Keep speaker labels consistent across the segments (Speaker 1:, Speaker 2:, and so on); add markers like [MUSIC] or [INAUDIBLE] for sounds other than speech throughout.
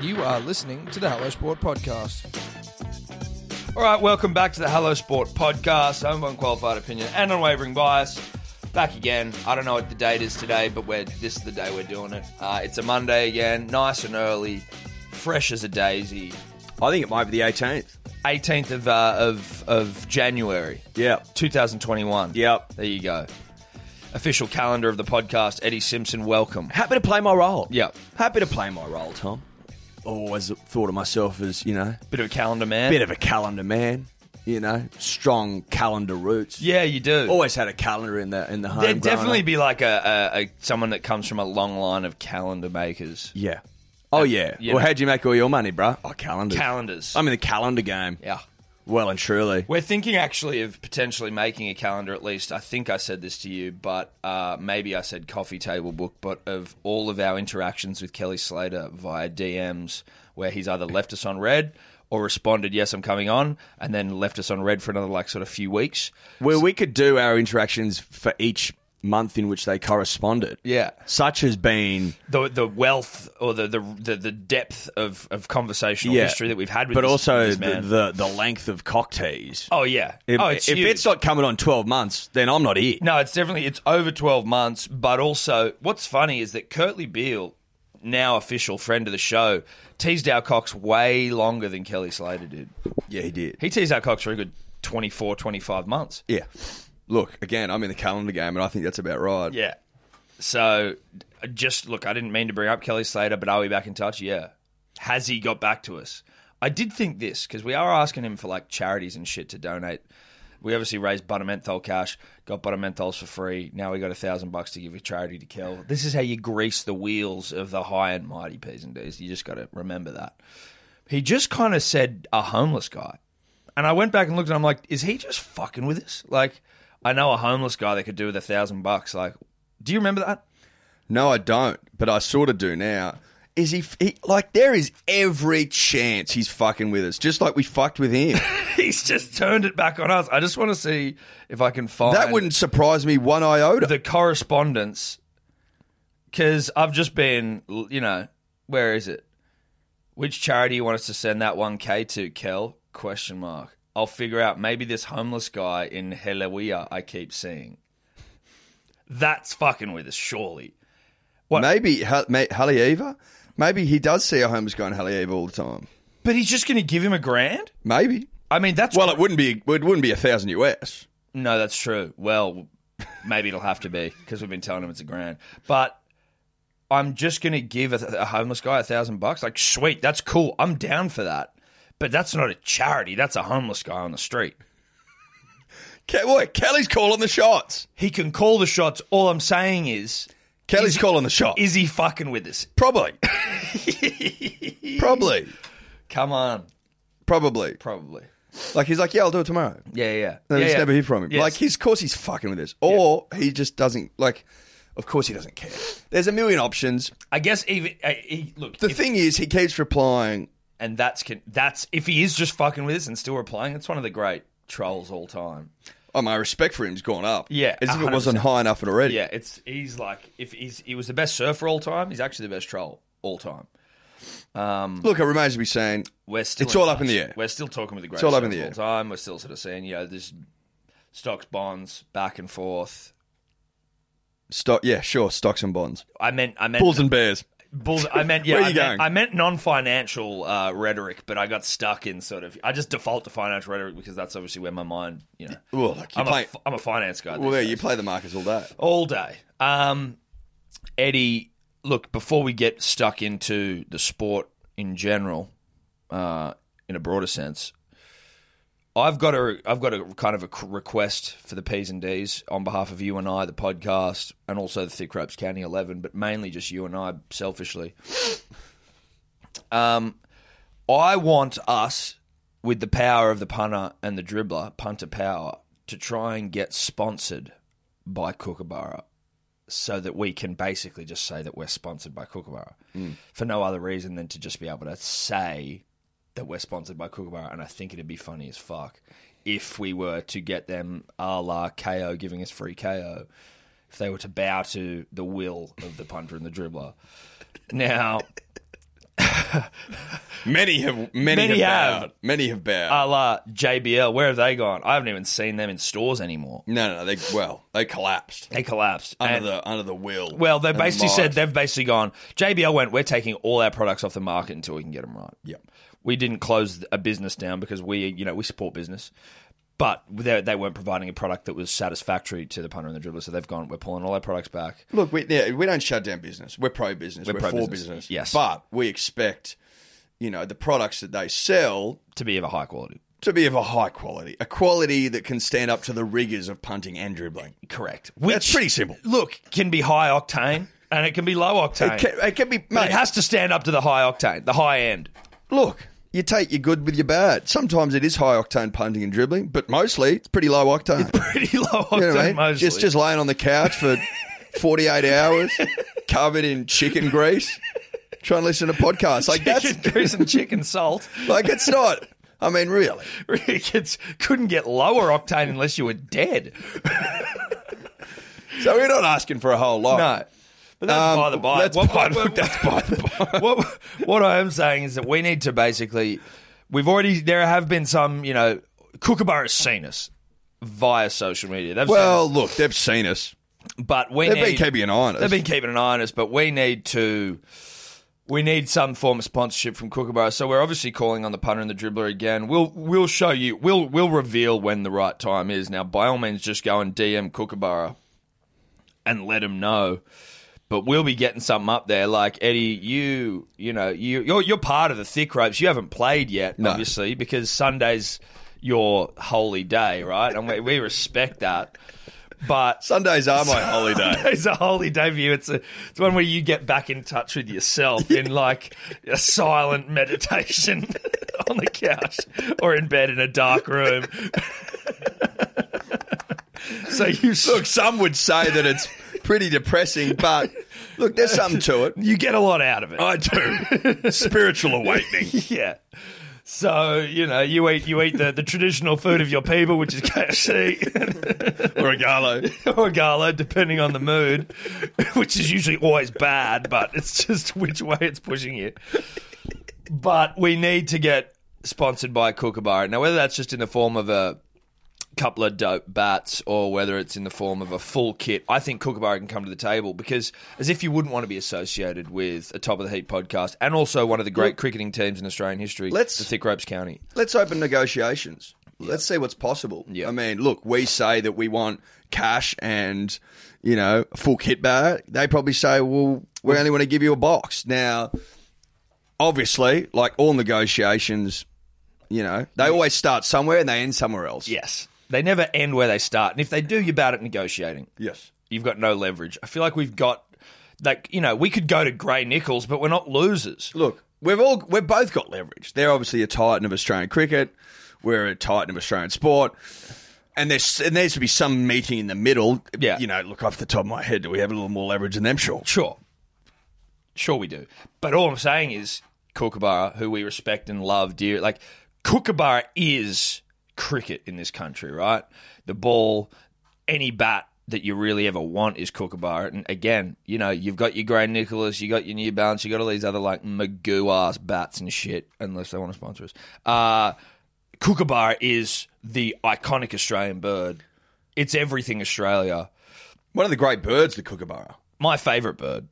Speaker 1: You are listening to the Hello Sport Podcast.
Speaker 2: All right, welcome back to the Hello Sport podcast. Home unqualified opinion and unwavering bias. Back again. I don't know what the date is today, but we're this is the day we're doing it. Uh, it's a Monday again, nice and early, fresh as a daisy.
Speaker 3: I think it might be the 18th.
Speaker 2: 18th of uh, of of January,
Speaker 3: Yep.
Speaker 2: 2021.
Speaker 3: Yep.
Speaker 2: There you go. Official calendar of the podcast. Eddie Simpson, welcome.
Speaker 3: Happy to play my role.
Speaker 2: Yep.
Speaker 3: Happy to play my role, Tom. Always thought of myself as, you know,
Speaker 2: Bit of a calendar man.
Speaker 3: bit of a calendar man, you know, strong calendar roots.
Speaker 2: yeah, you do.
Speaker 3: Always had a calendar in the in the home.
Speaker 2: There'd
Speaker 3: growing
Speaker 2: definitely
Speaker 3: up.
Speaker 2: be like a, a, a someone that comes from a long line of calendar makers.
Speaker 3: Yeah. Oh yeah.
Speaker 2: Yeah.
Speaker 3: Well, how'd you make all your money, bruh? Oh, calendars.
Speaker 2: Calendars.
Speaker 3: I'm in the calendar game.
Speaker 2: yeah.
Speaker 3: Well and truly.
Speaker 2: We're thinking actually of potentially making a calendar. At least I think I said this to you, but uh, maybe I said coffee table book. But of all of our interactions with Kelly Slater via DMs, where he's either left us on red or responded yes I'm coming on, and then left us on red for another like sort of few weeks.
Speaker 3: Where we could do our interactions for each month in which they corresponded.
Speaker 2: Yeah.
Speaker 3: Such has been
Speaker 2: The the wealth or the the the, the depth of, of conversational history that we've had, with
Speaker 3: but
Speaker 2: this-
Speaker 3: also
Speaker 2: this man.
Speaker 3: the, the the length of cock teas.
Speaker 2: oh yeah,
Speaker 3: If,
Speaker 2: oh it's
Speaker 3: if
Speaker 2: huge.
Speaker 3: it's not coming on 12 months, then I'm not here.
Speaker 2: No, it's definitely it's over twelve months. But also, what's funny is that Curtly Beale, now official friend of the show, teased our Cox way longer than Kelly Slater did.
Speaker 3: Yeah, he did.
Speaker 2: He teased our Cox for a good 24, 25 months.
Speaker 3: yeah. Look, again, I'm in the calendar game, and I think that's about right.
Speaker 2: Yeah. So, I just look, I didn't mean to bring up Kelly Slater, but are we back in touch? Yeah. Has he got back to us? I did think this because we are asking him for like charities and shit to donate. We obviously raised Buttermenthol cash, got Buttermenthols for free. Now we got a thousand bucks to give a charity to Kel. This is how you grease the wheels of the high and mighty P's and D's. You just got to remember that. He just kind of said a homeless guy. And I went back and looked and I'm like, is he just fucking with us? Like, I know a homeless guy that could do with a thousand bucks. Like, do you remember that? [LAUGHS]
Speaker 3: No, I don't, but I sort of do now. Is he, he like there is every chance he's fucking with us, just like we fucked
Speaker 2: [LAUGHS]
Speaker 3: with him.
Speaker 2: He's just turned it back on us. I just want to see if I can find
Speaker 3: that wouldn't surprise me one iota.
Speaker 2: the correspondence because I've just been, l- you know, where is it? Which charity you want us to send that one k to, Kel? Question mark. I'll figure out. Maybe this homeless guy in Helewia I keep seeing. That's fucking with us, surely. what-
Speaker 3: Maybe Ha- Ma- Haleiwa? Maybe he does see a homeless guy in Haleiwa all the time.
Speaker 2: But he's just going to give him a grand.
Speaker 3: Maybe.
Speaker 2: I mean, that's
Speaker 3: Well, it wouldn't be. It wouldn't be a thousand US.
Speaker 2: No, that's true. Well, maybe it'll have to be because we've been telling him it's a grand. But I'm just going to give a, a homeless guy a thousand bucks. Like, sweet, that's cool. I'm down for that. But that's not a charity. That's a homeless guy on the street.
Speaker 3: Ke- what? Kelly's calling the shots.
Speaker 2: He can call the shots. All I'm saying is,
Speaker 3: Kelly's calling the shots.
Speaker 2: is he fucking with us? [LAUGHS]
Speaker 3: Probably. probably.
Speaker 2: Come on,
Speaker 3: Probably.
Speaker 2: probably.
Speaker 3: Like he's like, yeah, I'll do it tomorrow.
Speaker 2: Yeah, yeah.
Speaker 3: Then
Speaker 2: yeah,
Speaker 3: just
Speaker 2: yeah.
Speaker 3: never hear from him.
Speaker 2: Yes.
Speaker 3: Like he's, of course, he's fucking with us, or he just doesn't like. Of course, he doesn't care. There's a million options.
Speaker 2: I guess even uh, he, look,
Speaker 3: The
Speaker 2: if-
Speaker 3: thing is, he keeps replying.
Speaker 2: and that's can, that's if he is just fucking with us and still replying. It's one of the great trolls all time.
Speaker 3: Oh, my respect for him's gone up.
Speaker 2: Yeah,
Speaker 3: as if it wasn't
Speaker 2: 100%.
Speaker 3: high enough already.
Speaker 2: Yeah, it's he's like if he's he was the best surfer all time, he's actually the best troll all time.
Speaker 3: Look, it remains to be seen.
Speaker 2: We're still
Speaker 3: It's
Speaker 2: in
Speaker 3: all up
Speaker 2: touch.
Speaker 3: in the air.
Speaker 2: We're still talking with the greatest
Speaker 3: all up
Speaker 2: surfer
Speaker 3: in the
Speaker 2: all time. We're still sort of saying, you know, this stocks bonds back and forth.
Speaker 3: Stock, yeah, sure, stocks and bonds,
Speaker 2: I meant I meant
Speaker 3: bulls and bears.
Speaker 2: bulls- I
Speaker 3: [LAUGHS]
Speaker 2: meant yeah.
Speaker 3: Where are
Speaker 2: I,
Speaker 3: you
Speaker 2: meant,
Speaker 3: going?
Speaker 2: I meant non-financial uh, rhetoric, but I got stuck in sort of I just default to financial rhetoric because that's obviously where my mind, you know.
Speaker 3: Well, like you
Speaker 2: I'm a,
Speaker 3: play.
Speaker 2: fi- I'm a finance guy.
Speaker 3: well,
Speaker 2: these
Speaker 3: there
Speaker 2: days.
Speaker 3: you play the markets all day.
Speaker 2: all day. Um, Eddie, look, before we get stuck into the sport in general, uh, in a broader sense, I've got a I've got a kind of a c- request for the P's and D's on behalf of you and I, the podcast, and also the Thick Ropes County Eleven, but mainly just you and I, selfishly. Um, I want us with the power of the punter and the dribbler, punter power, to try and get sponsored by Kookaburra so that we can basically just say that we're sponsored by Kookaburra for no other reason than to just be able to say that we're sponsored by Kookaburra. And I think it'd be funny as fuck if we were to get them a la KO giving us free KO, if they were to bow to the will of the punter and the dribbler. Now,
Speaker 3: Many have many,
Speaker 2: Many
Speaker 3: have,
Speaker 2: have.
Speaker 3: bowed. Many have bowed.
Speaker 2: a la JBL. Where have they gone? I haven't even seen them in stores anymore.
Speaker 3: no, no, no, they well, they collapsed
Speaker 2: They collapsed.
Speaker 3: Mm. under
Speaker 2: And-
Speaker 3: the under the will.
Speaker 2: well, they
Speaker 3: and the
Speaker 2: basically said
Speaker 3: might.
Speaker 2: they've basically gone. JBL went. We're taking all our products off the market until we can get them right.
Speaker 3: Yep.
Speaker 2: we didn't close a business down because we, you know, we support business, but they, they weren't providing a product that was satisfactory to the punter and the dribbler. So they've gone. We're pulling all our products back.
Speaker 3: Look, we yeah, we don't shut down business. We're pro business. We're, for
Speaker 2: pro-business,
Speaker 3: business.
Speaker 2: yes.
Speaker 3: but we expect you know the products that they sell
Speaker 2: to be of a high quality.
Speaker 3: to be of a high quality, a quality that can stand up to the rigors of punting and dribbling.
Speaker 2: Correct. Which
Speaker 3: That's pretty simple.
Speaker 2: look can be high octane and it can be low octane.
Speaker 3: It can, it can be
Speaker 2: but
Speaker 3: mate.
Speaker 2: it has to stand up to the high octane, the high
Speaker 3: [LAUGHS]
Speaker 2: end.
Speaker 3: look, you take your good with your bad. Sometimes it is high octane punting and dribbling, but mostly it's pretty low octane.
Speaker 2: Pretty low octane
Speaker 3: You know what I mean?
Speaker 2: mostly.
Speaker 3: Just just laying on the
Speaker 2: [LAUGHS]
Speaker 3: couch for 48 hours, covered in chicken grease, trying to listen to podcasts. Like
Speaker 2: chicken
Speaker 3: that's
Speaker 2: grease
Speaker 3: [LAUGHS]
Speaker 2: and chicken salt.
Speaker 3: like it's not. I mean, really.
Speaker 2: [LAUGHS] It's, couldn't get lower octane unless you were dead.
Speaker 3: So we're not asking for a whole lot.
Speaker 2: No. But that's
Speaker 3: Um,
Speaker 2: by the by.
Speaker 3: that's by the- that's by
Speaker 2: the by. [LAUGHS] What, what I am saying is that we need to basically, we've already, there have been some, you know, Kookaburra has seen us via social media. They've seen
Speaker 3: Well, look, they've seen us.
Speaker 2: us, but we
Speaker 3: They've
Speaker 2: need,
Speaker 3: been keeping an eye on us.
Speaker 2: they've been keeping an eye on us, but we need to, we need some form of sponsorship from Kookaburra. So we're obviously calling on the punter and the dribbler again. We'll, we'll show you, we'll, we'll reveal when the right time is. Now, by all means, just go and DM Kookaburra and let them know. But we'll be getting something up there. Like Eddie, you, you know, you, you're you're part of the thick ropes. You haven't played yet,
Speaker 3: No.
Speaker 2: obviously, because Sunday's your holy day, right? And we, we respect that. But
Speaker 3: Sundays
Speaker 2: [LAUGHS]
Speaker 3: are my holiday.
Speaker 2: Sunday's a holy day for you. It's a, it's one where you get back in touch with yourself in like a silent meditation [LAUGHS] on the couch or in bed in a dark room. [LAUGHS] so you
Speaker 3: Look, some would say that it's pretty depressing, but look, there's something to it.
Speaker 2: you get a lot out of it.
Speaker 3: I
Speaker 2: [LAUGHS]
Speaker 3: do. Spiritual awakening.
Speaker 2: Yeah. So you know you eat you eat the, the traditional food of your people, which is KFC
Speaker 3: [LAUGHS] Or a galo.
Speaker 2: [LAUGHS] or gala, depending on the mood, [LAUGHS] which is usually always bad. But it's just which way it's pushing you. But we need to get sponsored by Kookaburra now. Whether that's just in the form of a couple of dope bats or whether it's in the form of a full kit, I think Kookaburra can come to the table because as if you wouldn't want to be associated with a top of the heap podcast and also one of the great cricketing teams in Australian history,
Speaker 3: Let's-
Speaker 2: the Thick Ropes County.
Speaker 3: Let's open negotiations. Let's see what's possible.
Speaker 2: Yeah.
Speaker 3: I mean, look, we say that we want cash and, you know, a full kit bar. They probably say, well, we only want to give you a box. Now, obviously, like all negotiations, you know, they always start somewhere and they end somewhere else.
Speaker 2: Yes. They never end where they start. And if they do, you're bad at negotiating.
Speaker 3: Yes.
Speaker 2: You've got no leverage. I feel like we've got, like, you know, we could go to Grey Nichols, but we're not losers.
Speaker 3: Look, we've all we've both got leverage. They're obviously a titan of Australian cricket. We're a titan of Australian sport. And there's and there needs to be some meeting in the middle.
Speaker 2: Yeah.
Speaker 3: You know, look off the top of my head, do we have a little more leverage than them? Sure.
Speaker 2: Sure. Sure, we do. But all I'm saying is Kookaburra, who we respect and love dear, like, Kookaburra is cricket in this country, right? The ball, any bat that you really ever want is Kookaburra. And again, you know, you've got your Grey Nicholas, you got your New Balance, you got all these other, like, Magoo ass bats and shit, unless they want to sponsor us. Uh, Kookaburra is the iconic Australian bird. It's everything Australia.
Speaker 3: One of the great birds, the kookaburra.
Speaker 2: My favourite bird.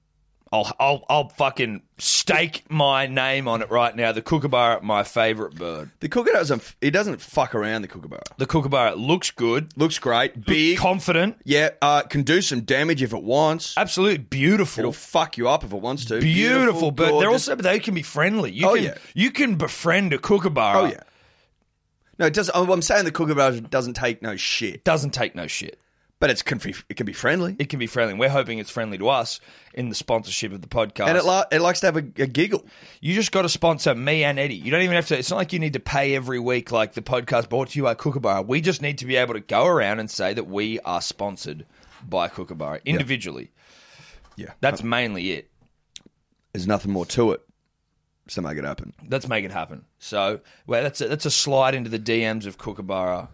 Speaker 2: I'll, I'll I'll fucking stake my name on it right now. The kookaburra, my favourite bird.
Speaker 3: The kookaburra doesn't it doesn't fuck around the kookaburra.
Speaker 2: The kookaburra looks good,
Speaker 3: Looks great, big.
Speaker 2: confident,
Speaker 3: yeah, uh, can do some damage if it wants.
Speaker 2: absolutely beautiful,
Speaker 3: It'll fuck you up if it wants to.
Speaker 2: beautiful bird. They're
Speaker 3: gorgeous.
Speaker 2: also they can be friendly. You
Speaker 3: Oh,
Speaker 2: can
Speaker 3: yeah.
Speaker 2: you can befriend a kookaburra.
Speaker 3: Oh yeah. No, it doesn't oh, I'm saying the kookaburra doesn't take no shit.
Speaker 2: doesn't take no shit.
Speaker 3: But it's can be, it can be friendly.
Speaker 2: It can be friendly. We're hoping it's friendly to us in the sponsorship of the podcast.
Speaker 3: and it, li- it likes to have a, a giggle.
Speaker 2: You just got to sponsor me and Eddie. You don't even have to. It's not like you need to pay every week like the podcast brought to you by Kookaburra. We just need to be able to go around and say that we are sponsored by Kookaburra individually.
Speaker 3: Yeah,
Speaker 2: That's mainly it.
Speaker 3: there's nothing more to it. So make it happen.
Speaker 2: Let's make it happen. So, well, that's a, that's a slide into the DMs of Kookaburra,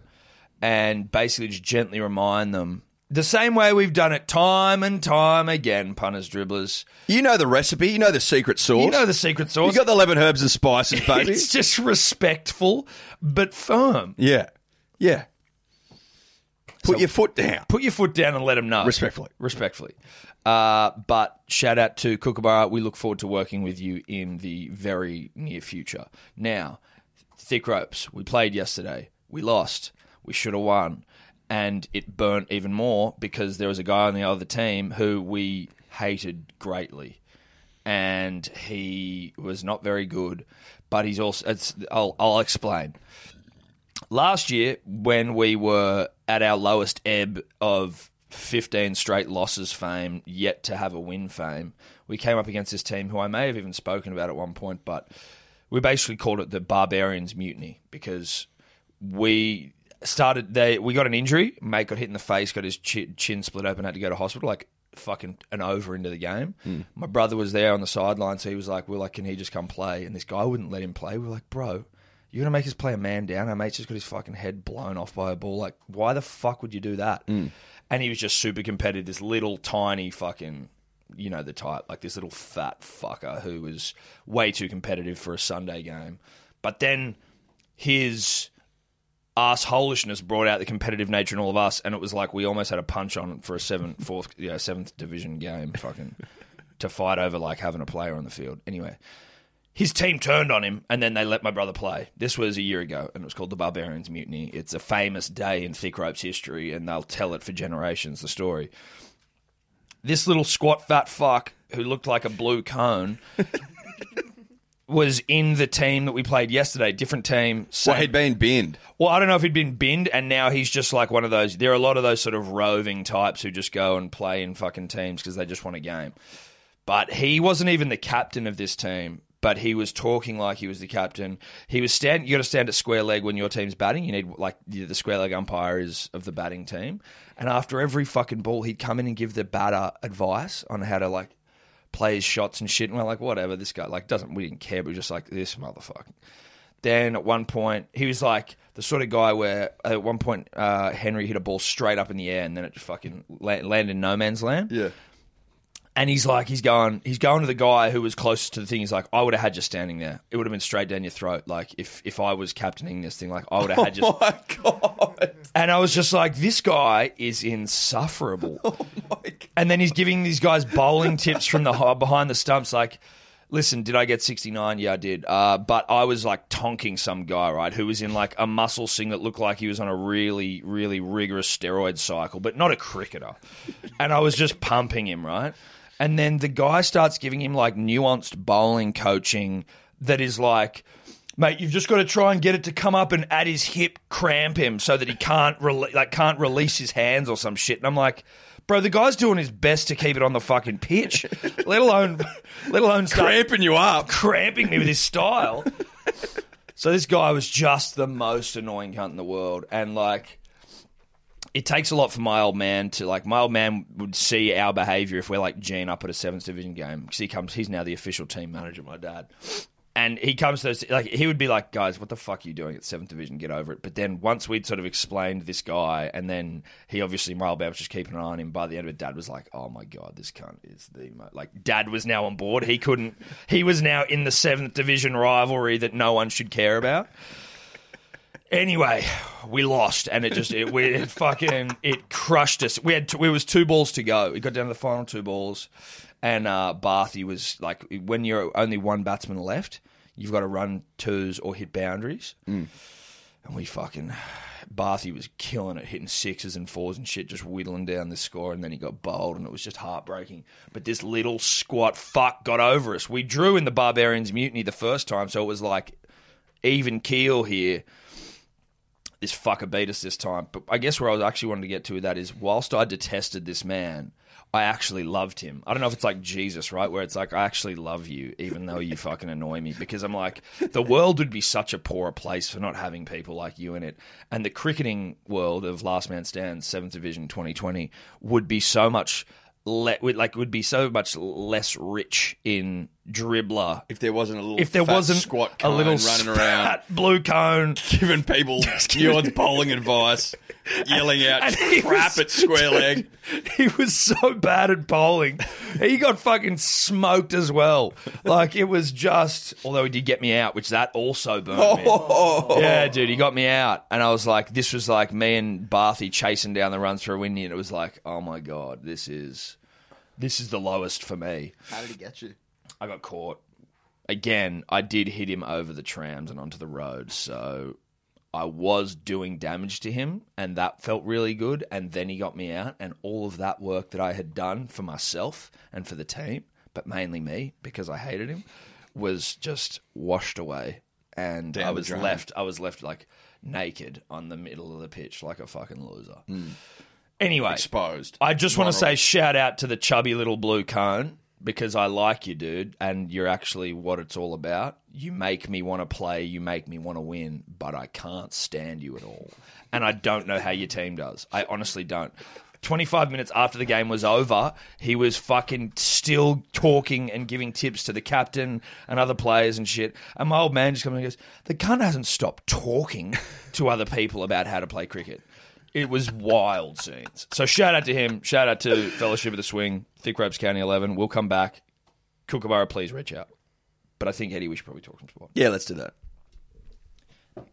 Speaker 2: and basically just gently remind them the same way we've done it time and time again, punters, dribblers.
Speaker 3: You know the recipe. You know the secret sauce.
Speaker 2: You know the secret sauce.
Speaker 3: You got the eleven herbs and spices,
Speaker 2: [LAUGHS]
Speaker 3: baby.
Speaker 2: it's just respectful but firm.
Speaker 3: yeah, yeah. Put
Speaker 2: So-
Speaker 3: your foot down
Speaker 2: Put your foot down and let them know.
Speaker 3: respectfully.
Speaker 2: Respectfully. Uh, but shout out to Kookaburra. We look forward to working with you in the very near future. Now, Thick Ropes. We played yesterday. We lost. We should have won. And it burnt even more because there was a guy on the other team who we hated greatly. And he was not very good, but he's also. It's, I'll, I'll explain last year when we were at our lowest ebb of 15 straight losses fame yet to have a win fame we came up against this team who i may have even spoken about at one point but we basically called it the barbarians mutiny because we started they we got an injury mate got hit in the face got his chin, chin split open had to go to hospital like fucking an over into the game my brother was there on the sideline so he was like we're like can he just come play and this guy wouldn't let him play we were like bro you're gonna make us play a man down. Our mate's just got his fucking head blown off by a ball. Like, why the fuck would you do that? And he was just super competitive. This little tiny fucking, you know, the type like this little fat fucker who was way too competitive for a Sunday game. But then his assholishness brought out the competitive nature in all of us, and it was like we almost had a punch on for a seventh, fourth, you know, seventh division game, fucking, to fight over like having a player on the field. Anyway his team turned on him and then they let my brother play. This was a year ago and it was called the Barbarians Mutiny. It's a famous day in Thick Rope's history and they'll tell it for generations, the story. This little squat fat fuck who looked like a blue cone was in the team that we played yesterday, different team,
Speaker 3: So
Speaker 2: same
Speaker 3: he'd been binned.
Speaker 2: well, I don't know if he'd been binned, and now he's just like one of those. There are a lot of those sort of roving types who just go and play in fucking teams because they just want a game. But he wasn't even the captain of this team, but he was talking like he was the captain. He was stand. You got to stand at square leg when your team's batting. You need like the the square leg umpire is of the batting team, and after every fucking ball, he'd come in and give the batter advice on how to like play his shots and shit. And we're like, whatever, this guy like doesn't. We didn't care. But we were just like this motherfucker. Then at one point, he was like the sort of guy where at one point uh, Henry hit a ball straight up in the air and then it fucking la- landed in no man's land.
Speaker 3: Yeah.
Speaker 2: And he's like, he's going, he's going to the guy who was closest to the thing. He's like, I would have had you standing there. It would have been straight down your throat. Like if if I was captaining this thing, like I would have
Speaker 3: [LAUGHS]
Speaker 2: had just.
Speaker 3: Oh My God.
Speaker 2: and I was just like, this guy is insufferable.
Speaker 3: [LAUGHS] My God.
Speaker 2: And then he's giving these guys bowling tips from the [LAUGHS] hi- behind the stumps. Like, listen, did I get 69? Yeah, I did. Uh, but I was like tonking some guy, right, who was in like a muscle sing that looked like he was on a really, really rigorous steroid cycle, but not a cricketer. And I was just pumping him, right? And then the guy starts giving him like nuanced bowling coaching that is like, mate, you've just got to try and get it to come up and at his hip cramp him so that he can't rele- like can't release his hands or some shit. And I'm like, bro, the guy's doing his best to keep it on the fucking pitch, let alone let alone start
Speaker 3: Ramping you up.
Speaker 2: cramping me with his style. so this guy was just the most annoying cunt in the world, and like. It takes a lot for my old man to like. My old man would see our behaviour if we're like Gene up at a seventh division game because he comes. He's now the official team manager, my dad, and he comes to those like he would be like, "Guys, what the fuck are you doing at seventh division? Get over it." But then once we'd sort of explained this guy, and then he obviously my old man was just keeping an eye on him. By the end of it, dad was like, "Oh my god, this cunt is the mo-. like." Dad was now on board. He couldn't. He was now in the seventh division rivalry that no one should care about. Anyway, we lost, and it just it, we, it fucking it crushed us. We had two, it was two balls to go. It got down to the final two balls, and uh, Barthy was like, when you're only one batsman left, you've got to run twos or hit boundaries. And we fucking Barthy was killing it, hitting sixes and fours and shit, just whittling down the score. And then he got bowled, and it was just heartbreaking. But this little squat fuck got over us. We drew in the Barbarians mutiny the first time, so it was like even keel here this fucker beat us this time. But I guess where I was actually wanting to get to with that is whilst I detested this man, I actually loved him. I don't know if it's like Jesus, right? Where it's like, I actually love you, even though you fucking annoy me. Because I'm like, the world would be such a poorer place for not having people like you in it. And the cricketing world of Last Man Stands, 7th Division 2020, would be so much. Le- would, like would be so much less rich in dribbler.
Speaker 3: If there wasn't a little
Speaker 2: If there
Speaker 3: fat
Speaker 2: wasn't
Speaker 3: squat
Speaker 2: a
Speaker 3: cone
Speaker 2: little [LAUGHS]
Speaker 3: running around
Speaker 2: spat blue cone,
Speaker 3: giving people nuanced bowling advice,
Speaker 2: [LAUGHS]
Speaker 3: yelling out
Speaker 2: And he
Speaker 3: crap
Speaker 2: was-
Speaker 3: at
Speaker 2: [LAUGHS]
Speaker 3: square leg.
Speaker 2: he was so bad at bowling. He got fucking smoked as well. Like it was just. Although he did get me out, which that also burned me. Yeah, dude, he got me out, and I was like, this was like me and Barthy chasing down the run through India, and it was like, oh my god, this is this is the lowest for me.
Speaker 4: How did he get you?
Speaker 2: I got caught again. I did hit him over the trams and onto the road, so I was doing damage to him, and that felt really good. And then he got me out, and all of that work that I had done for myself and for the team, but mainly me because I hated him, was just washed away, and I
Speaker 3: the
Speaker 2: was
Speaker 3: drain.
Speaker 2: left. I was left like naked on the middle of the pitch, like a fucking loser. Anyway,
Speaker 3: Hmm. Exposed.
Speaker 2: I just want to say shout out to the chubby little blue cone because I like you, dude, and you're actually what it's all about. You make me want to play, you make me want to win, but I can't stand you at all. And I don't know how your team does. I honestly don't. 25 minutes after the game was over, he was fucking still talking and giving tips to the captain and other players and shit. And my old man just comes and goes, The cunt hasn't stopped talking to other people about how to play cricket. It was wild scenes. So shout out to him. Shout out to Fellowship of the Swing, Thick Ropes County 11. We'll come back. Kookaburra, please reach out. But I think, Eddie, we should probably talk some sport.
Speaker 3: Yeah, let's do that.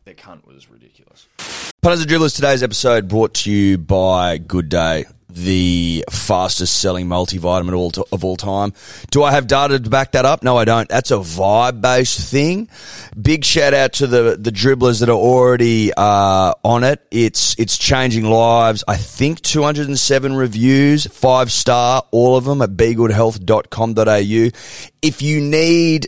Speaker 2: Their cunt was ridiculous.
Speaker 3: Punters and Dribblers, today's episode brought to you by Good Day, the fastest selling multivitamin all to, of all time. Do I have data to back that up? No, I don't. That's a vibe based thing. Big shout out to the, the dribblers that are already uh, on it. It's it's changing lives. I think 207 reviews, five star, all of them at begoodhealth.com.au. If you need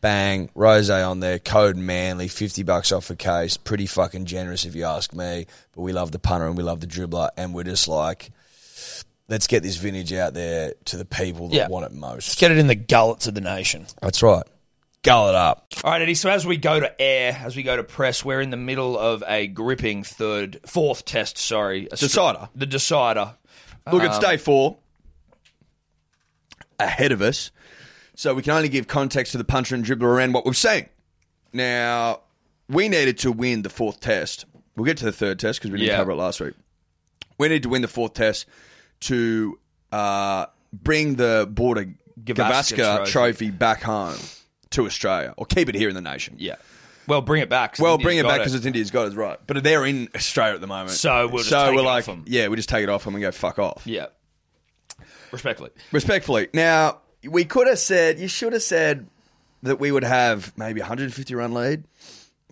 Speaker 3: bang, rose on there, code manly, 50 bucks off a case. Pretty fucking generous if you ask me. But we love the punter and we love the dribbler. And we're just like, let's get this vintage out there to the people that
Speaker 5: Yeah.
Speaker 3: want it most.
Speaker 5: Get it in the gullets of the nation.
Speaker 3: That's right. Gull it up.
Speaker 2: All right, Eddie. So as we go to air, as we go to press, we're in the middle of a gripping third, fourth test. Sorry, A str-
Speaker 3: Decider.
Speaker 2: The decider.
Speaker 3: Look,
Speaker 2: Um,
Speaker 3: it's day four ahead of us, so we can only give context to the punter and dribbler around what we've seen. Now, we needed to win the fourth test. We'll get to the third test because we didn't
Speaker 2: Yeah.
Speaker 3: cover it last week. We need to win the fourth test to uh, bring the Border
Speaker 2: Gavaska
Speaker 3: Gavaska,
Speaker 2: trophy.
Speaker 3: trophy. back home to Australia or keep it here in the nation.
Speaker 2: Yeah. Well, bring it back. 'cause
Speaker 3: Well,
Speaker 2: India's
Speaker 3: bring it
Speaker 2: got
Speaker 3: back because it's India's got it right. But they're in Australia at the moment.
Speaker 2: So we'll just take it off them.
Speaker 3: yeah, we just take it off them and go fuck off.
Speaker 2: yeah. Respectfully,
Speaker 3: Respectfully. Now, we could have said, you should have said that we would have maybe 150 run lead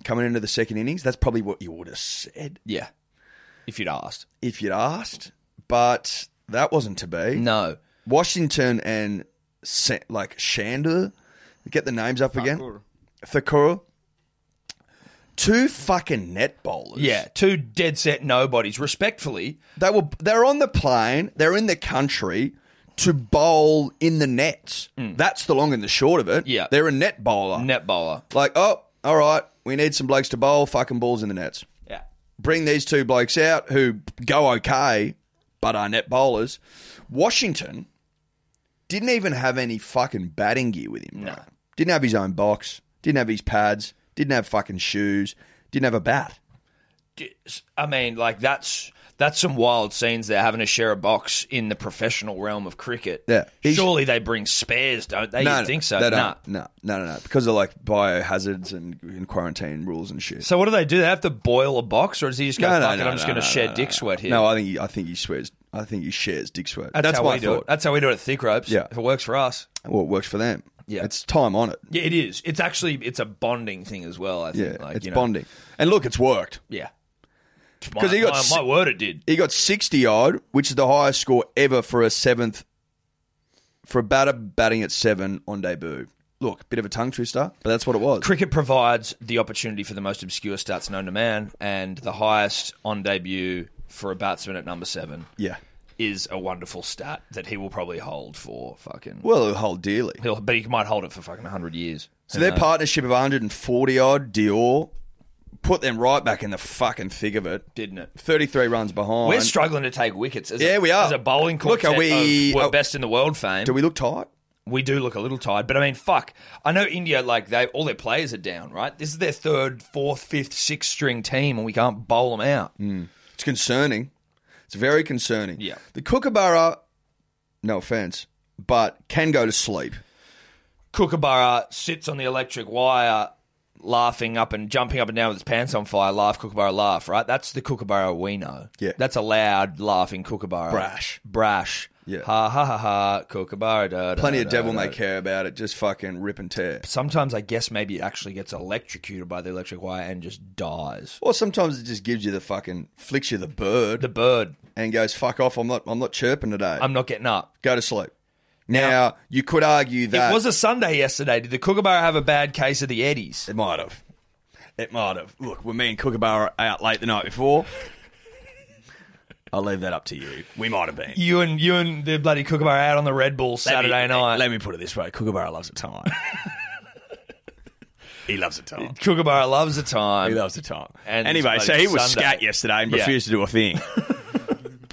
Speaker 3: coming into the second innings. That's probably what you would have said
Speaker 2: yeah. If you'd asked,
Speaker 3: if you'd asked, but that wasn't to be.
Speaker 2: no.
Speaker 3: Washington and Sa- like Shander, get the names up again. Thakur. Two fucking net bowlers.
Speaker 2: Yeah, two dead set nobodies. Respectfully,
Speaker 3: They were they're on the plane, they're in the country to bowl in the nets. That's the long and the short of it.
Speaker 2: Mm. Yeah.
Speaker 3: They're a net bowler.
Speaker 2: net bowler.
Speaker 3: Like, oh, all right, we need some blokes to bowl fucking balls in the nets.
Speaker 2: Yeah.
Speaker 3: Bring these two blokes out who go okay, but are net bowlers. Washington didn't even have any fucking batting gear with him. bro.
Speaker 2: No.
Speaker 3: Didn't have his own box, didn't have his pads, didn't have fucking shoes, didn't have a bat.
Speaker 2: I mean, like that's that's some wild scenes there having to share a box in the professional realm of cricket.
Speaker 3: Yeah. He's-
Speaker 2: Surely they bring spares, don't they? you think so?
Speaker 3: They
Speaker 2: Nah.
Speaker 3: don't. No, no, no, no. Because of like biohazards and, and quarantine rules and shit.
Speaker 2: So what do they do? They have to boil a box, or does he just go,
Speaker 3: No, no,
Speaker 2: "Fuck it,
Speaker 3: no,
Speaker 2: I'm just
Speaker 3: no,
Speaker 2: going to
Speaker 3: no,
Speaker 2: share
Speaker 3: no,
Speaker 2: dick
Speaker 3: no.
Speaker 2: sweat here"?
Speaker 3: No, I think he, I think he swears. I think he shares dick sweat.
Speaker 2: that's,
Speaker 3: That's
Speaker 2: how
Speaker 3: my
Speaker 2: we do
Speaker 3: thought.
Speaker 2: it. That's how we do it at Thick Ropes.
Speaker 3: Yeah.
Speaker 2: if it works for us.
Speaker 3: Well, it works for them.
Speaker 2: Yeah.
Speaker 3: it's time on it.
Speaker 2: Yeah, it is. It's actually it's a bonding thing as well. I
Speaker 3: Yeah,
Speaker 2: think. like,
Speaker 3: it's
Speaker 2: you know,
Speaker 3: bonding. And look, it's worked.
Speaker 2: Yeah,
Speaker 3: 'Cause he got
Speaker 2: my,
Speaker 3: s-
Speaker 2: my word, it did.
Speaker 3: He got sixty odd, which is the highest score ever for a seventh for a batter batting at seven on debut. Look, bit of a tongue twister, but that's what it was.
Speaker 2: Cricket provides the opportunity for the most obscure stats known to man, and the highest on debut for a batsman at number seven
Speaker 3: Yeah.
Speaker 2: is a wonderful stat that he will probably hold for fucking.
Speaker 3: Well, it'll hold dearly.
Speaker 2: He'll, but he might hold it for fucking hundred years.
Speaker 3: So their partnership of 140 odd Dior put them right back in the fucking thick of it.
Speaker 2: didn't it?
Speaker 3: 33 runs behind.
Speaker 2: We're struggling to take wickets. As
Speaker 3: Yeah,
Speaker 2: a,
Speaker 3: we are.
Speaker 2: As a bowling
Speaker 3: Look,
Speaker 2: quartet,
Speaker 3: are
Speaker 2: look, we
Speaker 3: we-
Speaker 2: we're
Speaker 3: are-
Speaker 2: best in the world fame.
Speaker 3: Do we look tight?
Speaker 2: we do look a little tired, but I mean, fuck. I know India, like they, all their players are down, right? This is their third, fourth, fifth, sixth string team, and we can't bowl them out.
Speaker 3: Mm. It's concerning. It's very concerning.
Speaker 2: Yeah.
Speaker 3: The Kookaburra, no offense, but can go to sleep.
Speaker 2: Kookaburra sits on the electric wire, laughing up and jumping up and down with his pants on fire. Laugh, Kookaburra, laugh. Right? That's the Kookaburra we know.
Speaker 3: Yeah.
Speaker 2: that's a loud laughing Kookaburra.
Speaker 3: Brash.
Speaker 2: brash.
Speaker 3: Yeah.
Speaker 2: ha ha ha ha. Kookaburra. Da, da,
Speaker 3: Plenty
Speaker 2: da,
Speaker 3: of devil
Speaker 2: da,
Speaker 3: may care about it. Just fucking rip and tear.
Speaker 2: sometimes I guess maybe it actually gets electrocuted by the electric wire and just dies.
Speaker 3: Or sometimes it just gives you the fucking flicks you the bird
Speaker 2: The bird,
Speaker 3: and goes fuck off. I'm not. I'm not chirping today.
Speaker 2: I'm not getting up.
Speaker 3: go to sleep. Now, you could argue that
Speaker 2: it was a Sunday yesterday. Did the Kookaburra have a bad case of the Eddies?
Speaker 3: It might have. It might have. Look, when me and Kookaburra out late the night before, I'll leave that up to you. We might have been.
Speaker 2: You and you and the bloody Kookaburra out on the Red Bull Saturday night.
Speaker 3: me put it this way: Kookaburra loves a time. he loves a time.
Speaker 2: Kookaburra loves the time.
Speaker 3: a time.
Speaker 2: And
Speaker 3: anyway,
Speaker 2: it's
Speaker 3: so he was
Speaker 2: Sunday.
Speaker 3: scat yesterday and
Speaker 2: Yeah.
Speaker 3: refused to do a [LAUGHS] thing.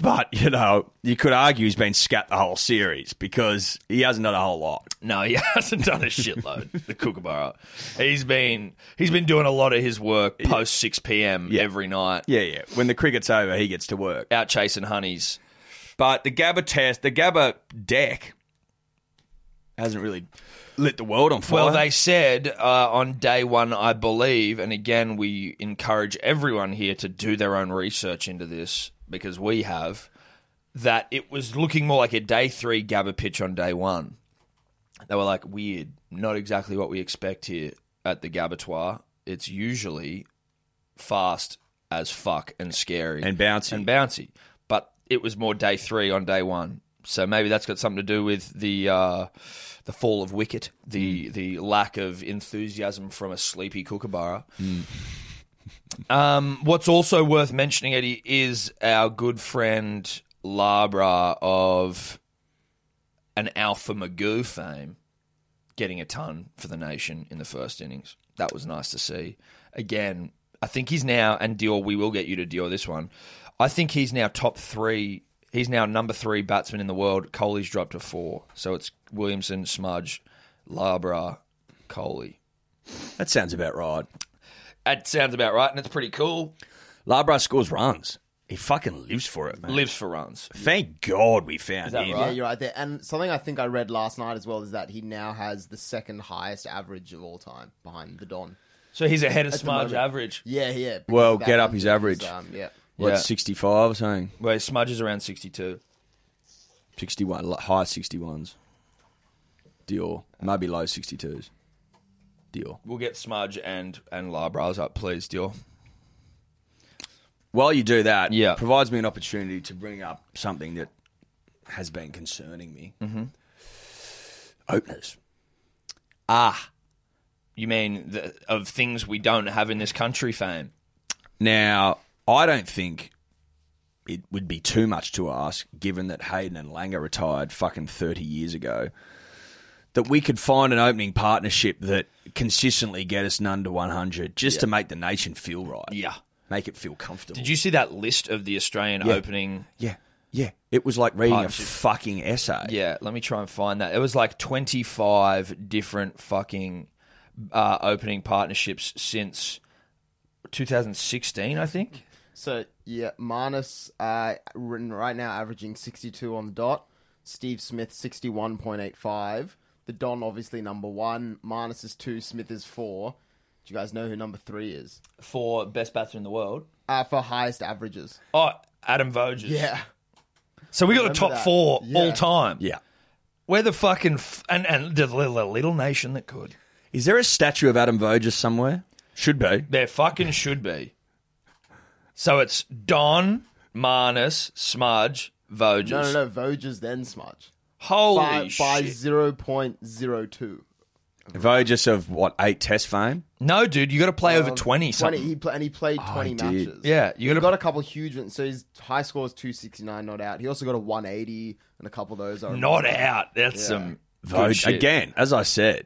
Speaker 3: but you know, you could argue he's been scat the whole series because he hasn't done a whole lot.
Speaker 2: No, he [LAUGHS] hasn't done a shitload. the Kookaburra. He's been he's been doing a lot of his work post six p.m. every night,
Speaker 3: Yeah, yeah. When the cricket's over, he gets to work.
Speaker 2: out chasing honeys.
Speaker 3: But the Gabba test, the Gabba deck hasn't really lit the world on fire.
Speaker 2: Well, they said uh, on day one, I believe, and again, we encourage everyone here to do their own research into this because we have, that it was looking more like a day three Gabba pitch on day one. They were like, weird, not exactly what we expect here at the Gabatoir. It's usually fast as fuck and scary
Speaker 3: And bouncy.
Speaker 2: and bouncy, but it was more day three on day one. So maybe that's got something to do with the uh, the fall of wicket, the
Speaker 3: Hmm.
Speaker 2: the lack of enthusiasm from a sleepy Kookaburra.
Speaker 3: Hmm.
Speaker 2: [LAUGHS] Um, what's also worth mentioning, Eddie, is our good friend Labra of an Alpha Magoo fame getting a ton for the nation in the first innings. That was nice to see. Again, I think he's now, and Dior, we will get you to Dior this one. I think he's now top three. He's now number three batsman in the world. Coley's dropped to four. So it's Williamson, Smudge, Labra, Coley.
Speaker 3: that sounds about right.
Speaker 2: That sounds about right, and it's pretty cool.
Speaker 3: Labra scores runs.
Speaker 4: He fucking lives for it, man.
Speaker 2: Lives for runs.
Speaker 4: Thank God we found
Speaker 2: that
Speaker 4: him.
Speaker 2: right?
Speaker 6: Yeah, you're right there. And something I think I read last night as well is that he now has the second highest average of all time behind the Don.
Speaker 2: So he's ahead of
Speaker 6: At the
Speaker 2: Smudge
Speaker 6: moment.
Speaker 2: average.
Speaker 6: Yeah, yeah.
Speaker 3: Well,
Speaker 6: That
Speaker 3: get up
Speaker 6: one
Speaker 3: his
Speaker 6: is,
Speaker 3: average.
Speaker 6: Um, yeah.
Speaker 3: What,
Speaker 2: Yeah.
Speaker 3: 65 or something?
Speaker 2: Where Smudge is around 62.
Speaker 3: 61, li- high 61s. Dior. Maybe low 62s. Dior.
Speaker 2: We'll get Smudge and and Labras up, please, Dior.
Speaker 3: While you do that,
Speaker 2: Yeah.
Speaker 3: provides me an opportunity to bring up something that has been concerning me. Mm-hmm. Openers. Ah.
Speaker 2: You mean the, of things we don't have in this country, fame?
Speaker 3: Now, I don't think it would be too much to ask, given that Hayden and Langer retired fucking 30 years ago, that we could find an opening partnership that consistently get us none to 100 just to make the nation feel right.
Speaker 2: Yeah.
Speaker 3: Make it feel comfortable.
Speaker 2: Did you see that list of the Australian opening?
Speaker 3: Yeah. Yeah. It was like reading a
Speaker 2: Partnership.
Speaker 3: fucking essay.
Speaker 2: Yeah, let me try and find that. It was like 25 different fucking uh, opening partnerships since 2016, I think.
Speaker 6: So yeah, Marnus uh, written right now averaging 62 on the dot. Steve Smith 61.85. The Don obviously number one. Marnus is two. Smith is four. Do you guys know who number three is?
Speaker 2: For best batter in the world.
Speaker 6: Uh, for highest averages.
Speaker 2: Oh, Adam Voges.
Speaker 6: Yeah.
Speaker 2: So we got the
Speaker 6: Remember
Speaker 2: top
Speaker 6: that.
Speaker 2: four
Speaker 6: Yeah.
Speaker 2: all time.
Speaker 3: Yeah.
Speaker 2: We're the fucking f- and and the little, the little nation that could.
Speaker 3: Is there a statue of Adam Voges somewhere? Should be.
Speaker 2: There fucking should be. So it's Don, Marnus, Smudge, Voges.
Speaker 6: No, no, no. Voges then Smudge
Speaker 2: Holy
Speaker 6: by by
Speaker 2: shit.
Speaker 6: 0.02.
Speaker 3: Voges of what, eight test fame?
Speaker 2: No, dude, you got to play over
Speaker 6: Um,
Speaker 2: 20 something. Oh,
Speaker 6: He pl- and he played 20
Speaker 3: did.
Speaker 6: matches.
Speaker 2: Yeah, you
Speaker 6: He
Speaker 2: gotta-
Speaker 6: got a couple huge ones. So his high score is 269 not out. He also got a 180 and a couple of those. Are
Speaker 2: Not out. That's some good
Speaker 3: Voges
Speaker 2: shit.
Speaker 3: again, as I said,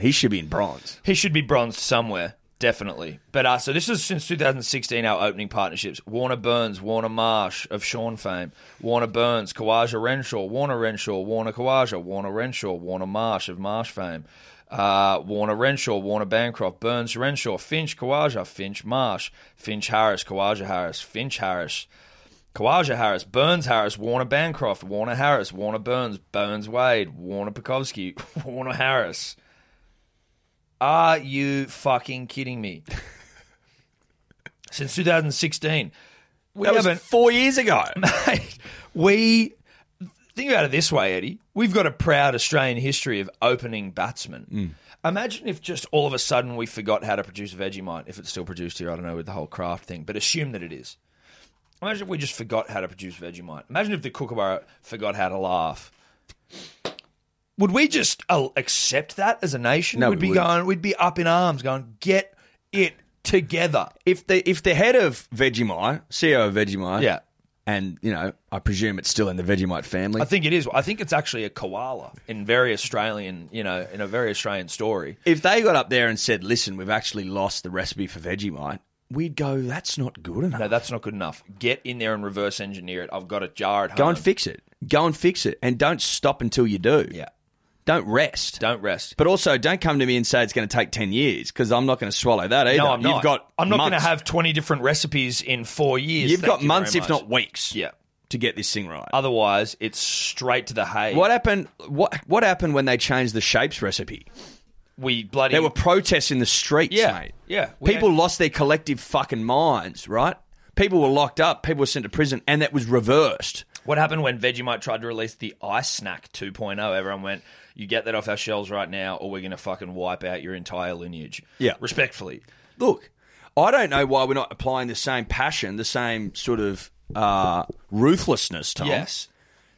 Speaker 3: he should be in bronze.
Speaker 2: He should be bronzed somewhere, definitely. But uh, so this is since 2016, our opening partnerships Warner Burns, Warner Marsh of Sean fame, Warner Burns, Kawaja Renshaw, Warner Renshaw, Warner Kawaja, Warner Renshaw, Warner Marsh of Marsh fame, uh, Warner Renshaw, Warner Bancroft, Burns Renshaw, Finch Kawaja, Finch Marsh, Finch Harris, Kawaja Harris, Finch Harris. Kawaja Harris, Burns Harris, Warner Bancroft, Warner Harris, Warner Burns, Burns Wade, Warner Pekowski, [LAUGHS] Warner Harris. Are you fucking kidding me? Since 2016, we
Speaker 3: That was
Speaker 2: haven't.
Speaker 3: four
Speaker 2: [LAUGHS]
Speaker 3: years ago.
Speaker 2: we think about it this way, Eddie. We've got a proud Australian history of opening batsmen.
Speaker 3: Mm.
Speaker 2: Imagine if just all of a sudden we forgot how to produce a Vegemite, if it's still produced here. I don't know with the whole craft thing, but assume that it is. Imagine if we just forgot how to produce Vegemite. Imagine if the Kookaburra forgot how to laugh. Would we just uh, accept that as a nation?
Speaker 3: No,
Speaker 2: we'd
Speaker 3: we
Speaker 2: be
Speaker 3: wouldn't.
Speaker 2: going. We'd be up in arms, going, "Get it together!"
Speaker 3: if the if the head of Vegemite, CEO of Vegemite,
Speaker 2: Yeah.
Speaker 3: and you know, I presume it's still in the Vegemite family.
Speaker 2: I think it is. I think it's actually a koala in very Australian, you know, in a very Australian story.
Speaker 3: if they got up there and said, "Listen, we've actually lost the recipe for Vegemite," we'd go, "That's not good enough.
Speaker 2: No, that's not good enough. Get in there and reverse engineer it. I've got a jar at home.
Speaker 3: go and fix it. Go and fix it, and don't stop until you do.
Speaker 2: Yeah.
Speaker 3: Don't rest.
Speaker 2: Don't rest.
Speaker 3: But also, don't come to me and say it's going to take ten years because I'm not going to swallow that either.
Speaker 2: no, I'm not.
Speaker 3: You've got
Speaker 2: I'm not going to
Speaker 3: months.
Speaker 2: have 20 different recipes in four years.
Speaker 3: You've
Speaker 2: Thank
Speaker 3: got
Speaker 2: you very
Speaker 3: months, if
Speaker 2: much.
Speaker 3: not weeks,
Speaker 2: Yeah.
Speaker 3: to get this thing right.
Speaker 2: Otherwise, it's straight to the hay.
Speaker 3: What happened? What what happened when they changed the shapes recipe?
Speaker 2: We bloody.
Speaker 3: There were protests in the streets,
Speaker 2: yeah,
Speaker 3: mate.
Speaker 2: yeah. We
Speaker 3: People
Speaker 2: had-
Speaker 3: lost their collective fucking minds, right? People were locked up. People were sent to prison, and that was reversed.
Speaker 2: What happened when Vegemite tried to release the Ice Snack 2.0? Everyone went, "You get that off our shelves right now, or we're going to fucking wipe out your entire lineage."
Speaker 3: Yeah.
Speaker 2: Respectfully,
Speaker 3: Look, I don't know why we're not applying the same passion, the same sort of uh, ruthlessness, Tom,
Speaker 2: yes.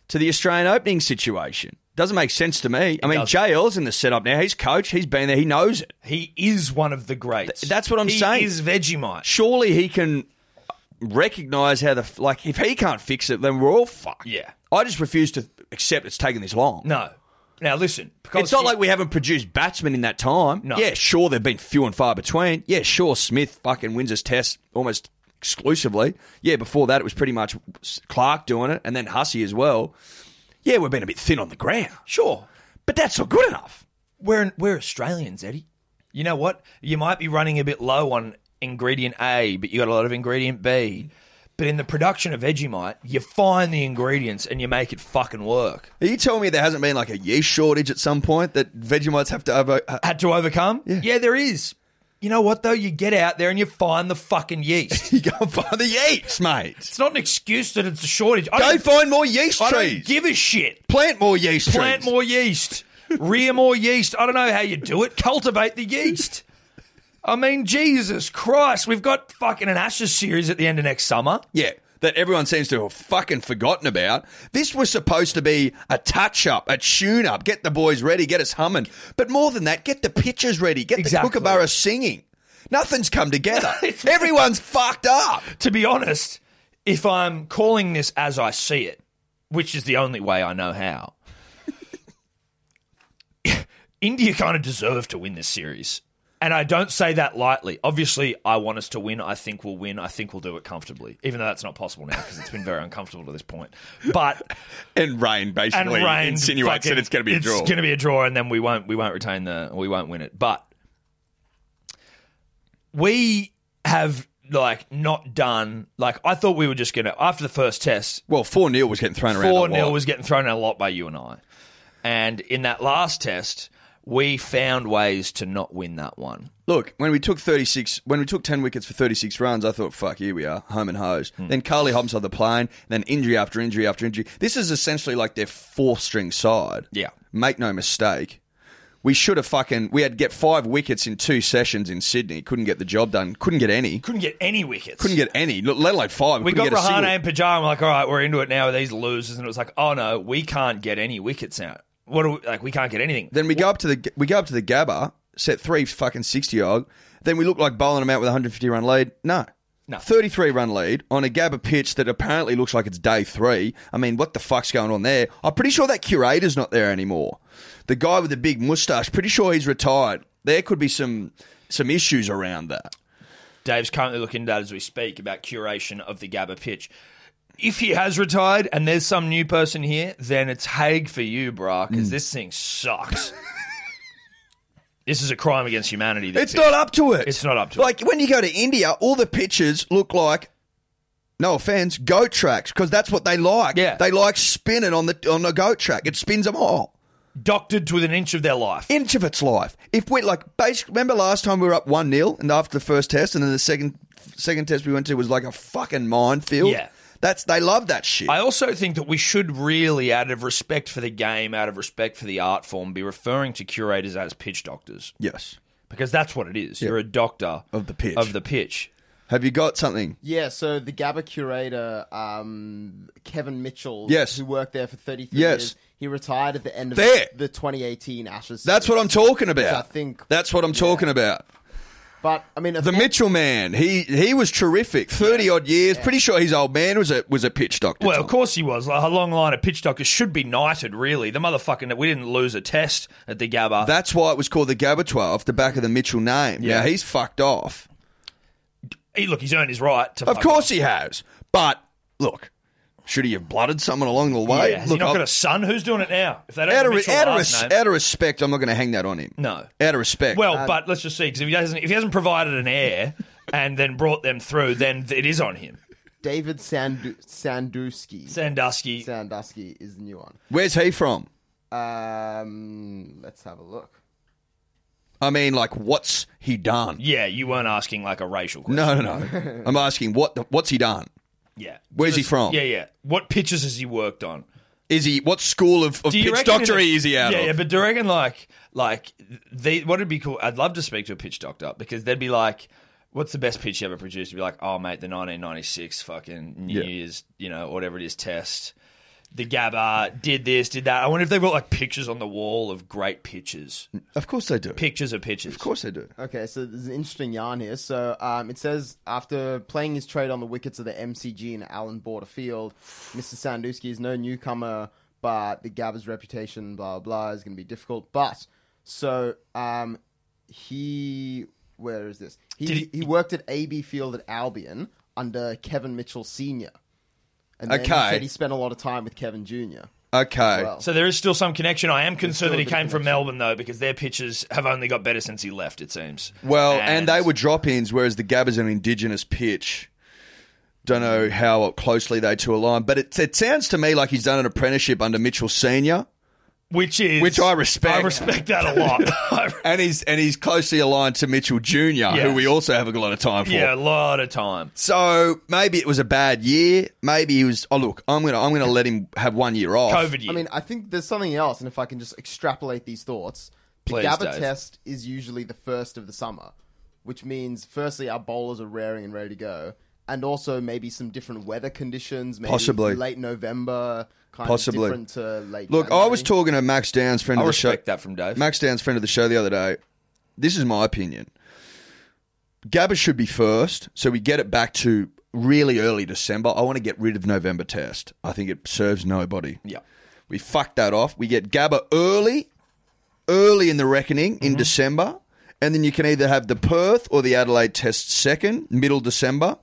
Speaker 3: to the Australian opening situation. Doesn't make sense to me. I mean, JL's in the setup now. He's coach. He's been there. He knows it.
Speaker 2: He is one of the greats.
Speaker 3: Th- that's what I'm
Speaker 2: He
Speaker 3: saying.
Speaker 2: is Vegemite.
Speaker 3: Surely he can recognize how the f- like. If he can't fix it, then we're all fucked.
Speaker 2: Yeah.
Speaker 3: I just refuse to accept it's taken this long.
Speaker 2: No. Now listen, because
Speaker 3: It's not like we haven't produced batsmen in that time.
Speaker 2: No.
Speaker 3: Yeah, sure, they've been few and far between. Yeah, sure, Smith fucking wins his test almost exclusively. Yeah, before that, it was pretty much Clark doing it and then Hussey as well. Yeah, we've been a bit thin on the ground,
Speaker 2: sure
Speaker 3: but that's not good enough.
Speaker 2: we're we're Australians, Eddie. You know what? You might be running a bit low on ingredient A, but you got a lot of ingredient B. But in the production of Vegemite, you find the ingredients and you make it fucking work.
Speaker 3: Are you telling me there hasn't been like a yeast shortage at some point that Vegemites have to over? [LAUGHS] uh,
Speaker 2: Had to overcome? Yeah, there is. You know what though? You get out there and you find the fucking yeast.
Speaker 3: [LAUGHS] You go and find the yeast, mate.
Speaker 2: it's not an excuse that it's a shortage. I
Speaker 3: Go
Speaker 2: don't,
Speaker 3: find more yeast
Speaker 2: I
Speaker 3: trees.
Speaker 2: don't give a shit.
Speaker 3: Plant more yeast
Speaker 2: Plant
Speaker 3: trees.
Speaker 2: more yeast. Rear more yeast. I don't know how you do it. Cultivate the yeast. I mean, Jesus Christ, we've got fucking an Ashes series at the end of next summer.
Speaker 3: Yeah, that everyone seems to have fucking forgotten about. This was supposed to be a touch up, a tune up, get the boys ready, get us humming. But more than that, get the pitches ready, get
Speaker 2: Exactly.
Speaker 3: the Kookaburra singing. Nothing's come [LAUGHS] together. Everyone's fucked up.
Speaker 2: to be honest, if I'm calling this as I see it, which is the only way I know how, [LAUGHS] India kind of deserve to win this series. And I don't say that lightly. Obviously, I want us to win. I think we'll win. I think we'll do it comfortably, even though that's not possible now because it's been very uncomfortable to this point. But
Speaker 3: And rain
Speaker 2: and
Speaker 3: basically
Speaker 2: rain
Speaker 3: insinuates
Speaker 2: fucking-
Speaker 3: that it's going to be a draw.
Speaker 2: It's going to be a draw, and then we won't we won't retain the we won't win it. But we have like not done like I thought we were just going to after the first test
Speaker 3: well, 4 0 was getting thrown around. a
Speaker 2: four 0
Speaker 3: lot.
Speaker 2: was getting thrown out a lot by you and I, and in that last test we found ways to not win that one.
Speaker 3: Look, when we took 36, when we took 10 wickets for 36 runs, I thought, fuck, here we are, home and hosed.
Speaker 2: Hmm.
Speaker 3: Then Carly Hobbs on the plane, then injury after injury after injury. This is essentially like their fourth string side.
Speaker 2: Yeah.
Speaker 3: Make no mistake. We should have fucking, we had get five wickets in two sessions in Sydney. Couldn't get the job done. Couldn't get any.
Speaker 2: Couldn't get any wickets.
Speaker 3: Couldn't get any, let let alone five.
Speaker 2: we got
Speaker 3: couldn't get a
Speaker 2: Rahana
Speaker 3: single.
Speaker 2: and Pajar, and we're like, all right, we're into it now with these losers. And it was like, oh no, we can't get any wickets out. What do we, like? We can't get anything.
Speaker 3: Then we go up to the we go up to the Gabba, set three fucking sixty odd. Then we look like bowling them out with a hundred fifty run lead. No.
Speaker 2: No.
Speaker 3: 33 run lead on a Gabba pitch that apparently looks like it's day three. I mean, what the fuck's going on there? I'm pretty sure that curator's not there anymore. The guy with the big mustache, pretty sure he's retired. There could be some some issues around that.
Speaker 2: Dave's currently looking at that as we speak about curation of the Gabba pitch. If he has retired and there's some new person here, then it's Haig for you, brah,
Speaker 3: Mm.
Speaker 2: because this thing sucks. [LAUGHS] this is a crime against humanity. this
Speaker 3: It's
Speaker 2: pitch.
Speaker 3: not up to it.
Speaker 2: It's not up to
Speaker 3: like when you go to India, all the pitches look like no offense, goat tracks because that's what they like.
Speaker 2: Yeah.
Speaker 3: they like spinning on the on a goat track. It spins them all
Speaker 2: it. Doctored to within an inch of their life.
Speaker 3: inch of its life. If we like, basic, remember last time we were up one 0 and after the first test, and then the second second test we went to was like a fucking minefield.
Speaker 2: Yeah.
Speaker 3: that's they love that shit.
Speaker 2: I also think that we should really, out of respect for the game, out of respect for the art form, be referring to curators as pitch doctors
Speaker 3: yes.
Speaker 2: because that's what it is. You're a doctor
Speaker 3: Of the pitch.
Speaker 2: Of the pitch.
Speaker 3: Have you got something?
Speaker 6: Yeah, so the GABA curator, um, Kevin Mitchell,
Speaker 3: Yes.
Speaker 6: who worked there for 33
Speaker 3: Yes.
Speaker 6: years, he retired at the end of
Speaker 3: There.
Speaker 6: the 2018 Ashes.
Speaker 3: That's what I'm talking about.
Speaker 6: I think-
Speaker 3: that's what I'm talking about.
Speaker 6: But I mean,
Speaker 3: The Mitchell man, he he was terrific. Thirty odd years. Pretty sure his old man was a was a pitch doctor.
Speaker 2: Well,
Speaker 3: Tom.
Speaker 2: of course he was. Like, a long line of pitch doctors should be knighted, really. The motherfucking we didn't lose a test at the Gabba.
Speaker 3: That's why it was called the Gabba 12, the back of the Mitchell name. Yeah,
Speaker 2: Yeah.
Speaker 3: he's fucked off.
Speaker 2: Hey, look, he's earned his right to.
Speaker 3: Of
Speaker 2: fuck
Speaker 3: course he has. But look, should he have blooded someone along the
Speaker 2: off.
Speaker 3: way?
Speaker 2: Yeah, has he
Speaker 3: look,
Speaker 2: not
Speaker 3: I'll-
Speaker 2: got a son? Who's doing it now? If they don't
Speaker 3: out,
Speaker 2: have
Speaker 3: of,
Speaker 2: Mitchell
Speaker 3: out, of
Speaker 2: last
Speaker 3: res-
Speaker 2: name-
Speaker 3: out of respect, I'm not going to hang that on him.
Speaker 2: No.
Speaker 3: Out of respect.
Speaker 2: Well, but let's just see because if he doesn't, if he hasn't provided an heir and then brought them through, then it is on him.
Speaker 6: David Sandu- Sandusky.
Speaker 2: Sandusky.
Speaker 6: Sandusky is the new one.
Speaker 3: where's he from?
Speaker 6: Um, let's have a look.
Speaker 3: I mean, like, what's he done?
Speaker 2: yeah, you weren't asking like a racial question.
Speaker 3: No, no, no. I'm asking what the, what's he done?
Speaker 2: Yeah.
Speaker 3: Where's he from?
Speaker 2: Yeah, yeah. What pitches has he worked on?
Speaker 3: Is he what school of, of
Speaker 2: Do you
Speaker 3: pitch
Speaker 2: reckon in
Speaker 3: doctor
Speaker 2: a-
Speaker 3: is he out
Speaker 2: yeah,
Speaker 3: of?
Speaker 2: Yeah, but do you reckon like like they what would be cool? I'd love to speak to a pitch doctor because they'd be like, "What's the best pitch you ever produced?" You'd be like, "Oh, mate, the 1996 fucking New
Speaker 3: Yeah.
Speaker 2: Year's, you know, whatever it is, test." The Gabba did this, did that. I wonder if they've got like pictures on the wall of great pitches,
Speaker 3: of course they do.
Speaker 2: pictures of pitches.
Speaker 3: Of course they do.
Speaker 6: Okay, so there's an interesting yarn here. So um, it says after playing his trade on the wickets of the MCG and Allen Border Field, Mr. Sandusky is no newcomer, but the Gabba's reputation, blah, blah, blah, is going to be difficult. But so um, he, where is this? He,
Speaker 2: Did
Speaker 6: he,
Speaker 2: he-
Speaker 6: worked at AB Field at Albion under Kevin Mitchell Sr. And then he
Speaker 3: Okay.
Speaker 6: said he spent a lot of time with Kevin Jr.
Speaker 3: Okay.
Speaker 6: Well,
Speaker 2: So there is still some connection. I am concerned that he
Speaker 6: still a
Speaker 2: came
Speaker 6: bit
Speaker 2: from Melbourne though, because their pitches have only got better since he left. It seems.
Speaker 3: Well, and, they were drop ins, whereas the Gabba's an indigenous pitch. Don't
Speaker 2: Mm.
Speaker 3: know how closely they two align, but it, it sounds to me like he's done an apprenticeship under Mitchell Senior,
Speaker 2: Which is
Speaker 3: Which I respect.
Speaker 2: I respect that a
Speaker 3: [LAUGHS]
Speaker 2: lot. I-
Speaker 3: and he's and he's closely aligned to Mitchell Junior, who
Speaker 2: Yes.
Speaker 3: we also have a lot of time for.
Speaker 2: yeah, a lot of time.
Speaker 3: So maybe it was a bad year. Maybe he was. Oh look, I'm gonna I'm gonna let him have one year off.
Speaker 2: COVID year.
Speaker 6: I mean, I think there's something else, and if I can just extrapolate these thoughts, the
Speaker 2: Please,
Speaker 6: GABA
Speaker 2: Dave.
Speaker 6: test is usually the first of the summer, which means firstly our bowlers are raring and ready to go, and also maybe some different weather conditions, maybe
Speaker 3: Possibly.
Speaker 6: late November, kind
Speaker 3: Possibly.
Speaker 6: of different to late.
Speaker 3: Look, I
Speaker 6: January.
Speaker 3: was talking to Max Downs, friend
Speaker 2: I
Speaker 3: of the show.
Speaker 2: respect that from Dave.
Speaker 3: Max Downs, friend of the show, the other day. This is my opinion. Gabba should be first, so we get it back to really early December. I want to get rid of November test. I think it serves nobody.
Speaker 2: yeah.
Speaker 3: We fuck that off. We get Gabba early, early in the reckoning
Speaker 2: Mm-hmm.
Speaker 3: in December, and then you can either have the Perth or the Adelaide Test second, middle December,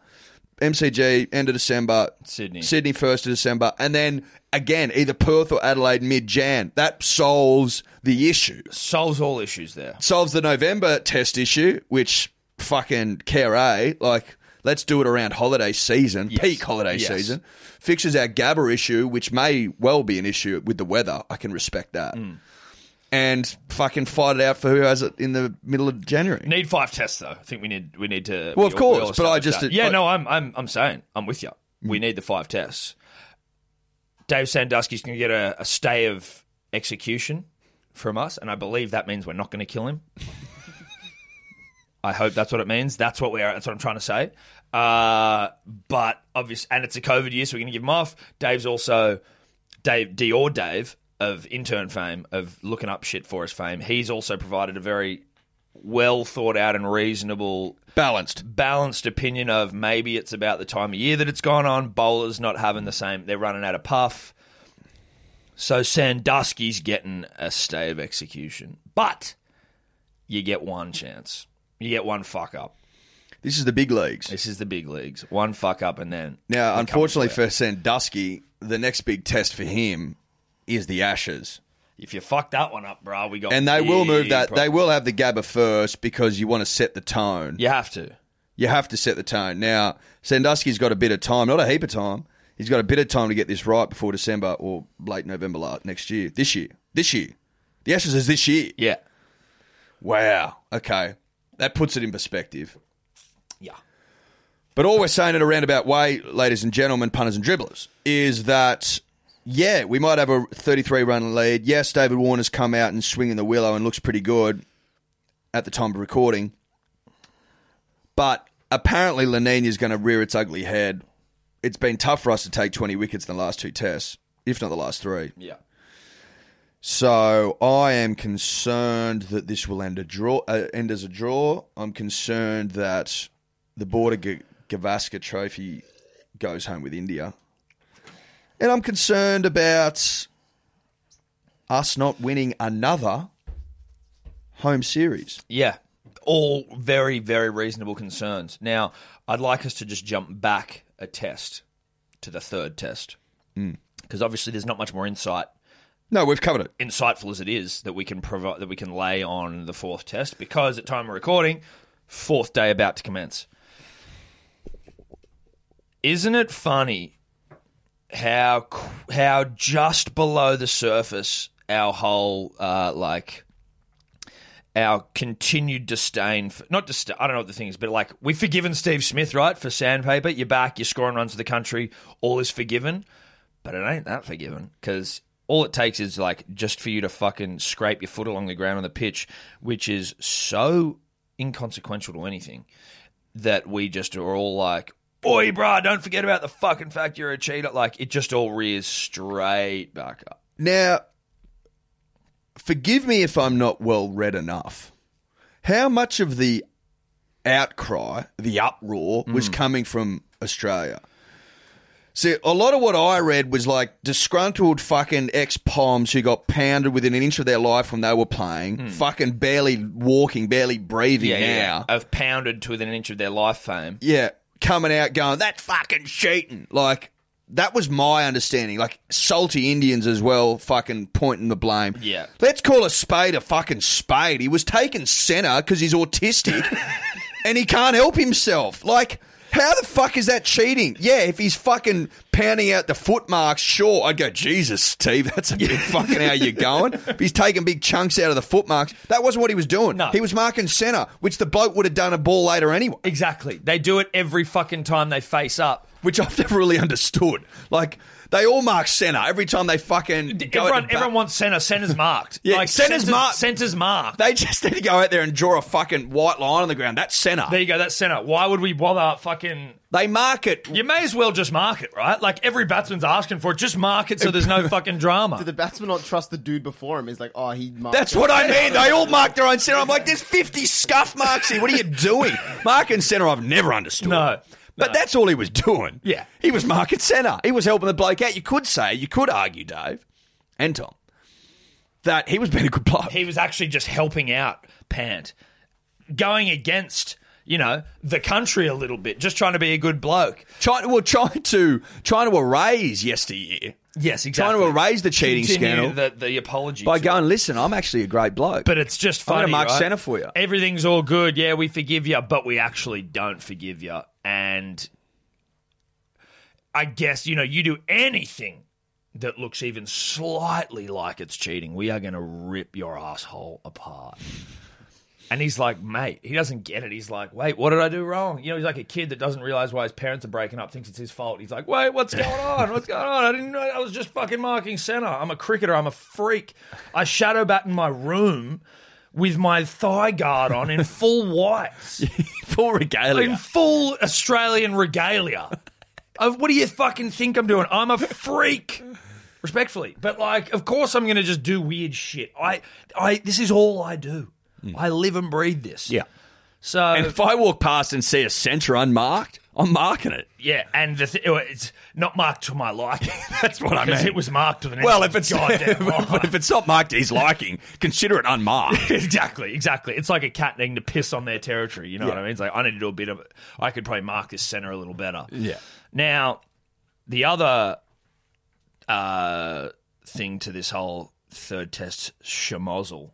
Speaker 3: MCG end of December,
Speaker 2: Sydney.
Speaker 3: Sydney first of December, and then again either Perth or Adelaide mid Jan. That solves the issue.
Speaker 2: Solves all issues there.
Speaker 3: Solves the November Test issue, which fucking care a like. Let's do it around holiday season,
Speaker 2: Yes.
Speaker 3: peak holiday
Speaker 2: Yes.
Speaker 3: season. Fixes our Gabba issue, which may well be an issue with the weather. I can respect that.
Speaker 2: Mm.
Speaker 3: And fucking fight it out for who has it in the middle of January.
Speaker 2: Need five tests though. I think we need we need to.
Speaker 3: Well,
Speaker 2: we
Speaker 3: of
Speaker 2: all- we
Speaker 3: course,
Speaker 2: all
Speaker 3: but I
Speaker 2: establish
Speaker 3: just-
Speaker 2: that. yeah,
Speaker 3: I- Mm.
Speaker 2: no, I'm I'm I'm saying I'm with you. We need the five tests. Dave Sandusky's going to get a, a stay of execution from us, and I believe that means we're not going to kill him. [LAUGHS] I hope that's what it means. That's what we are. That's what I'm trying to say. Uh, but obviously, and it's a COVID year, so we're going to give him off. Dave's also Dave D or Dave of intern fame of looking up shit for us fame. He's also provided a very well thought out and reasonable
Speaker 3: Balanced.
Speaker 2: balanced opinion of maybe it's about the time of year that it's gone on. Bowlers not having the same; they're running out of puff. So Sandusky's getting a stay of execution, but you get one chance. You get one fuck up.
Speaker 3: This is the big leagues.
Speaker 2: This is the big leagues. One fuck up, and then
Speaker 3: Now, unfortunately for Sandusky, the next big test for him is the Ashes.
Speaker 2: if you fuck that one up, bro, we got
Speaker 3: And they will
Speaker 2: big
Speaker 3: move that. They
Speaker 2: problems.
Speaker 3: will have the Gabba first because you want to set the tone.
Speaker 2: You have to.
Speaker 3: You have to set the tone. Now, Sandusky's got a bit of time, not a heap of time. He's got a bit of time to get this right before December or late November la- next year. This year. This year. The Ashes is this year.
Speaker 2: Yeah,
Speaker 3: Wow. Okay. That puts it in perspective.
Speaker 2: yeah.
Speaker 3: But all we're saying in a roundabout way, ladies and gentlemen, punters and dribblers, is that, yeah, we might have a 33 run lead. Yes, David Warner's come out and swinging the willow and looks pretty good at the time of recording. But apparently, La Nina's going to rear its ugly head. It's been tough for us to take 20 wickets in the last two tests, if not the last three.
Speaker 2: Yeah.
Speaker 3: So I am concerned that this will end a draw. Uh, end as a draw. I'm concerned that the Border G- Gavaskar Trophy goes home with India, and I'm concerned about us not winning another home series.
Speaker 2: Yeah. All very, very reasonable concerns. Now, I'd like us to just jump back a test to the third test. Because obviously there's not much more insight,
Speaker 3: No, we've covered it.
Speaker 2: insightful as it is, that we can provide that we can lay on the fourth test because at time of recording, fourth day about to commence. Isn't it funny how qu- how just below the surface our whole uh, like our continued disdain for not just I don't know what the thing is, but like we've forgiven Steve Smith, right, for sandpaper. You're back, you're scoring runs for the country, all is forgiven. But it ain't that forgiven because all it takes is like just for you to fucking scrape your foot along the ground on the pitch, which is so inconsequential to anything that we just are all like, "Oi, brah, don't forget about the fucking fact you're a cheater." Like it just all rears straight back up.
Speaker 3: Now, forgive me if I'm not well read enough. How much of the outcry, the uproar, was coming from Australia? See, a lot of what I read was like disgruntled fucking ex Poms who got pounded within an inch of their life when they were playing, fucking barely walking, barely breathing now.
Speaker 2: Have pounded to within an inch of their life fame.
Speaker 3: Yeah, coming out going, that's fucking cheating. Like, that was my understanding. Like, salty Indians as well, fucking pointing the blame.
Speaker 2: Yeah.
Speaker 3: Let's call a spade a fucking
Speaker 2: [LAUGHS]
Speaker 3: spade. He was taken centre because he's autistic and he can't help himself. Like, How the fuck is that cheating? Yeah, if he's fucking pounding out the foot marks, sure. I'd go, Jesus, Steve, that's
Speaker 2: [LAUGHS]
Speaker 3: a bit fucking how you're going. If he's taking big chunks out of the foot marks, that wasn't what he was doing.
Speaker 2: No.
Speaker 3: He was marking centre, which the bloke would have done a ball later anyway.
Speaker 2: Exactly. They do it every fucking time they face up.
Speaker 3: which I've [LAUGHS] never really understood. Like they all mark centre every time they fucking go out
Speaker 2: everyone,
Speaker 3: the back.
Speaker 2: everyone wants centre. Centre's [LAUGHS] marked.
Speaker 3: Yeah, centre's marked.
Speaker 2: Centre's marked.
Speaker 3: They just need to go out there and draw a fucking white line on the ground. That's centre.
Speaker 2: there
Speaker 3: They,
Speaker 2: you go. That's centre. Why would we bother fucking?
Speaker 3: mark it.
Speaker 2: You may as well just mark it, right? Like every batsman's asking for it. Just mark it so there's
Speaker 3: [LAUGHS]
Speaker 2: no fucking drama.
Speaker 6: Did the batsman not trust the dude before him? He's like, oh, he. marked
Speaker 3: That's what I mean. They all mark their own centre. I'm like, there's 50 scuff marks here. What are you doing? Marking centre, I've never understood.
Speaker 2: No,
Speaker 3: But that's all he was doing.
Speaker 2: Yeah.
Speaker 3: He was marking centre. He was helping the bloke out. You could say, you could argue, Dave and Tom, that he was being a good bloke.
Speaker 2: he was actually just helping out Pant, going against you know the country a little bit, just trying to be a good bloke.
Speaker 3: trying, well, trying to, trying to erase yesteryear.
Speaker 2: Yes,
Speaker 3: trying
Speaker 2: exactly.
Speaker 3: to erase the cheating
Speaker 2: Continue
Speaker 3: scandal
Speaker 2: the, the apology
Speaker 3: by
Speaker 2: to
Speaker 3: going, listen, I'm actually a great bloke.
Speaker 2: But [LAUGHS] it's just
Speaker 3: I'm
Speaker 2: funny.
Speaker 3: gonna mark
Speaker 2: right?
Speaker 3: centre for you.
Speaker 2: Everything's all good. Yeah, we forgive you, but we actually don't forgive you. And I guess you know you do anything that looks even slightly like it's cheating, we are going to rip your asshole apart. And he's like, mate, he doesn't get it. He's like, wait, what did I do wrong? You know, he's like a kid that doesn't realize why his parents are breaking up, thinks it's his fault. He's like, wait, what's
Speaker 3: [LAUGHS]
Speaker 2: going on? What's going on? I didn't know. I was just fucking marking center. I'm a cricketer. I'm a freak. I shadow bat in my room with my thigh guard on in full
Speaker 3: [LAUGHS]
Speaker 2: whites,
Speaker 3: full regalia.
Speaker 2: in full Australian regalia. Of what do you fucking think I'm doing? I'm a freak. Respectfully, but like, of course, I'm going to just do weird shit. I, I, this is all I do. I live and breathe this.
Speaker 3: Hmm. yeah.
Speaker 2: So
Speaker 3: And if I walk past and see a centre unmarked, I'm marking it.
Speaker 2: yeah, and the th- it's not marked to my liking.
Speaker 3: [LAUGHS] That's what I
Speaker 2: 'Cause
Speaker 3: mean.
Speaker 2: It was marked to the next
Speaker 3: Well, if it's
Speaker 2: goddamn
Speaker 3: [LAUGHS] but
Speaker 2: line.
Speaker 3: if it's not marked to his liking, consider it
Speaker 2: [LAUGHS]
Speaker 3: unmarked.
Speaker 2: exactly, exactly. It's like a cat needing to piss on their territory. You know what I mean? It's like I need to do a bit of. I could probably mark this center a little better.
Speaker 3: Yeah.
Speaker 2: Now, the other uh, thing to this whole third test schmozzle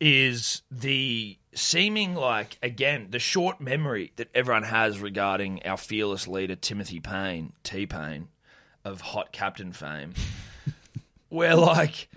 Speaker 2: is the seeming like again the short memory that everyone has regarding our fearless leader Timothy Payne, T Payne, of hot captain fame, [LAUGHS] where like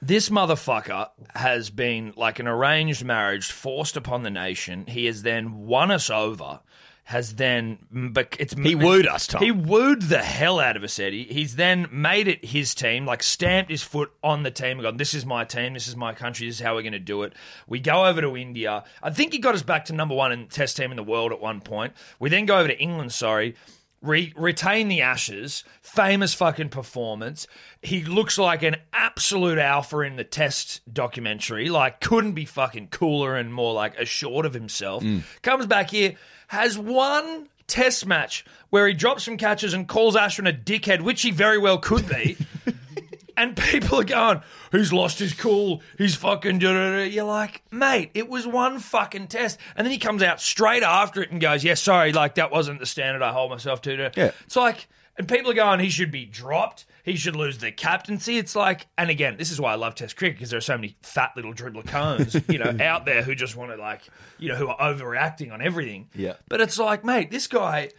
Speaker 2: this motherfucker has been like an arranged marriage forced upon the nation. He has then won us over. Has then bec- it's
Speaker 3: He wooed us, Tom.
Speaker 2: He wooed the hell out of us, Eddie. He's then made it his team, like stamped his foot on the team and gone, This is my team, this is my country, this is how we're going to do it. We go over to India. I think he got us back to number one in test team in the world at one point. We then go over to England, sorry. Re- retain the ashes, famous fucking performance. He looks like an absolute alpha in the test documentary. Like, couldn't be fucking cooler and more like assured of himself. Comes back here, has one test match where he drops some catches and calls Ashwin a dickhead, which he very well could be. and people are going, he's lost his cool, he's fucking da da da. You're like, mate, it was one fucking test. And then he comes out straight after it and goes, yeah, sorry, like that wasn't the standard I hold myself to. to.
Speaker 3: Yeah.
Speaker 2: It's like, and people are going, he should be dropped. He should lose the captaincy. It's like, and again, this is why I love Test cricket because there are so many fat little dribbler cones, you know, out there who just want to like, you know, who are overreacting on everything.
Speaker 3: Yeah.
Speaker 2: But it's like, mate, this guy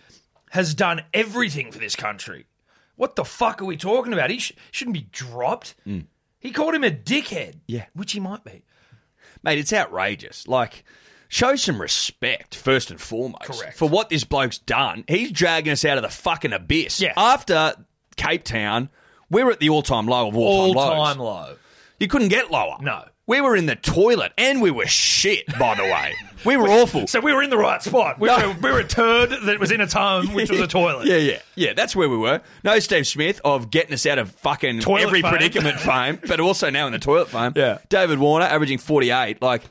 Speaker 2: has done everything for this country. What the fuck are we talking about? He sh- shouldn't be dropped. He called him a dickhead.
Speaker 3: Mm. Yeah.
Speaker 2: Which he might be.
Speaker 3: Mate, it's outrageous. Like, show some respect, first and foremost,
Speaker 2: Correct.
Speaker 3: for what this bloke's done. He's dragging us out of the fucking abyss.
Speaker 2: Yeah.
Speaker 3: After Cape Town, we're at the all time low of all
Speaker 2: All
Speaker 3: time lows.
Speaker 2: time low.
Speaker 3: You couldn't get lower.
Speaker 2: No.
Speaker 3: We were in the toilet and we were shit, by the way. We were awful.
Speaker 2: So we were in the right spot. We,
Speaker 3: No.
Speaker 2: were, we were a turd that was in its home, which was
Speaker 3: [LAUGHS]
Speaker 2: a toilet.
Speaker 3: Yeah, yeah, yeah. That's where we were. No, Steve Smith of getting us out of fucking
Speaker 2: Toilet
Speaker 3: every
Speaker 2: fame.
Speaker 3: predicament fame, but also now in the toilet fame.
Speaker 2: Yeah.
Speaker 3: David Warner averaging forty eight. Like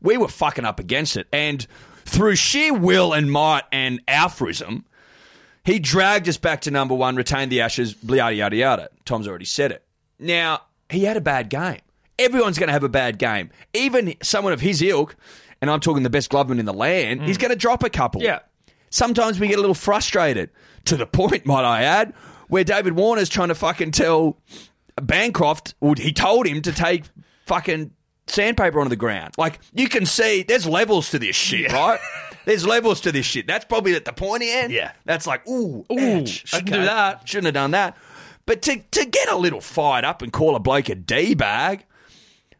Speaker 3: we were fucking up against it, and through sheer will and might and altruism, he dragged us back to number one, retained the ashes, yada yada yada. Tom's already said it. Now he had a bad game. Everyone's going to have a bad game. Even someone of his ilk, and I'm talking the best gloveman in the land, he's going to drop a couple.
Speaker 2: Yeah.
Speaker 3: Sometimes we get a little frustrated, to the point, might I add, where David Warner's trying to fucking tell Bancroft, or he told him to take fucking sandpaper onto the ground. Like you can see, there's levels to this
Speaker 2: [LAUGHS]
Speaker 3: shit, right? There's levels to this shit. That's probably at the pointy end.
Speaker 2: Yeah.
Speaker 3: that's like ooh, ooh,
Speaker 2: shouldn't do that.
Speaker 3: Shouldn't have done that. But to to get a little fired up and call a bloke a d bag,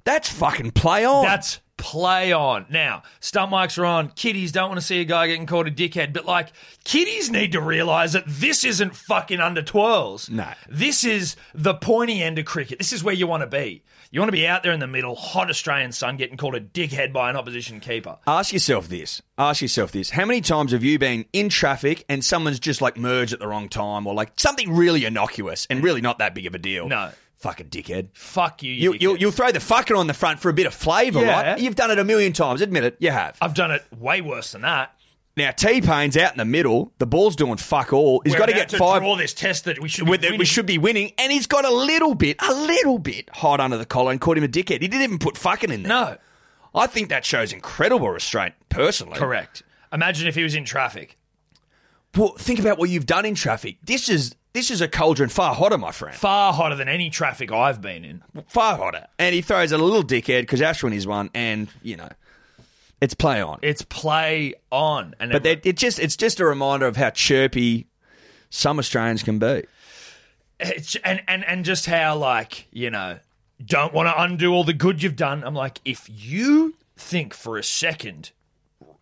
Speaker 3: that's fucking play on.
Speaker 2: That's play on. Now, stump mics are on. Kiddies don't want to see a guy getting called a dickhead, but like, kiddies need to realize that this isn't fucking under 12s.
Speaker 3: No.
Speaker 2: This is the pointy end of cricket. This is where you want to be. You want to be out there in the middle, hot Australian sun, getting called a dickhead by an opposition keeper.
Speaker 3: Ask yourself this. Ask yourself this. How many times have you been in traffic and someone's just like merged at the wrong time or like something really innocuous and really not that big of a deal?
Speaker 2: No.
Speaker 3: Fucking dickhead.
Speaker 2: Fuck you, you,
Speaker 3: You, you,
Speaker 2: dickhead.
Speaker 3: you'll throw the fucker on the front for a bit of flavour,
Speaker 2: Yeah.
Speaker 3: right? You've done it a million times. Admit it. You have.
Speaker 2: I've done it way worse than that.
Speaker 3: Now, T Pain's out in the middle. The ball's doing fuck all. He's
Speaker 2: We're
Speaker 3: got to
Speaker 2: about
Speaker 3: get five.
Speaker 2: Draw this test that we should. Be
Speaker 3: With it, we
Speaker 2: winning.
Speaker 3: should be winning, and he's got a little bit, a little bit hot under the collar and called him a dickhead. He didn't even put fucking in there.
Speaker 2: No,
Speaker 3: I think that shows incredible restraint, personally.
Speaker 2: correct. Imagine if he was in traffic.
Speaker 3: Well, think about what you've done in traffic. This is this is a cauldron far hotter, my friend.
Speaker 2: Far hotter than any traffic I've been in.
Speaker 3: Far hotter. And he throws a little dickhead because Ashwin is one, and you know, it's play on.
Speaker 2: It's play on, and
Speaker 3: but that it just it's just a reminder of how chirpy some Australians can be.
Speaker 2: it's, and and and just how like you know don't want to undo all the good you've done. I'm like, if you think for a second,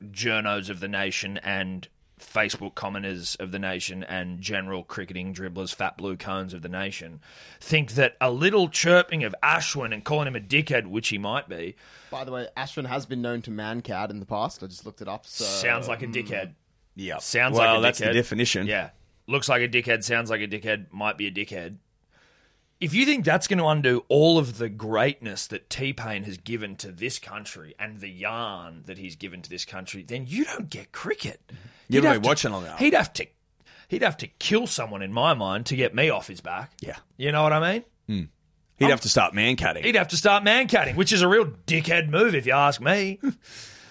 Speaker 2: journos of the nation and Facebook commenters of the nation and general cricketing dribblers, fat blue cones of the nation, think that a little chirping of Ashwin and calling him a dickhead, which he might be,
Speaker 6: By the way, Ashwin has been known to man cowed in the past. I just looked it up. So
Speaker 2: sounds like a dickhead.
Speaker 3: Yeah,
Speaker 2: Sounds
Speaker 3: well,
Speaker 2: like a
Speaker 3: that's
Speaker 2: dickhead.
Speaker 3: the definition.
Speaker 2: Yeah. Looks like a dickhead, sounds like a dickhead, might be a dickhead. If you think that's going to undo all of the greatness that T Pain has given to this country and the yarn that he's given to this country, then you don't get cricket.
Speaker 3: You
Speaker 2: He'd
Speaker 3: haven't
Speaker 2: have
Speaker 3: been Mm-hmm. watching long enough.
Speaker 2: He'd have to, he'd have to kill someone in my mind to get me off his back.
Speaker 3: Yeah.
Speaker 2: you know what I mean.
Speaker 3: he'd have to start man cutting.
Speaker 2: He'd have to start man cutting, which is a real dickhead move if you ask
Speaker 3: [LAUGHS]
Speaker 2: me.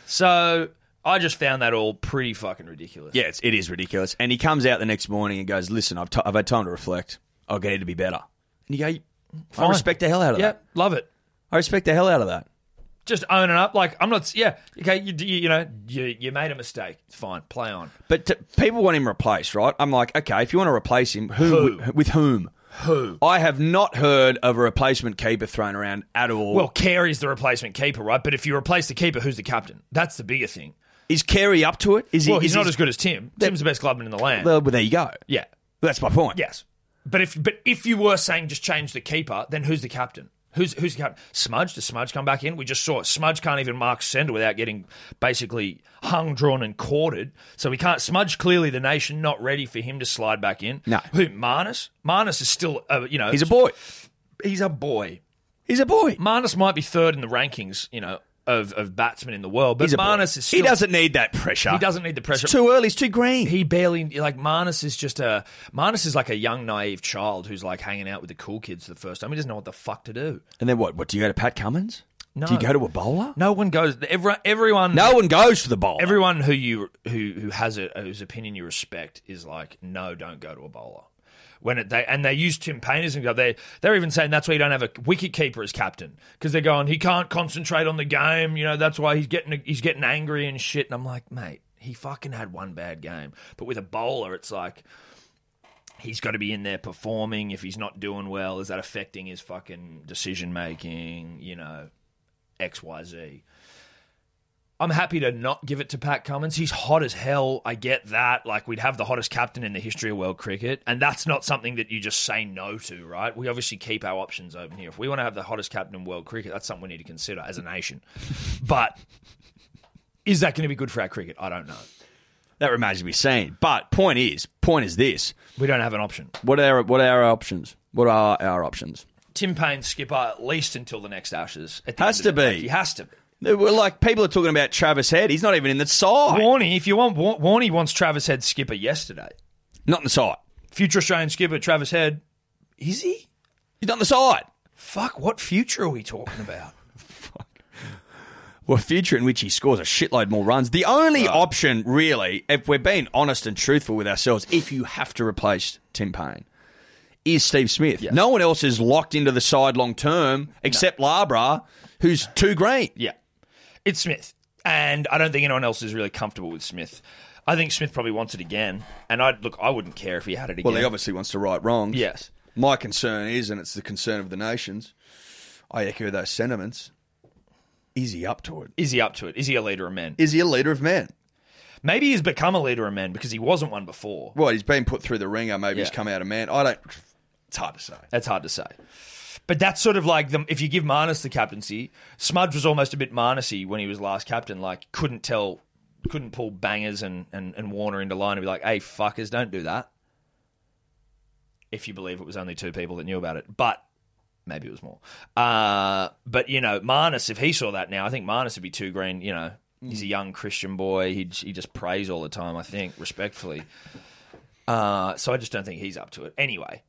Speaker 2: so I just found that all pretty fucking ridiculous.
Speaker 3: Yeah, it's, it is ridiculous. And he comes out the next morning and goes, "Listen, I've, t- I've had time to reflect. I'll get it to be better." And you go, "I
Speaker 2: Fine.
Speaker 3: respect the hell out of
Speaker 2: yeah,
Speaker 3: that.
Speaker 2: love it.
Speaker 3: I respect the hell out of that."
Speaker 2: just owning up. Like I'm not. Yeah. Okay. You you, you know you, you made a mistake. It's fine. Play on.
Speaker 3: But t people want him replaced, right? I'm like, okay, if you want to replace him, who, with whom? Who? I have not heard of a replacement keeper thrown around at all.
Speaker 2: Well, Carey's the replacement keeper, right? But if you replace the keeper, who's the captain? That's the bigger thing.
Speaker 3: is Carey up to it? Is he?
Speaker 2: Well, he's
Speaker 3: is
Speaker 2: not
Speaker 3: he-
Speaker 2: as good as Tim. Tim's the best clubman in the land.
Speaker 3: Well, there you go.
Speaker 2: yeah.
Speaker 3: That's my point.
Speaker 2: Yes. But if but if you were saying just change the keeper, then who's the captain? Who's who's the captain? Smudge? Does Smudge come back in? We just saw it. Smudge can't even mark sender without getting basically hung, drawn, and quartered. So we can't. Smudge clearly the nation not ready for him to slide back in.
Speaker 3: No.
Speaker 2: Who Marnus? Marnus is still uh, you know
Speaker 3: He's a boy.
Speaker 2: he's a boy.
Speaker 3: He's a boy.
Speaker 2: Marnus might be third in the rankings, you know, of, of batsmen in the world, but
Speaker 3: He's a boy.
Speaker 2: Marnus is still,
Speaker 3: he doesn't need that pressure.
Speaker 2: he doesn't need the pressure.
Speaker 3: It's too early. It's too green.
Speaker 2: he barely like Marnus is just a Marnus is like a young naive child who's like hanging out with the cool kids for the first time. He doesn't know what the fuck to do.
Speaker 3: and then what? What do you go to Pat Cummins?
Speaker 2: No.
Speaker 3: Do you go to a bowler?
Speaker 2: No one goes. Everyone, everyone,
Speaker 3: No one goes to the bowler.
Speaker 2: everyone who you who who has a whose opinion you respect is like, no, don't go to a bowler. When it, they and they use Tim Payne as an example. They they're even saying that's why you don't have a wicket keeper as captain because they're going he can't concentrate on the game. You know that's why he's getting he's getting angry and shit. And I'm like, mate, he fucking had one bad game. But with a bowler, it's like he's got to be in there performing. If he's not doing well, is that affecting his fucking decision making? You know, X Y Z. I'm happy to not give it to Pat Cummins. He's hot as hell. I get that. Like we'd have the hottest captain in the history of world cricket, and that's not something that you just say no to, right? We obviously keep our options open here. If we want to have the hottest captain in world cricket, that's something we need to consider as a nation. but is that going to be good for our cricket? I don't know.
Speaker 3: That remains to be seen. But point is, point is this:
Speaker 2: We don't have an option.
Speaker 3: what are what are our options? What are our options?
Speaker 2: Tim Payne skipper at least until the next Ashes. At the
Speaker 3: Has
Speaker 2: end of
Speaker 3: to
Speaker 2: it.
Speaker 3: be.
Speaker 2: Like, He has to. be.
Speaker 3: They We're like people are talking about Travis Head. He's not even in the side.
Speaker 2: Warney, if you want, Wa- Warney wants Travis Head skipper yesterday.
Speaker 3: Not in the side.
Speaker 2: Future Australian skipper Travis Head. Is he?
Speaker 3: He's not in the side.
Speaker 2: Fuck, what future are we talking about?
Speaker 3: Well, future in which he scores a shitload more runs. The only option, really, if we're being honest and truthful with ourselves, if you have to replace Tim Payne, is Steve Smith. No one else is locked into the side long term except Labra, who's too great.
Speaker 2: [LAUGHS] Yeah. It's Smith. And I don't think anyone else is really comfortable with Smith. I think Smith probably wants it again. And I look, I wouldn't care if he had it again.
Speaker 3: Well, he obviously wants to right wrongs.
Speaker 2: Yes.
Speaker 3: My concern is, and it's the concern of the nations, I echo those sentiments. Is he up to it?
Speaker 2: Is he up to it? Is he a leader of men?
Speaker 3: Is he a leader of men?
Speaker 2: Maybe he's become a leader of men because he wasn't one before.
Speaker 3: Well, he's been put through the ringer. Maybe he's
Speaker 2: Yeah.
Speaker 3: come out a man. I don't. It's hard to say.
Speaker 2: That's hard to say. But that's sort of like the, if you give Marnus the captaincy, Smudge was almost a bit Marnusy when he was last captain. Like couldn't tell, couldn't pull Bangers and, and, and Warner into line and be like, "Hey fuckers, don't do that." If you believe it was only two people that knew about it, but maybe it was more. Uh, but you know, Marnus, if he saw that now, I think Marnus would be too green. You know, he's a young Christian boy. He he just prays all the time. I think respectfully. Uh, so I just don't think he's up to it. Anyway,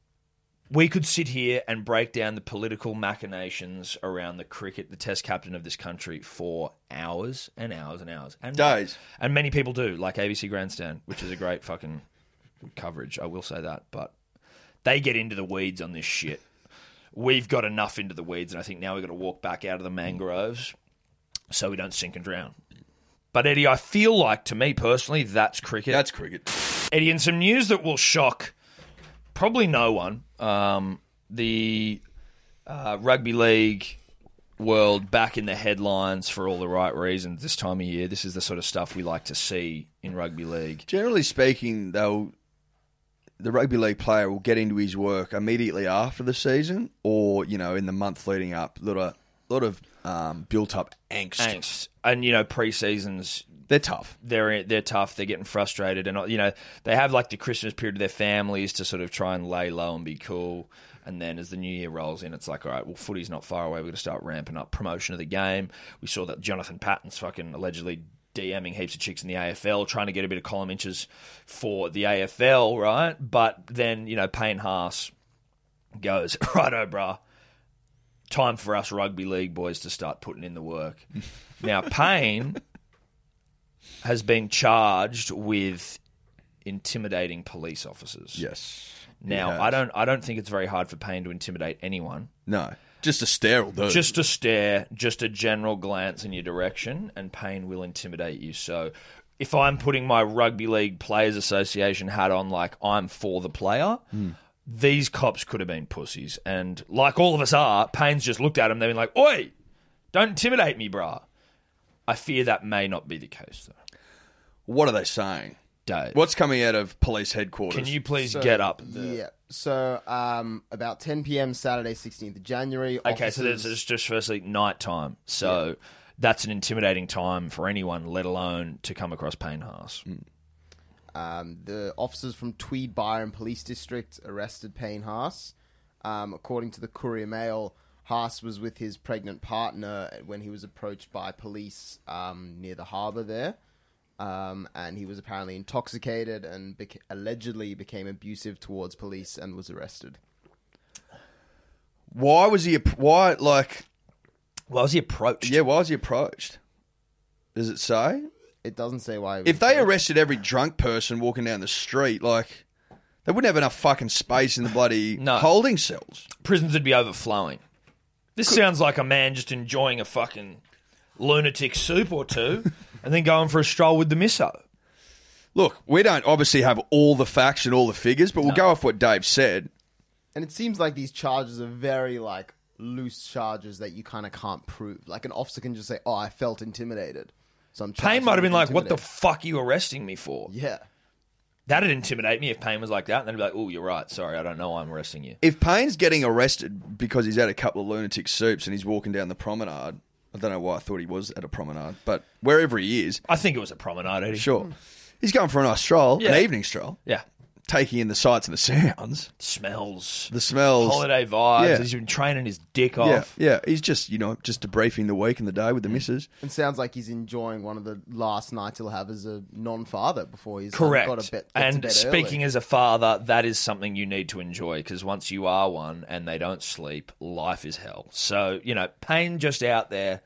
Speaker 2: we could sit here and break down the political machinations around the cricket, the test captain of this country, for hours and hours and hours. And
Speaker 3: Days.
Speaker 2: And many people do, like ABC Grandstand, which is a great fucking coverage. I will say that. But they get into the weeds on this shit. We've got enough into the weeds, and I think now we've got to walk back out of the mangroves so we don't sink and drown. But, Eddie, I feel like, to me personally, that's cricket.
Speaker 3: That's cricket.
Speaker 2: Eddie, and some news that will shock probably no one. Um, the uh, rugby league world back in the headlines for all the right reasons this time of year. This is the sort of stuff we like to see in rugby league.
Speaker 3: Generally speaking, though, the rugby league player will get into his work immediately after the season, or you know, in the month leading up. A lot of, lot of um, built up angst.
Speaker 2: Angst. And, you know, pre-seasons,
Speaker 3: They're tough.
Speaker 2: they're they're tough. They're getting frustrated, and you know they have like the Christmas period of their families to sort of try and lay low and be cool. And then as the new year rolls in, it's like, all right, well, footy's not far away. We're going to start ramping up promotion of the game. We saw that Jonathan Patton's fucking allegedly DMing heaps of chicks in the AFL, trying to get a bit of column inches for the AFL, right? But then you know Payne Haas goes, [LAUGHS] righto, bruh time for us rugby league boys to start putting in the work. now, Payne has been charged with intimidating police officers.
Speaker 3: Yes.
Speaker 2: Now,
Speaker 3: has.
Speaker 2: I don't I don't think it's very hard for Payne to intimidate anyone.
Speaker 3: No. Just a sterile dude.
Speaker 2: Just a stare, just a general glance in your direction, and pain will intimidate you. So, if I'm putting my rugby league players association hat on, like I'm for the player,
Speaker 6: Hmm.
Speaker 2: these cops could have been pussies, and like all of us are, Payne's just looked at them. They've been like, "Oi, don't intimidate me, brah." I fear that may not be the case, though.
Speaker 3: what are they saying?
Speaker 2: Dave,
Speaker 3: What's coming out of police headquarters?
Speaker 2: can you please get up? the-
Speaker 6: Yeah. So um, about 10 p.m. Saturday, 16th of January.
Speaker 2: Okay, so this
Speaker 6: officers-
Speaker 2: is just firstly night time. So that's an intimidating time for anyone, let alone to come across Payne Haas.
Speaker 6: Um, the officers from Tweed Byron Police District arrested Payne Haas. Um, according to the Courier Mail, Haas was with his pregnant partner when he was approached by police um, near the harbour there. Um, and he was apparently intoxicated and bec- allegedly became abusive towards police and was arrested.
Speaker 3: Why was he? app- Why like?
Speaker 2: Well, was he approached?
Speaker 3: Yeah. Why was he approached? Does it say?
Speaker 6: It doesn't say why. he was
Speaker 3: If they arrested every drunk person walking down the street, like they wouldn't have enough fucking space in the bloody
Speaker 2: No.
Speaker 3: holding cells.
Speaker 2: Prisons would be overflowing. This sounds like a man just enjoying a fucking lunatic soup or two [LAUGHS] and then going for a stroll with the misso.
Speaker 3: Look, we don't obviously have all the facts and all the figures, but we'll go off what Dave said.
Speaker 6: and it seems like these charges are very like loose charges that you kind of can't prove. Like an officer can just say, "Oh, I felt intimidated." So I'm charged
Speaker 2: Payne might have
Speaker 6: with
Speaker 2: been like, what the
Speaker 6: intimidating."
Speaker 2: fuck are you arresting me for?
Speaker 6: yeah,
Speaker 2: That'd intimidate me if Payne was like that. And then be like, oh, you're right. Sorry, I don't know why I'm arresting you.
Speaker 3: If Payne's getting arrested because he's had a couple of lunatic soups and he's walking down the promenade, I don't know why I thought he was at a promenade, but wherever he is,
Speaker 2: I think it was a promenade, Eddie.
Speaker 3: sure, he's going for a nice stroll,
Speaker 2: Hmm. Yeah.
Speaker 3: an evening stroll,
Speaker 2: Yeah.
Speaker 3: taking in the sights and the sounds,
Speaker 2: Smells.
Speaker 3: the smells.
Speaker 2: holiday vibes.
Speaker 3: Yeah.
Speaker 2: He's been training his dick
Speaker 3: Yeah,
Speaker 2: off. Hmm.
Speaker 3: yeah, he's just you know just debriefing the week and the day with the missus.
Speaker 6: and sounds like he's enjoying one of the last nights he'll have as a non-father before he's like,
Speaker 2: Correct.
Speaker 6: got a bit, get to
Speaker 2: and
Speaker 6: bed
Speaker 2: speaking
Speaker 6: early.
Speaker 2: as a father, that is something you need to enjoy because once you are one and they don't sleep, life is hell. So, you know, pain just out there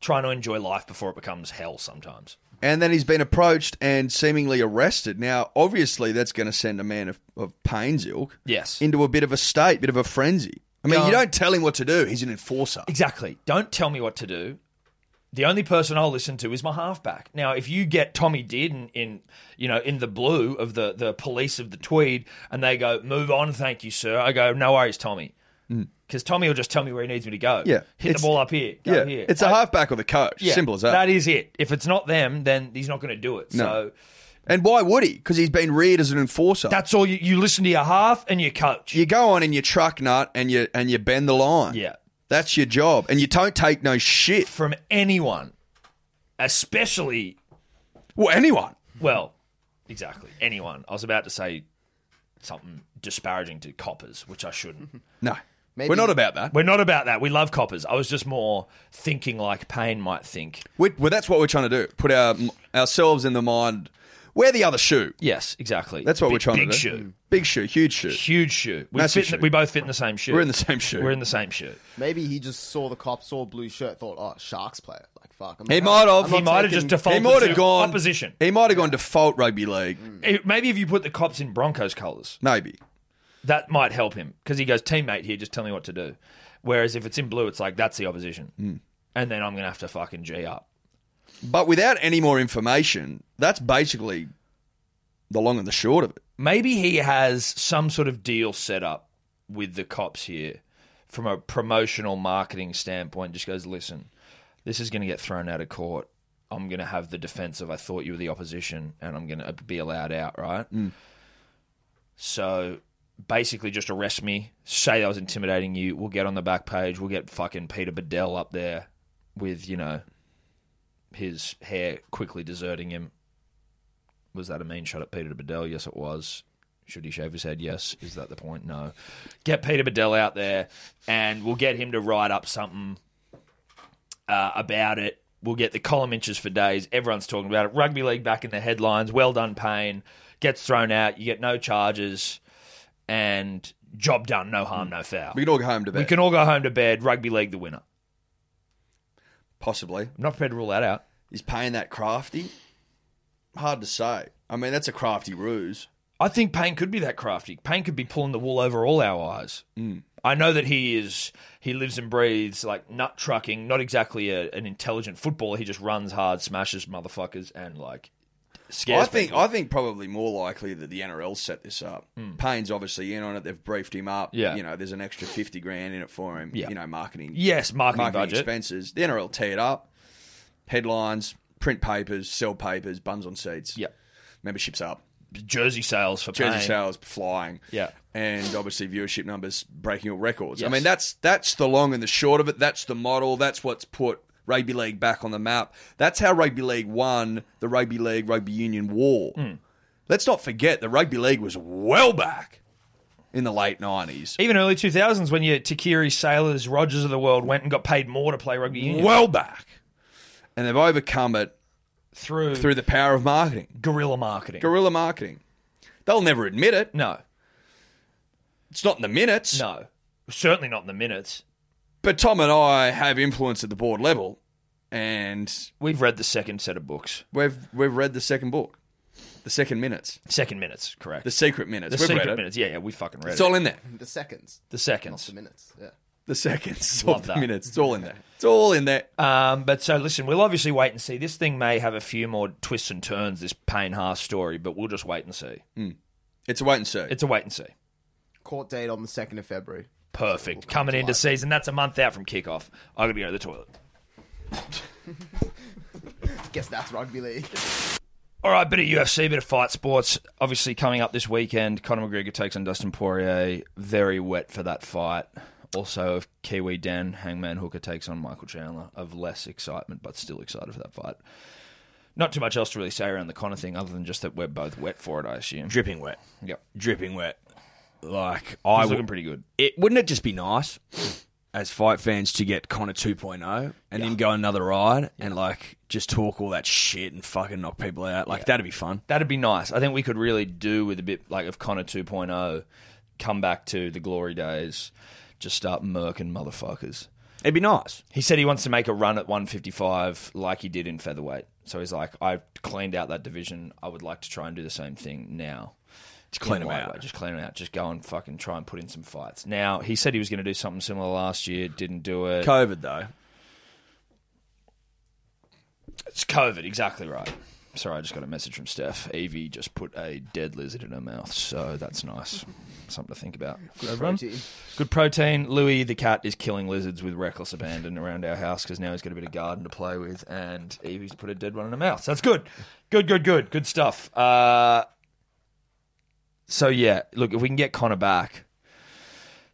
Speaker 2: trying to enjoy life before it becomes hell sometimes.
Speaker 3: and then he's been approached and seemingly arrested. Now, obviously, that's going to send a man of, of Payne's ilk
Speaker 2: Yes.
Speaker 3: into a bit of a state, bit of a frenzy. I mean,
Speaker 2: Yeah.
Speaker 3: you don't tell him what to do; he's an enforcer.
Speaker 2: Exactly. Don't tell me what to do. The only person I'll listen to is my halfback. Now, if you get Tommy Dearden in, you know, in the blue of the, the police of the Tweed, and they go, "Move on, thank you, sir," I go, "No worries, Tommy,"
Speaker 6: Mm.
Speaker 2: because Tommy will just tell me where he needs me to go.
Speaker 3: Yeah.
Speaker 2: hit
Speaker 3: It's-
Speaker 2: the ball up here. Go
Speaker 3: yeah,
Speaker 2: here.
Speaker 3: it's a
Speaker 2: Like,
Speaker 3: halfback or the coach.
Speaker 2: yeah,
Speaker 3: Simple as that.
Speaker 2: That is it. If it's not them, then he's not going to do it. So
Speaker 3: and why would he? Because he's been reared as an enforcer.
Speaker 2: that's all. You, you listen to your half and your coach.
Speaker 3: you go on in your truck nut and you and you bend the line.
Speaker 2: Yeah.
Speaker 3: that's your job, and you don't take no shit.
Speaker 2: from anyone, especially
Speaker 3: Well, anyone.
Speaker 2: Well, exactly. Anyone. I was about to say something disparaging to coppers, which I
Speaker 3: [LAUGHS]
Speaker 2: shouldn't.
Speaker 3: No,
Speaker 6: Maybe-
Speaker 3: we're not about that.
Speaker 2: We're not about that. We love coppers. I was just more thinking like Payne might think.
Speaker 3: we well, that's what we're trying to do. Put our ourselves in the mind. We're the other shoe.
Speaker 2: Yes, exactly.
Speaker 3: That's what
Speaker 2: Big-
Speaker 3: we're trying
Speaker 2: big
Speaker 3: to do.
Speaker 2: shoe.
Speaker 3: Big shoe, huge shoe.
Speaker 2: Mm. Huge shoe. We,
Speaker 3: Massive
Speaker 2: fit in the-
Speaker 3: shoe.
Speaker 2: we both fit in the same shoe.
Speaker 3: We're in the same shoe.
Speaker 2: We're in the same shoe.
Speaker 6: Maybe he just saw the cop, saw a blue shirt, thought, "Oh, Sharks player." Like fuck. I'm
Speaker 3: He
Speaker 6: not-
Speaker 3: might have.
Speaker 6: I'm
Speaker 2: He
Speaker 6: not
Speaker 2: might have
Speaker 6: taking-
Speaker 2: just defaulted
Speaker 3: might have
Speaker 2: to
Speaker 3: gone-
Speaker 2: opposition.
Speaker 3: He might have gone default rugby league.
Speaker 2: Eh, Maybe if you put the cops in Broncos colours,
Speaker 3: Maybe.
Speaker 2: that might help him because he goes, teammate here, just tell me what to do. Whereas if it's in blue, it's like, that's the opposition. And then I'm going to have to fucking G up.
Speaker 3: But without any more information, that's basically the long and the short of it.
Speaker 2: maybe he has some sort of deal set up with the cops here from a promotional marketing standpoint. Just goes, listen, this is going to get thrown out of court. I'm going to have the defense of I thought you were the opposition and I'm going to be allowed out, right? So basically, just arrest me, say I was intimidating you. We'll get on the back page. We'll get fucking Peter Bedell up there with, you know, his hair quickly deserting him was that a mean shot at Peter Bedell? Yes, it was. Should he shave his head? Yes. Is that the point? No. Get Peter Bedell out there, and we'll get him to write up something uh, about it. We'll get the column inches for days. Everyone's talking about it. Rugby league back in the headlines. Well done, Payne. Gets thrown out. You get no charges, and job done. No harm, no foul.
Speaker 3: We can all go home to bed.
Speaker 2: We can all go home to bed. Rugby league, the winner.
Speaker 3: Possibly.
Speaker 2: I'm not prepared to rule that out.
Speaker 3: Is paying that crafty? Hard to say. I mean, that's a crafty ruse.
Speaker 2: I think Payne could be that crafty. Payne could be pulling the wool over all our eyes. Mm. I know that he is. He lives and breathes like nut trucking. Not exactly a, an intelligent footballer. He just runs hard, smashes motherfuckers, and like
Speaker 3: I
Speaker 2: scares.
Speaker 3: think
Speaker 2: people. Hmm.
Speaker 3: I think probably more likely that the NRL set this up. Payne's obviously in on it. They've briefed him up.
Speaker 2: Yeah.
Speaker 3: You know, there's an extra fifty grand in it for him.
Speaker 2: Yeah.
Speaker 3: You know, marketing.
Speaker 2: yes, marketing,
Speaker 3: marketing
Speaker 2: budget.
Speaker 3: expenses. The NRL tee it up. Headlines, print papers, sell papers, buns on seats.
Speaker 2: Yeah,
Speaker 3: Memberships up.
Speaker 2: jersey sales for
Speaker 3: Jersey
Speaker 2: Payne.
Speaker 3: sales flying.
Speaker 2: Yeah.
Speaker 3: And obviously viewership numbers breaking all records. I
Speaker 2: Yes.
Speaker 3: mean that's that's the long and the short of it. That's the model. That's what's put rugby league back on the map. That's how rugby league won the rugby league rugby union war.
Speaker 2: Hmm.
Speaker 3: Let's not forget the rugby league was well back in the late nineties.
Speaker 2: Even early 2000s, when your Takiri, Sailors, Rogers of the world went and got paid more to play rugby union
Speaker 3: Well back. And they've overcome it
Speaker 2: through
Speaker 3: through the power of marketing.
Speaker 2: guerrilla marketing.
Speaker 3: Guerrilla marketing. They'll never admit it.
Speaker 2: no,
Speaker 3: It's not in the minutes.
Speaker 2: no, certainly not in the minutes.
Speaker 3: But Tom and I have influence at the board level, and
Speaker 2: We've read the second set of books.
Speaker 3: we've we've read the second book, the second minutes,
Speaker 2: Second minutes, correct.
Speaker 3: the secret minutes.
Speaker 2: The
Speaker 3: we've
Speaker 2: secret
Speaker 3: read it.
Speaker 2: minutes. Yeah, yeah, we fucking read
Speaker 3: It's
Speaker 2: it.
Speaker 3: all in there.
Speaker 6: The seconds,
Speaker 2: the
Speaker 6: not
Speaker 2: seconds.
Speaker 6: the minutes. Yeah.
Speaker 3: The seconds. It's
Speaker 2: Love
Speaker 3: all the
Speaker 2: that.
Speaker 3: minutes. It's all in there. It's all in there.
Speaker 2: Um, but so listen, we'll obviously wait and see. This thing may have a few more twists and turns, this Payne Haas story, but we'll just wait and see.
Speaker 3: It's a wait and see.
Speaker 2: It's a wait and see.
Speaker 6: Court date on the second of February.
Speaker 2: Perfect. Coming into season. That's a month out from kickoff. I gotta go to the toilet.
Speaker 6: Guess that's rugby league.
Speaker 2: All right, bit of UFC, bit of fight sports. Obviously, coming up this weekend, Conor McGregor takes on Dustin Poirier. Very wet for that fight. Also, Kiwi Dan Hangman Hooker takes on Michael Chandler. Of less excitement, but still excited for that fight. Not too much else to really say around the Conor thing, other than just that we're both wet for it. I assume.
Speaker 4: Dripping wet.
Speaker 2: Yep,
Speaker 4: Dripping wet. Like,
Speaker 2: I
Speaker 4: I w-
Speaker 2: was looking pretty good.
Speaker 4: it wouldn't it just be nice as fight fans to get Connor 2.0 and then go another ride and like just talk all that shit and fucking knock people out? Like, that'd be fun.
Speaker 2: That'd be nice. I think we could really do with a bit like of Connor oh, 2.0, come back to the glory days, just start murking motherfuckers.
Speaker 4: It'd be nice.
Speaker 2: He said he wants to make a run at 155 like he did in featherweight. So he's like, I cleaned out that division. I would like to try and do the same thing now. Just
Speaker 4: clean 'em out.
Speaker 2: Just clean him out. Just go and fucking try and put in some fights. Now, he said he was going to do something similar last year, didn't do it.
Speaker 4: COVID though.
Speaker 2: it's COVID, exactly right. Sorry, I just got a message from Steph. Evie just put a dead lizard in her mouth, so that's nice. Something to think about. Good everyone.
Speaker 6: protein.
Speaker 2: Good protein. Louis the cat is killing lizards with reckless abandon around our house because now he's got a bit of garden to play with, and Evie's put a dead one in her mouth. So that's good. Good, good, good. Good stuff. Uh, so, yeah, look, if we can get Connor back,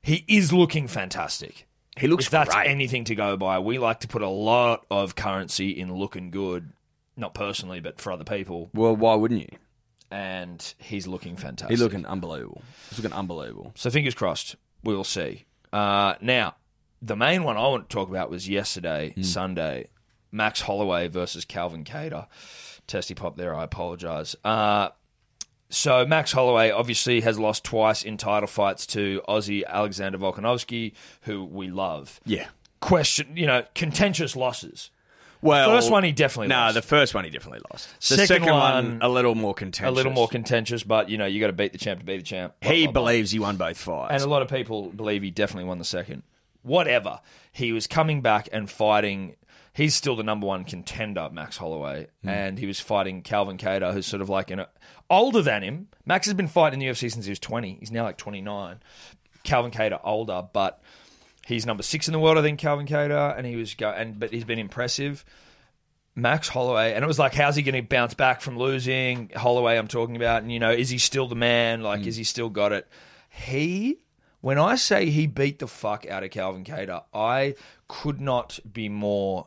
Speaker 2: he is looking fantastic.
Speaker 4: He looks
Speaker 2: If that's
Speaker 4: great.
Speaker 2: anything to go by, we like to put a lot of currency in looking good, not personally, but for other people.
Speaker 4: well, why wouldn't you?
Speaker 2: And he's looking fantastic.
Speaker 4: He's looking unbelievable. He's looking unbelievable.
Speaker 2: So fingers crossed, we'll see. Uh, now, the main one I want to talk about was yesterday,
Speaker 4: Hmm.
Speaker 2: Sunday, Max Holloway versus Calvin Cater. Testy pop there, I apologise. Uh, so Max Holloway obviously has lost twice in title fights to Aussie Alexander Volkanovski, who we love.
Speaker 4: Yeah.
Speaker 2: Question, you know, contentious losses.
Speaker 4: Well,
Speaker 2: First one he definitely
Speaker 4: No,
Speaker 2: lost.
Speaker 4: the first one he definitely lost. The
Speaker 2: Second
Speaker 4: second, one,
Speaker 2: one,
Speaker 4: a little more contentious.
Speaker 2: A little more contentious, but you know, you got to beat the champ to beat the champ. Blah,
Speaker 4: he
Speaker 2: blah, blah.
Speaker 4: believes he won both fights.
Speaker 2: And a lot of people believe he definitely won the second. Whatever. He was coming back and fighting. He's still the number one contender, Max Holloway, and he was fighting Calvin Cater, who's sort of like an older than him. Max has been fighting in the UFC since he was twenty. He's now like twenty nine. Calvin Cater older, but he's number six in the world, I think. Calvin Cater, and he was go and but he's been impressive. Max Holloway, and it was like, how's he going to bounce back from losing Holloway? I'm talking about, and you know, is he still the man? Like, is he still got it? He, when I say he beat the fuck out of Calvin Cater, I could not be more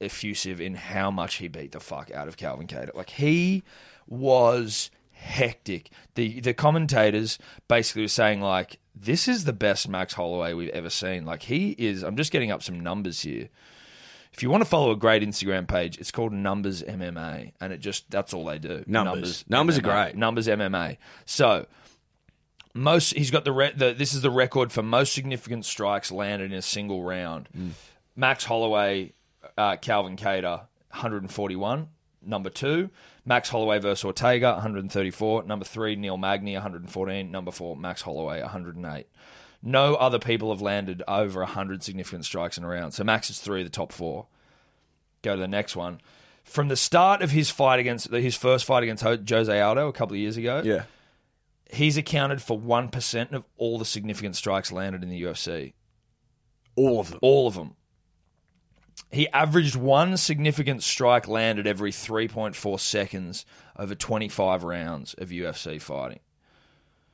Speaker 2: effusive in how much he beat the fuck out of Calvin Cater. Like he was hectic. The the commentators basically were saying like this is the best Max Holloway we've ever seen. Like he is I'm just getting up some numbers here. If you want to follow a great Instagram page, it's called Numbers MMA and it just that's all they do.
Speaker 4: Numbers. Numbers are
Speaker 2: MMA.
Speaker 4: great.
Speaker 2: Numbers MMA. So most he's got the, re- the this is the record for most significant strikes landed in a single round.
Speaker 4: Mm.
Speaker 2: Max Holloway, uh, Calvin Cater, 141, number two. Max Holloway versus Ortega, 134, number three. Neil Magny, 114, number four. Max Holloway, 108. No other people have landed over 100 significant strikes in a round. So Max is three of the top four go to the next one. From the start of his fight against his first fight against Ho- Jose Aldo a couple of years ago,
Speaker 4: Yeah.
Speaker 2: he's accounted for one percent of all the significant strikes landed in the UFC.
Speaker 4: all of them.
Speaker 2: All of them. He averaged one significant strike landed every 3.4 seconds over 25 rounds of UFC fighting.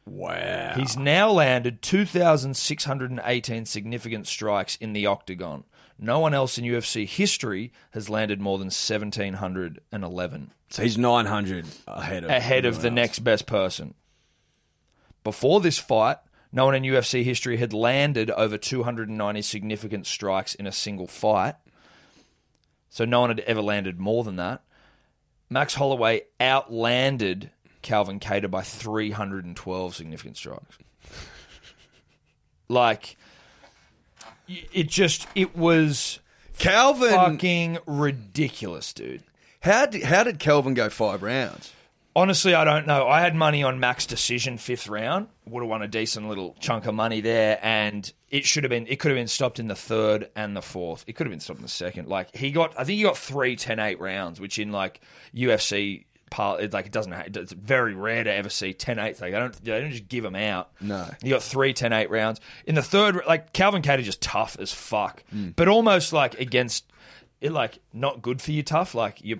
Speaker 4: Wow.
Speaker 2: He's now landed 2,618 significant strikes in the octagon. No one else in UFC history has landed more than 1,711
Speaker 4: So he's 900 ahead of
Speaker 2: ahead of the
Speaker 4: everyone else.
Speaker 2: next best person. Before this fight, no one in UFC history had landed over 290 significant strikes in a single fight. So no one had ever landed more than that. Max Holloway outlanded Calvin Cater by 312 significant strikes. Like y- it just it was
Speaker 3: Calvin,
Speaker 2: fucking ridiculous, dude.
Speaker 3: how did, how did Calvin go five rounds?
Speaker 2: Honestly, I don't know. I had money on Max decision fifth round. Would have won a decent little chunk of money there, and it should have been. It could have been stopped in the third and the fourth. It could have been stopped in the second. Like he got, I think he got three 10-8 rounds, which in like UFC part, it, like it doesn't. ha- It's very rare to ever see 10-8s. Like I don't, they don't just give them out.
Speaker 3: No.
Speaker 2: he got three 10-8 rounds in the third. Like Calvin Cater just tough as fuck, but almost like against it like not good for you tough like you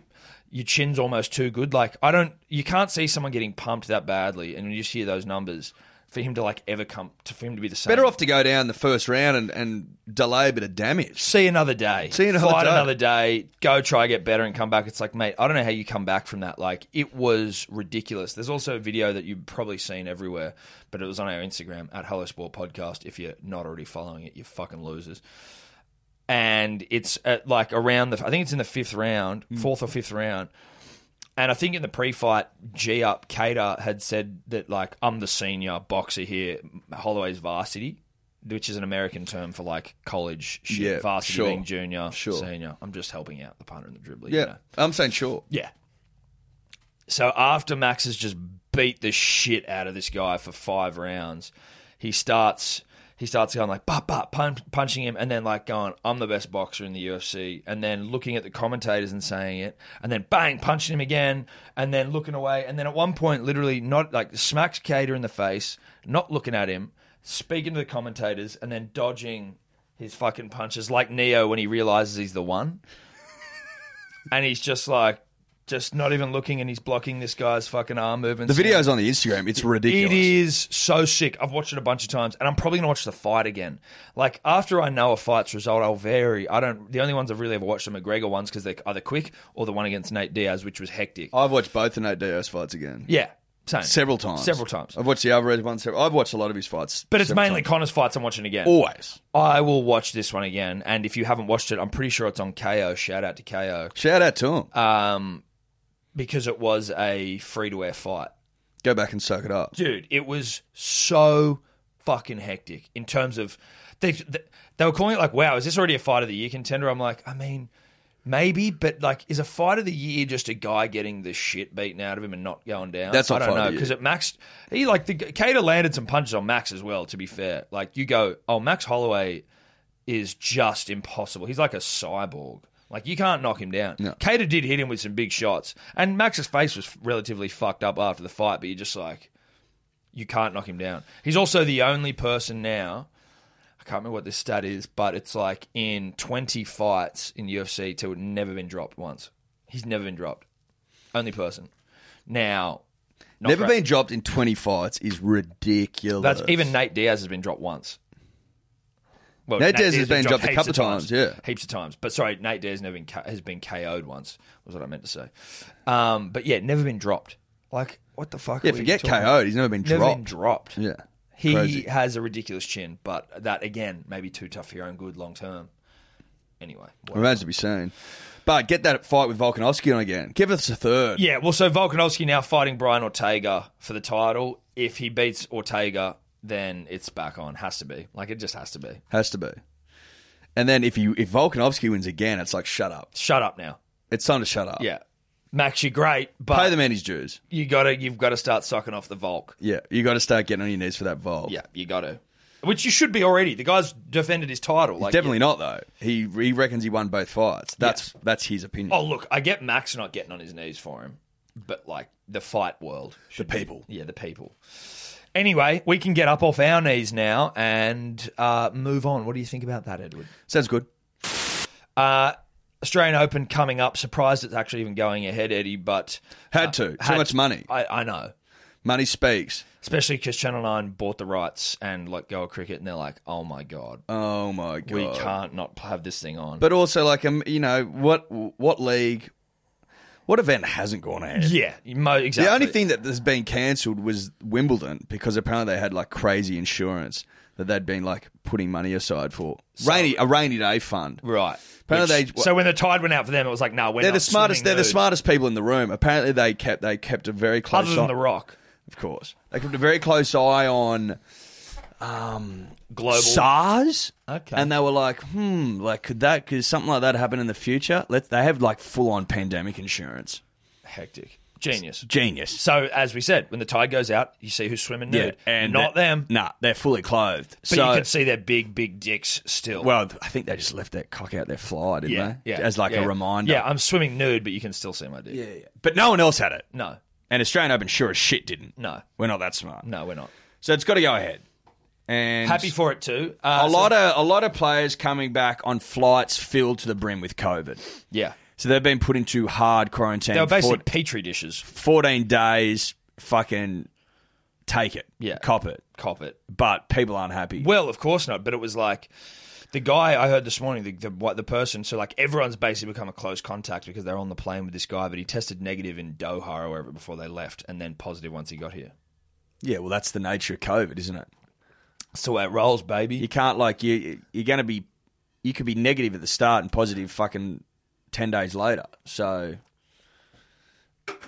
Speaker 2: your chin's almost too good like i don't you can't see someone getting pumped that badly and you just hear those numbers for him to like ever come to for him to be the same
Speaker 3: Better off to go down the first round and, and delay a bit of damage.
Speaker 2: see another day
Speaker 3: See another
Speaker 2: fight
Speaker 3: day.
Speaker 2: another day go try get better and come back it's like mate i don't know how you come back from that like it was ridiculous there's also a video that you've probably seen everywhere but it was on our instagram at hello sport podcast if you're not already following it you fucking losers and it's at like around the I think it's in the fifth round,
Speaker 3: Hmm.
Speaker 2: fourth or fifth round. And I think in the pre-fight, G up Cater had said that like I'm the senior boxer here, Holloway's varsity, which is an American term for like college shit,
Speaker 3: Yeah,
Speaker 2: varsity
Speaker 3: sure.
Speaker 2: being junior,
Speaker 3: Sure.
Speaker 2: senior. I'm just helping out the punter and the dribbler. you
Speaker 3: Yeah,
Speaker 2: know?
Speaker 3: I'm saying sure.
Speaker 2: Yeah. So after Max has just beat the shit out of this guy for five rounds, he starts he starts going like bop bop pun- punching him and then like going I'm the best boxer in the UFC and then looking at the commentators and saying it and then bang punching him again and then looking away and then at one point literally not like smacks Cater in the face, not looking at him, speaking to the commentators and then dodging his fucking punches like Neo when he realizes he's the one and he's just like, just not even looking, and he's blocking this guy's fucking arm movements.
Speaker 3: The video's on the Instagram. It's ridiculous.
Speaker 2: It is so sick. I've watched it a bunch of times, and I'm probably gonna watch the fight again. Like after I know a fight's result, I'll vary. I don't. The only ones I've really ever watched are McGregor ones because they're either quick or the one against Nate Diaz, which was hectic.
Speaker 3: I've watched both the Nate Diaz fights again.
Speaker 2: yeah, same.
Speaker 3: Several times.
Speaker 2: Several times.
Speaker 3: I've watched the Alvarez one. Several, I've watched a lot of his fights.
Speaker 2: But it's
Speaker 3: several
Speaker 2: mainly
Speaker 3: times.
Speaker 2: Connor's fights I'm watching again.
Speaker 3: always.
Speaker 2: I will watch this one again, and if you haven't watched it, I'm pretty sure it's on KO. Shout out to KO
Speaker 3: Shout out to him.
Speaker 2: um, because it was a free to air fight.
Speaker 3: Go back and soak it up.
Speaker 2: dude, it was so fucking hectic in terms of they they, they were calling it like, wow, is this already a fight of the year contender? I'm like, I mean, maybe, but like, is a fight of the year just a guy getting the shit beaten out of him and not going down?
Speaker 3: That's not
Speaker 2: I don't
Speaker 3: fight of
Speaker 2: know
Speaker 3: the year.
Speaker 2: because it maxed. He like the Cater landed some punches on Max as well. To be fair, like you go, oh, Max Holloway is just impossible. He's like a cyborg. Like you can't knock him down.
Speaker 3: No.
Speaker 2: Cater did hit him with some big shots, and Max's face was relatively fucked up after the fight. But you're just like, you can't knock him down. He's also the only person now. I can't remember what this stat is, but it's like in 20 fights in UFC to have never been dropped once. He's never been dropped. Only person. Now, not
Speaker 3: Never
Speaker 2: great.
Speaker 3: been dropped in 20 fights is ridiculous.
Speaker 2: That's even Nate Diaz has been dropped once. Well,
Speaker 3: Nate Diaz has been dropped a
Speaker 2: heaps
Speaker 3: couple
Speaker 2: of
Speaker 3: times, yeah.
Speaker 2: heaps of times. But sorry, Nate Diaz never been K- has been KO'd once. Was what I meant to say. Um, but yeah, never been dropped. Like what the fuck?
Speaker 3: Yeah,
Speaker 2: are we
Speaker 3: forget
Speaker 2: talking about?
Speaker 3: KO'd. He's never been
Speaker 2: Never
Speaker 3: dropped.
Speaker 2: been dropped.
Speaker 3: Yeah.
Speaker 2: He
Speaker 3: Crazy.
Speaker 2: has a ridiculous chin, but that again, maybe too tough for your own good long term. Anyway, well-
Speaker 3: Remains to be seen. But get that fight with Volkanovski on again. Give us a third.
Speaker 2: yeah. Well, so Volkanovski now fighting Brian Ortega for the title. If he beats Ortega, then it's back on. Has to be. Like it just has to be.
Speaker 3: Has to be. And then if you if Volkanovski wins again, it's like shut up.
Speaker 2: Shut up now.
Speaker 3: It's time to shut up.
Speaker 2: Yeah, Max, you're great, but
Speaker 3: Pay the man his dues.
Speaker 2: you gotta you've got to start sucking off the Volk.
Speaker 3: Yeah. You got to start getting on your knees for that Volk.
Speaker 2: Yeah, you got to. Which you should be already. The guy's defended his title. Like,
Speaker 3: Definitely not though. He he reckons he won both fights. That's that's his opinion.
Speaker 2: Oh, look, I get Max not getting on his knees for him, but like the fight world,
Speaker 3: the people.
Speaker 2: yeah, the people. Anyway, we can get up off our knees now and uh, move on. What do you think about that, Edward?
Speaker 3: Sounds good.
Speaker 2: Uh, Australian Open coming up. Surprised it's actually even going ahead, Eddie. But
Speaker 3: Had to. Too much money.
Speaker 2: I, I know.
Speaker 3: Money speaks.
Speaker 2: especially because Channel Nine bought the rights and let go of cricket, and they're like, "Oh my god,
Speaker 3: Oh my god.
Speaker 2: we can't not have this thing on."
Speaker 3: But also, like, um, you know, what what league, what event hasn't gone ahead?
Speaker 2: yeah, mo- exactly.
Speaker 3: The only thing that has been cancelled was Wimbledon because apparently they had like crazy insurance that they'd been like putting money aside for rainy a rainy day fund.
Speaker 2: right?
Speaker 3: Apparently they-
Speaker 2: so when the tide went out for them, it was like, "No, nah, we're
Speaker 3: They're
Speaker 2: not
Speaker 3: the smartest. They're
Speaker 2: swimming
Speaker 3: the
Speaker 2: nude."
Speaker 3: smartest people in the room. Apparently they kept they kept a very close
Speaker 2: Other than
Speaker 3: eye,
Speaker 2: the Rock,
Speaker 3: of course. They kept a very close eye on
Speaker 2: global.
Speaker 3: SARS.
Speaker 2: Okay.
Speaker 3: And they were like, hmm, like could that could something like that happen in the future? Let they have like full on pandemic insurance.
Speaker 2: hectic, genius.
Speaker 3: Genius.
Speaker 2: So as we said, when the tide goes out, you see who's swimming nude, not
Speaker 3: they're-
Speaker 2: them.
Speaker 3: Nah, they're fully clothed.
Speaker 2: But
Speaker 3: so,
Speaker 2: you can see their big, big dicks still.
Speaker 3: well, I think they just left that cock out their fly, didn't
Speaker 2: yeah,
Speaker 3: they?
Speaker 2: yeah,
Speaker 3: As like
Speaker 2: yeah.
Speaker 3: a reminder.
Speaker 2: Yeah, I'm swimming nude, but you can still see my dick.
Speaker 3: yeah. But no one else had it,
Speaker 2: No,
Speaker 3: and Australian Open sure as shit didn't.
Speaker 2: No.
Speaker 3: we're not that smart.
Speaker 2: no, we're not.
Speaker 3: So it's got to go ahead. And
Speaker 2: Happy for it too. Uh,
Speaker 3: a
Speaker 2: so-
Speaker 3: lot of a lot of players coming back on flights filled to the brim with COVID.
Speaker 2: yeah.
Speaker 3: So they've been put into hard quarantine.
Speaker 2: They were basically
Speaker 3: for-
Speaker 2: petri dishes.
Speaker 3: fourteen days. Fucking take it.
Speaker 2: Yeah.
Speaker 3: cop it.
Speaker 2: Cop it.
Speaker 3: But people aren't happy.
Speaker 2: Well, of course not. But it was like the guy I heard this morning, the, the what the person. So like everyone's basically become a close contact because they're on the plane with this guy, but he tested negative in Doha or wherever before they left, and then positive once he got here.
Speaker 3: yeah, well, that's the nature of COVID, isn't it?
Speaker 2: So it rolls,
Speaker 3: You
Speaker 2: baby.
Speaker 3: can't like you. You're going to be. You could be negative at the start and positive fucking ten days later. So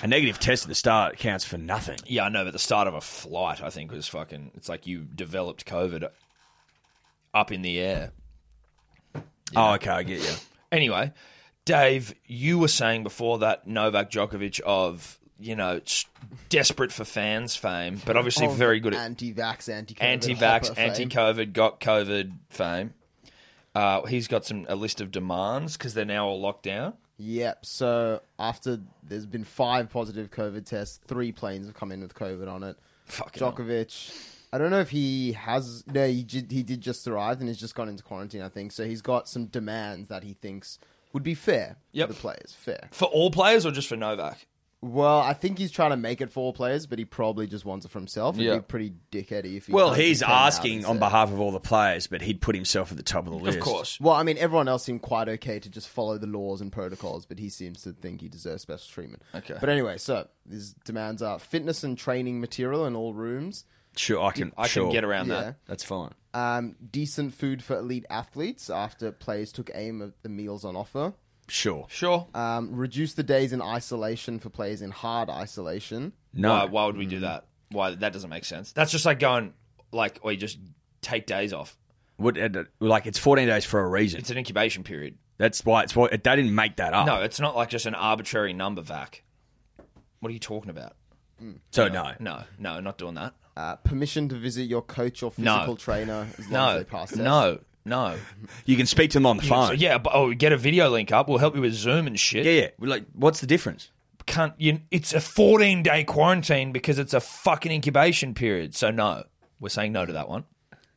Speaker 3: a negative test at the start counts for nothing.
Speaker 2: Yeah, I know. But the start of a flight, I think, was fucking. It's like you developed COVID up in the air.
Speaker 3: Oh, okay, I get you.
Speaker 2: Anyway, Dave, you were saying before that Novak Djokovic of you know s- desperate for fans fame, but obviously
Speaker 6: Of
Speaker 2: very good at
Speaker 6: anti-vax, anti-COVID,
Speaker 2: anti-vax,
Speaker 6: hopper fame.
Speaker 2: anti-COVID, got COVID fame. Uh, he's got some a list of demands because they're now all locked down.
Speaker 6: Yep. So after there's been five positive COVID tests, three planes have come in with COVID on it.
Speaker 2: Fucking hell.
Speaker 6: Djokovic. I don't know if he has. No, he did, he did just arrive and has just gone into quarantine. I think so. He's got some demands that he thinks would be fair
Speaker 2: Yep.
Speaker 6: for the players. Fair.
Speaker 2: for all players or just for Novak.
Speaker 6: Well, I think he's trying to make it for all players, but he probably just wants it for himself. It'd
Speaker 2: Yeah.
Speaker 6: be pretty dickheady if
Speaker 3: [LAUGHS]
Speaker 6: he.
Speaker 3: Well,
Speaker 6: kind of
Speaker 3: he's
Speaker 6: came out and
Speaker 3: asking on
Speaker 6: said-
Speaker 3: behalf of all the players, but he'd put himself at the top of the list.
Speaker 2: Of course,
Speaker 6: Well, I mean, everyone else seemed quite okay to just follow the laws and protocols, but he seems to think he deserves special treatment. Okay. But anyway, so his demands are fitness and training material in all rooms,
Speaker 3: Sure, I can.
Speaker 2: I
Speaker 3: sure.
Speaker 2: can get around
Speaker 6: Yeah.
Speaker 2: that.
Speaker 3: That's fine.
Speaker 6: um, decent food for elite athletes after players took aim at the meals on offer,
Speaker 3: Sure.
Speaker 2: Sure.
Speaker 6: um, reduce the days in isolation for players in hard isolation.
Speaker 3: No.
Speaker 2: Why, why would we do that? Why that doesn't make sense. Mm. That's just like going like or you just take days off.
Speaker 3: Would- uh, like it's 14 days for a reason.
Speaker 2: It's an incubation period.
Speaker 3: That's why it's why they didn't make that up.
Speaker 2: No, it's not like just an arbitrary number vac. What are you talking about?
Speaker 3: So no.
Speaker 2: No, no, not doing that.
Speaker 6: Uh, permission to visit your coach or
Speaker 2: No.
Speaker 6: physical trainer as long as
Speaker 2: No,
Speaker 6: they pass tests.
Speaker 2: no, no.
Speaker 3: You can speak to them on the phone.
Speaker 2: So yeah, but oh, get a video link up. We'll help you with Zoom and shit.
Speaker 3: yeah, yeah. Like, what's the difference?
Speaker 2: Can't you? It's a 14 day quarantine because it's a fucking incubation period. So no, we're saying no to that one.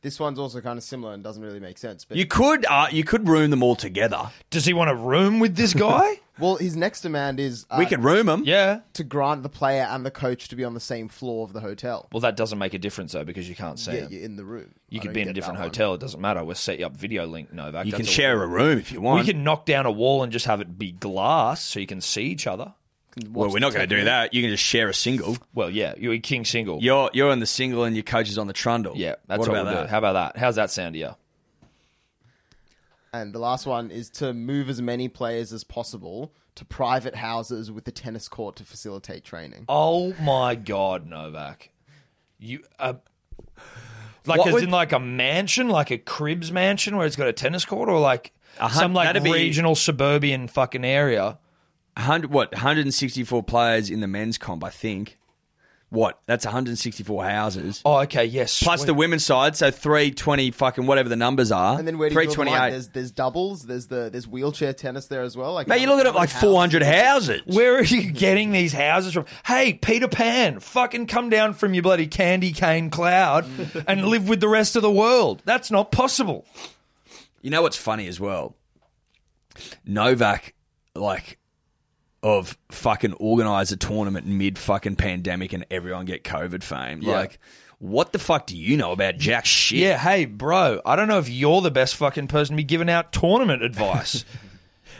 Speaker 6: This one's also kind of similar and doesn't really make sense. But
Speaker 3: You could, uh, you could room them all together.
Speaker 2: Does he want a room with this [LAUGHS] guy?
Speaker 6: well, his next demand is uh,
Speaker 3: we could room them.
Speaker 2: yeah.
Speaker 6: to grant the player and the coach to be on the same floor of the hotel.
Speaker 2: Well, that doesn't make a difference though because you can't see
Speaker 6: Yeah,
Speaker 2: him.
Speaker 6: you're in the room.
Speaker 2: You
Speaker 6: I
Speaker 2: could
Speaker 6: don't
Speaker 2: be in a
Speaker 6: get
Speaker 2: different
Speaker 6: that one.
Speaker 2: hotel. It doesn't matter. We'll set you up video link, Novak.
Speaker 3: You
Speaker 2: That's
Speaker 3: can
Speaker 2: all-
Speaker 3: share a room if you
Speaker 2: We
Speaker 3: want.
Speaker 2: can knock down a wall and just have it be glass so you can see each other.
Speaker 3: well, we're not going to do that. You can just share a single.
Speaker 2: Well, yeah, you're a king single.
Speaker 3: You're you're on the single and your coach is on the trundle.
Speaker 2: Yeah, that's what,
Speaker 3: what about
Speaker 2: we'll do.
Speaker 3: that?
Speaker 2: How about that? How's that sound to you?
Speaker 6: And the last one is to move as many players as possible to private houses with the tennis court to facilitate training.
Speaker 2: Oh my God, Novak. You uh, like
Speaker 3: What
Speaker 2: as
Speaker 3: would-
Speaker 2: in like a mansion, like a cribs mansion where it's got a tennis court, or like
Speaker 3: A hun-
Speaker 2: some like
Speaker 3: that'd be-
Speaker 2: regional suburban fucking area.
Speaker 3: 100 what 164 players in the men's comp, I think. What? That's 164 houses.
Speaker 2: Oh, okay, yes.
Speaker 3: Plus
Speaker 2: sweet.
Speaker 3: the women's side, so 320 fucking whatever the numbers are.
Speaker 6: And then where do you draw the
Speaker 3: 328.
Speaker 6: line? There's there's doubles. There's the there's wheelchair tennis there as well. Like
Speaker 3: Mate, you're looking at like 400 houses.
Speaker 2: Where are you getting these houses from? Hey, Peter Pan, fucking come down from your bloody candy cane cloud and live with the rest of the world. That's not possible.
Speaker 3: You know what's funny as well? Novak, like, of fucking organize a tournament mid fucking pandemic and everyone get COVID fame. Like, what the fuck do you know about jack shit?
Speaker 2: Yeah, hey, bro, I don't know if you're the best fucking person to be giving out tournament advice.
Speaker 3: [LAUGHS]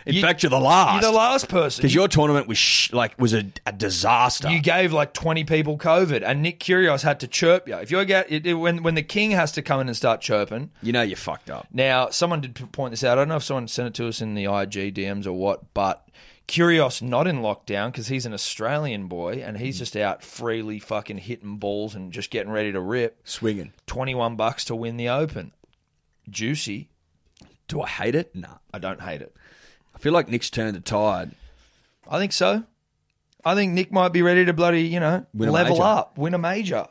Speaker 3: In
Speaker 2: you-
Speaker 3: fact, you're the last.
Speaker 2: you're the last person.
Speaker 3: because your tournament was sh- like was a, a disaster.
Speaker 2: You gave like 20 people COVID, and Nick Curios had to chirp you. If you get it- it- when when the king has to come in and start chirping,
Speaker 3: you know you fucked up.
Speaker 2: Now, someone did p- point this out. I don't know if someone sent it to us in the IG DMs or what, but Curios not in lockdown because he's an Australian boy and
Speaker 3: Mm.
Speaker 2: he's just out freely fucking hitting balls and just getting ready to rip.
Speaker 3: Swinging.
Speaker 2: 21 bucks to win the Open. Juicy.
Speaker 3: Do I hate it? Nah.
Speaker 2: I don't hate it.
Speaker 3: I feel like Nick's turned the tide.
Speaker 2: I think so. I think Nick might be ready to bloody, you know,
Speaker 3: Win a
Speaker 2: level
Speaker 3: major.
Speaker 2: up, win a major.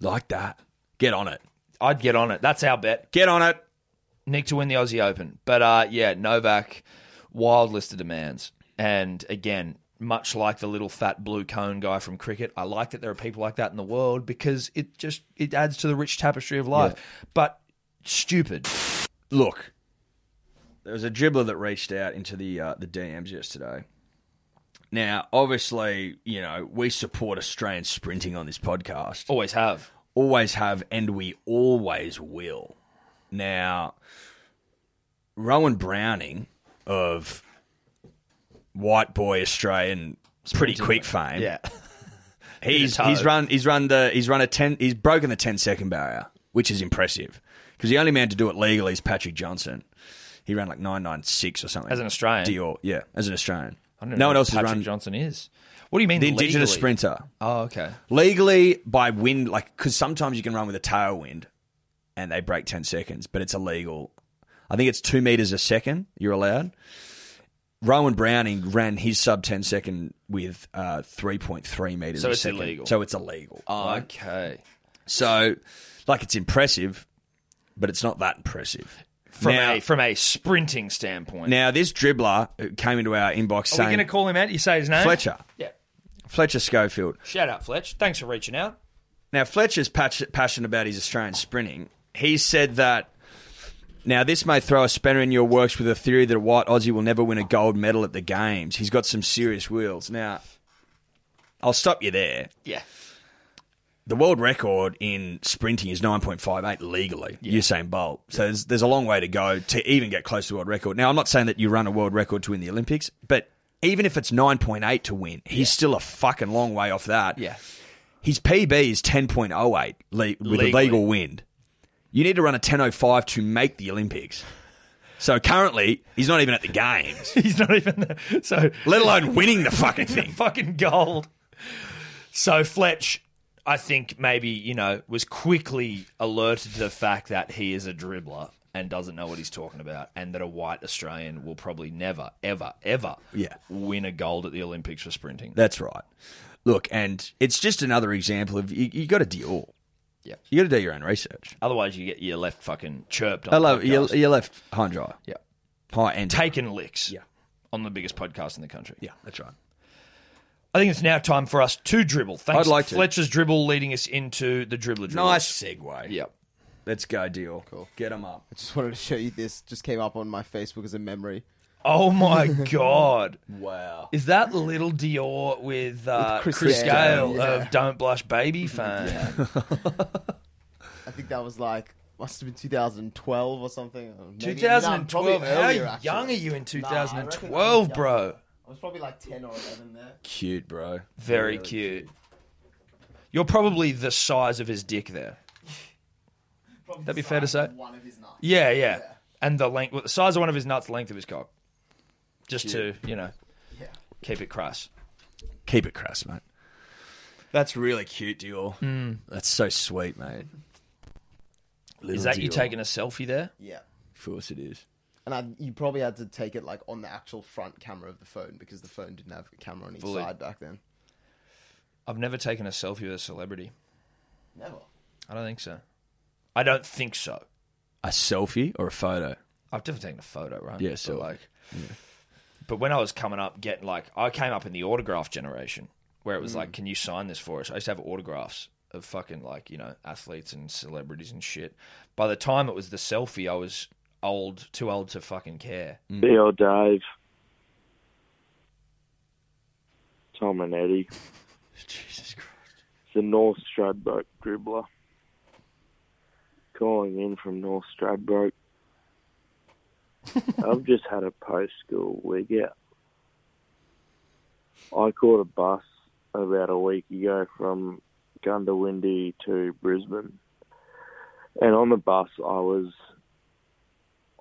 Speaker 3: Like that. Get on it.
Speaker 2: I'd get on it. That's our bet.
Speaker 3: Get on it.
Speaker 2: Nick to win the Aussie Open. But uh, yeah, Novak, wild list of demands. And again, much like the little fat blue cone guy from cricket, I like that there are people like that in the world because it just it adds to the rich tapestry of life. But stupid.
Speaker 3: Look, there was a dribbler that reached out into the uh, the DMs yesterday. Now, obviously, you know we support Australian sprinting on this podcast.
Speaker 2: Always have.
Speaker 3: always have and we always will. Now, Rowan Browning of White Boy Australian pretty quick fame.
Speaker 2: Yeah.
Speaker 3: He's
Speaker 2: toe.
Speaker 3: he's run he's run the he's run a ten he's broken the 10 second barrier, which is impressive. Because the only man to do it legally is Patrick Johnson. He ran like nine nine six or something
Speaker 2: As an Australian?
Speaker 3: Dior, yeah, as an Australian.
Speaker 2: I don't
Speaker 3: No
Speaker 2: know
Speaker 3: one
Speaker 2: who
Speaker 3: else has
Speaker 2: Patrick
Speaker 3: run
Speaker 2: Johnson is. What do you mean
Speaker 3: the indigenous
Speaker 2: legally?
Speaker 3: sprinter
Speaker 2: Oh, okay.
Speaker 3: legally by wind, like because sometimes you can run with a tailwind, and they break 10 seconds, but it's illegal. I think it's two meters a second you're allowed. Rowan Browning ran his sub 10 second with uh, 3.3 meters
Speaker 2: So
Speaker 3: a
Speaker 2: it's
Speaker 3: second.
Speaker 2: illegal. Oh,
Speaker 3: So it's illegal.
Speaker 2: okay.
Speaker 3: So, like, it's impressive, but it's not that impressive.
Speaker 2: From
Speaker 3: Now-
Speaker 2: a from a sprinting standpoint.
Speaker 3: Now, this dribbler who came into our inbox
Speaker 2: Are we
Speaker 3: saying
Speaker 2: going to call him out? You say his name?
Speaker 3: Fletcher,
Speaker 2: Yeah.
Speaker 3: Fletcher Schofield.
Speaker 2: Shout out, Fletch. Thanks for reaching out.
Speaker 3: Now, Fletcher's patch- passionate about his Australian sprinting. He said that. Now, this may throw a spanner in your works with the theory that a white Aussie will never win a gold medal at the games. He's got some serious wheels. Now, I'll stop you there.
Speaker 2: Yeah.
Speaker 3: The world record in sprinting is 9.58 legally, Usain Bolt. So there's, there's a long way to go to even get close to the world record. Now, I'm not saying that you run a world record to win the Olympics, but even if it's 9.8 to win, he's still a fucking long way off that.
Speaker 2: Yeah.
Speaker 3: His PB is 10.08 le- with a
Speaker 2: Legally.
Speaker 3: legal wind. You need to run a 10.05 to make the Olympics. So currently, he's not even at the
Speaker 2: [LAUGHS]
Speaker 3: games, [LAUGHS]
Speaker 2: He's not even there. So
Speaker 3: let alone winning the fucking thing.
Speaker 2: fucking gold. So Fletch, I think maybe you know was quickly alerted to the fact that he is a dribbler and doesn't know what he's talking about, and that a white Australian will probably never, ever, ever,
Speaker 3: Yeah.
Speaker 2: win a gold at the Olympics for sprinting.
Speaker 3: That's right. Look, and it's just another example of you, you got to deal.
Speaker 2: Yeah.
Speaker 3: you got to do your own research.
Speaker 2: Otherwise, you get you're left fucking chirped. On
Speaker 3: I love you.
Speaker 2: podcasts.
Speaker 3: You left high and dry.
Speaker 2: Yeah.
Speaker 3: high and
Speaker 2: taking licks.
Speaker 3: Yeah.
Speaker 2: on the biggest podcast in the country.
Speaker 3: Yeah, that's right.
Speaker 2: I think it's now time for us to dribble. Thanks,
Speaker 3: I'd like to.
Speaker 2: Fletcher's dribble leading us into the dribbler. Dribble.
Speaker 3: Nice segue.
Speaker 2: Yep.
Speaker 3: let's go, deal. Cool. Get them up.
Speaker 6: I [LAUGHS] just wanted to show you this. Just came up on my Facebook as a memory.
Speaker 2: Oh my [LAUGHS] god.
Speaker 3: Wow.
Speaker 2: Is that Little Dior with, uh,
Speaker 6: Chris
Speaker 2: Chris,
Speaker 6: Gale,
Speaker 2: Gale
Speaker 6: yeah.
Speaker 2: of Don't Blush Baby fame?
Speaker 6: I think that was like must have been 2012 or something. Or maybe- no,
Speaker 2: 2012.
Speaker 6: probably
Speaker 2: How
Speaker 6: earlier, actually.
Speaker 2: young are you in
Speaker 6: Nah, I reckon I was
Speaker 2: 2012,
Speaker 6: young.
Speaker 2: bro?
Speaker 6: I was probably like 10 or 11 there.
Speaker 3: Cute, bro.
Speaker 2: Very cute. You're probably the size of his dick there.
Speaker 6: Probably
Speaker 2: That'd be fair to
Speaker 6: size of
Speaker 2: say?
Speaker 6: One of his nuts.
Speaker 2: Yeah, yeah. And the length, well, the size of one of his nuts, length of his cock. Just to you know,
Speaker 6: Yeah.
Speaker 2: keep it crass.
Speaker 3: Keep it crass, mate. Mm. That's really cute, Dior. That's so sweet, mate.
Speaker 2: Is that you taking a selfie there?
Speaker 6: Yeah.
Speaker 3: Of course it is.
Speaker 6: And I, you probably had to take it like on the actual front camera of the phone because the phone didn't have a camera on each
Speaker 2: Fully.
Speaker 6: side back then.
Speaker 2: I've never taken a selfie with a celebrity.
Speaker 6: Never.
Speaker 2: I don't think so. I don't think so.
Speaker 3: A selfie or a photo?
Speaker 2: I've definitely taken a photo, right?
Speaker 3: Yeah,
Speaker 2: But,
Speaker 3: so-
Speaker 2: like, but when I was coming up, getting like, I came up in the autograph generation where it was
Speaker 3: Mm.
Speaker 2: like, can you sign this for us? I used to have autographs of fucking like you know athletes and celebrities and shit. By the time it was the selfie, I was old, too old to fucking care.
Speaker 7: Theo Dave. Tom and Eddie.
Speaker 2: Jesus Christ!
Speaker 7: The North Stradbroke dribbler. Calling in from North Stradbroke. I've just had a post school wig out. I caught a bus about a week ago from Gundawindi to Brisbane. And on the bus I was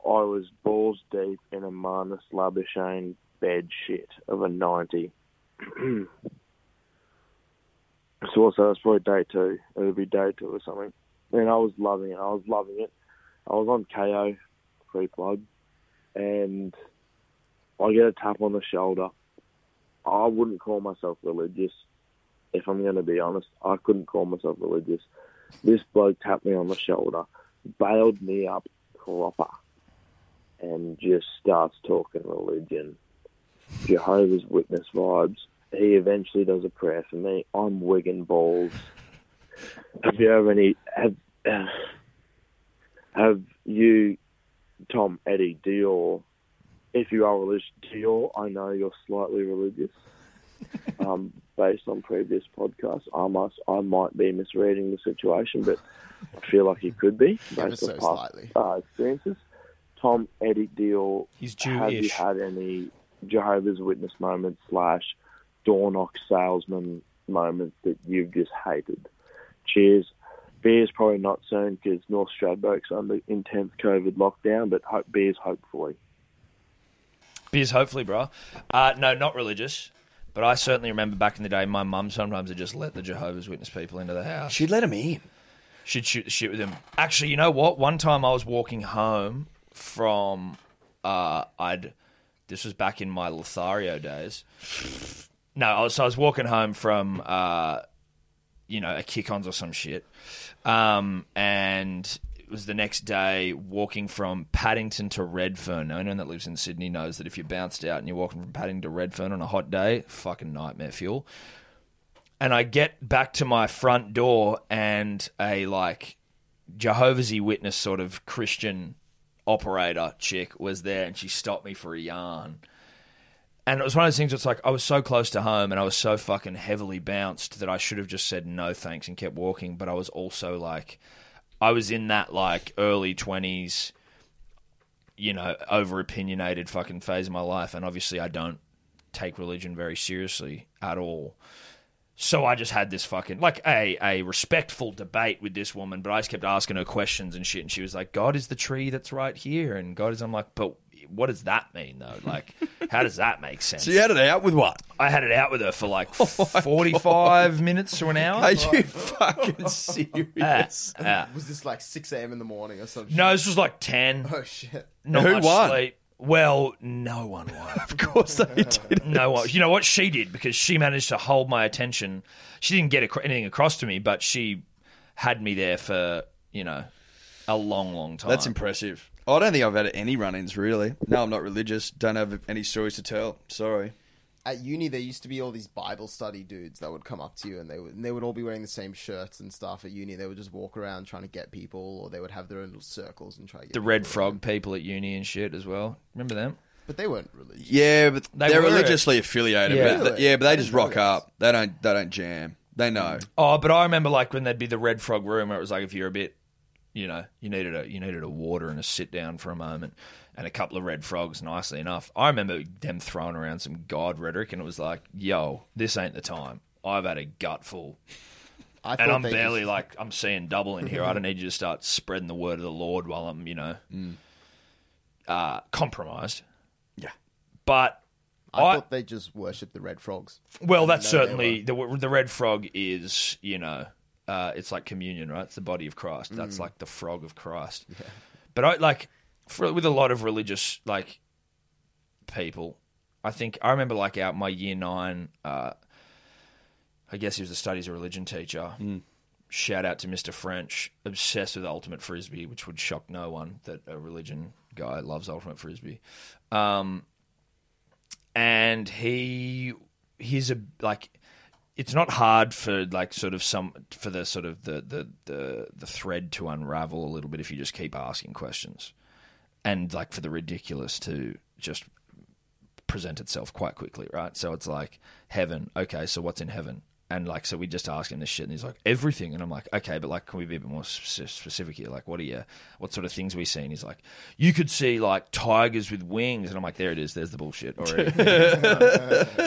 Speaker 7: I was balls deep in a minus Labashane bed shit of a ninety. So what's that? It's probably day two. It'll be day two or something. And I was loving it. I was loving it. I was on KO, free plug, and I get a tap on the shoulder. I wouldn't call myself religious, if I'm going to be honest. I couldn't call myself religious. This bloke tapped me on the shoulder, bailed me up proper, and just starts talking religion. Jehovah's Witness vibes. He eventually does a prayer for me. I'm wigging balls. Have you ever any have [SIGHS] have you, Tom, Eddie, Dior? If you are religious, Dior, I know you're
Speaker 6: [LAUGHS]
Speaker 7: slightly religious. Um, based on previous podcasts, I must I might be misreading the situation, but I feel like you could be
Speaker 6: [LAUGHS] Ever
Speaker 7: based
Speaker 6: so
Speaker 7: on past
Speaker 6: slightly.
Speaker 7: uh, experiences. Tom, Eddie, Dior,
Speaker 2: He's
Speaker 7: have you
Speaker 2: Jewish.
Speaker 7: had any Jehovah's Witness moments slash door knock salesman moments that you've just hated? Cheers. Beer's probably not soon because North Stradbroke's under intense COVID lockdown, but hope beer's hopefully.
Speaker 2: Biz, hopefully, bro. Uh, no, not religious. But I certainly remember back in the day, my mum sometimes would just let the Jehovah's Witness people into the house.
Speaker 3: She'd let him in.
Speaker 2: should shoot the shit with him. Actually, you know what? One time I was walking home from uh, I'd this was back in my Lothario days. No, I was, so I was walking home from uh, you know a kick ons or some shit, um, and it was the next day walking from Paddington to Redfern. Now, anyone that lives in Sydney knows that if you're bounced out and you're walking from Paddington to Redfern on a hot day, fucking nightmare fuel and I get back to my front door and a like Jehovah's Witness sort of Christian operator chick was there and she stopped me for a yarn. And it was one of those things that's like I was so close to home and I was so fucking heavily bounced that I should have just said no thanks and kept walking, but I was also like I was in that like early 20s you know, over opinionated fucking phase of my life and obviously I don't take religion very seriously at all. So I just had this fucking like a a respectful debate with this woman, but I just kept asking her questions and shit, and she was like, "God is the tree that's right here," and God is. I'm like, but what does that mean though? Like, how does that make sense?
Speaker 3: So you had it out with what?
Speaker 2: I had it out with her for
Speaker 3: [LAUGHS]
Speaker 2: like
Speaker 3: Oh
Speaker 2: 45 minutes to an hour.
Speaker 3: Are you fucking serious?
Speaker 2: Yeah, yeah.
Speaker 6: Was this like 6 a.m. in the morning or something?
Speaker 2: No, this was like 10.
Speaker 6: Oh, shit. [LAUGHS]
Speaker 2: Not
Speaker 3: Who
Speaker 2: much
Speaker 3: won?
Speaker 2: sleep. Well, no one won.
Speaker 3: [LAUGHS] of course they did.
Speaker 2: No one. You know what she did because she managed to hold my attention. She didn't get acro- anything across to me, but she had me there for you know a long, long time.
Speaker 3: [LAUGHS] That's impressive. I don't think I've had any run-ins really. No, I'm not religious. Don't have any stories to tell. Sorry.
Speaker 6: At uni, there used to be all these Bible study dudes that would come up to you and they would, and they would all be wearing the same shirts and stuff at uni. They would just walk around trying to get people or they would have their own little circles and try to get
Speaker 2: The Red Frog people at uni and shit as well. Remember them?
Speaker 6: But they weren't religious.
Speaker 3: Yeah, but
Speaker 2: They
Speaker 3: they are
Speaker 2: were.
Speaker 3: religiously affiliated.
Speaker 2: Yeah.
Speaker 3: but
Speaker 6: Really?
Speaker 3: yeah, but
Speaker 6: I
Speaker 3: they
Speaker 6: didn't
Speaker 3: just rock
Speaker 6: know
Speaker 3: up. They don't. They don't jam. They know.
Speaker 2: Oh, but I remember like when there'd be the Red Frog room where it was like if you're a bit, you know, you needed a you needed a water and a sit down for a moment, and a couple of Red Frogs. Nicely enough, I remember them throwing around some God rhetoric, and it was like, "Yo, this ain't the time. I've had a gutful."
Speaker 6: I
Speaker 2: and
Speaker 6: thought
Speaker 2: I'm
Speaker 6: they
Speaker 2: barely
Speaker 6: just-
Speaker 2: like I'm seeing double in here. I
Speaker 6: [LAUGHS]
Speaker 2: don't need you to start spreading the word of the Lord while I'm, you know,
Speaker 6: Mm.
Speaker 2: uh, compromised.
Speaker 3: Yeah.
Speaker 2: But I,
Speaker 6: I, thought they just worshipped the red frogs.
Speaker 2: well, that's
Speaker 6: know they
Speaker 2: certainly the the red frog is you know, uh, it's like communion, right? It's the body of Christ. That's like the frog of Christ. But I like for, with a lot of religious like people. I think I remember like out my year nine. Uh, I guess he was a studies of religion teacher. Shout out to Mr. French, obsessed with ultimate frisbee, which would shock no one that a religion guy loves ultimate frisbee. Um, and he he's a like it's not hard for like sort of some for the sort of the the the, the thread to unravel a little bit if you just keep asking questions and like for the ridiculous to just present itself quite quickly, right? So it's like heaven. Okay, so what's in heaven? And like, so we just ask him this shit, and he's like everything, and I'm like, okay, but like, can we be a bit more spec- specific here? Like, what are you, what sort of things we see? And he's like, you could see like tigers with wings, and I'm like, there it is, there's the bullshit already.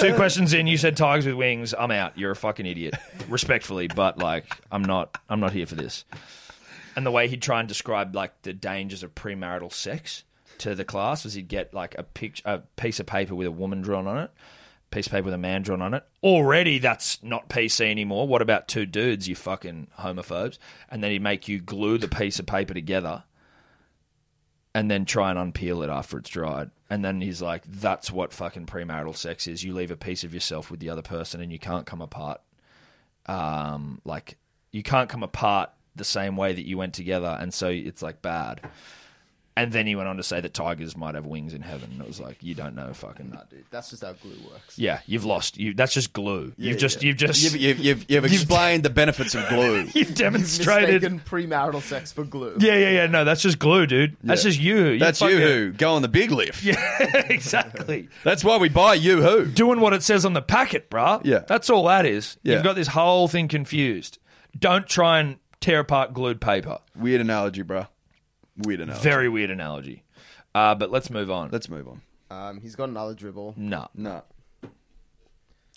Speaker 2: Two questions in, you said tigers with wings. I'm out. You're a fucking idiot. Respectfully, but like, I'm not, I'm not here for this. And the way he'd try and describe like the dangers of premarital sex to the class was he'd get like a picture, a piece of paper with a woman drawn on it, piece of paper with a man drawn on it. Already, that's not PC anymore. What about two dudes? You fucking homophobes. And then he'd make you glue the piece of paper together, and then try and unpeel it after it's dried. And then he's like, "That's what fucking premarital sex is. You leave a piece of yourself with the other person, and you can't come apart um, like you can't come apart the same way that you went together, and so it's like bad. And then he went on to say that tigers might have wings in heaven. And it was like you don't know, fucking.
Speaker 6: Nah, dude, that's just how glue works.
Speaker 2: Yeah, you've lost. You that's just glue. you've just [LAUGHS] you've just
Speaker 3: You've, you've, you've, you've explained the benefits of [LAUGHS] glue.
Speaker 2: you've demonstrated.
Speaker 6: Mistaken premarital sex for glue.
Speaker 2: yeah, yeah, yeah. No, that's just glue, dude. That's
Speaker 3: Yeah.
Speaker 2: just you. you
Speaker 3: That's you
Speaker 2: fucking-
Speaker 3: who go on the big
Speaker 2: [LAUGHS]
Speaker 3: lift.
Speaker 2: Yeah, [LAUGHS] exactly.
Speaker 3: That's why we buy you who.
Speaker 2: doing what it says on the packet, bruh.
Speaker 3: Yeah.
Speaker 2: That's all that is. You've
Speaker 3: Yeah.
Speaker 2: got this whole thing confused. Don't try and tear apart glued paper.
Speaker 3: Weird analogy, bro. Weird analogy.
Speaker 2: Very weird analogy. Uh, but let's move on.
Speaker 3: Let's move on.
Speaker 6: Um, he's got another dribble.
Speaker 2: no.
Speaker 3: No.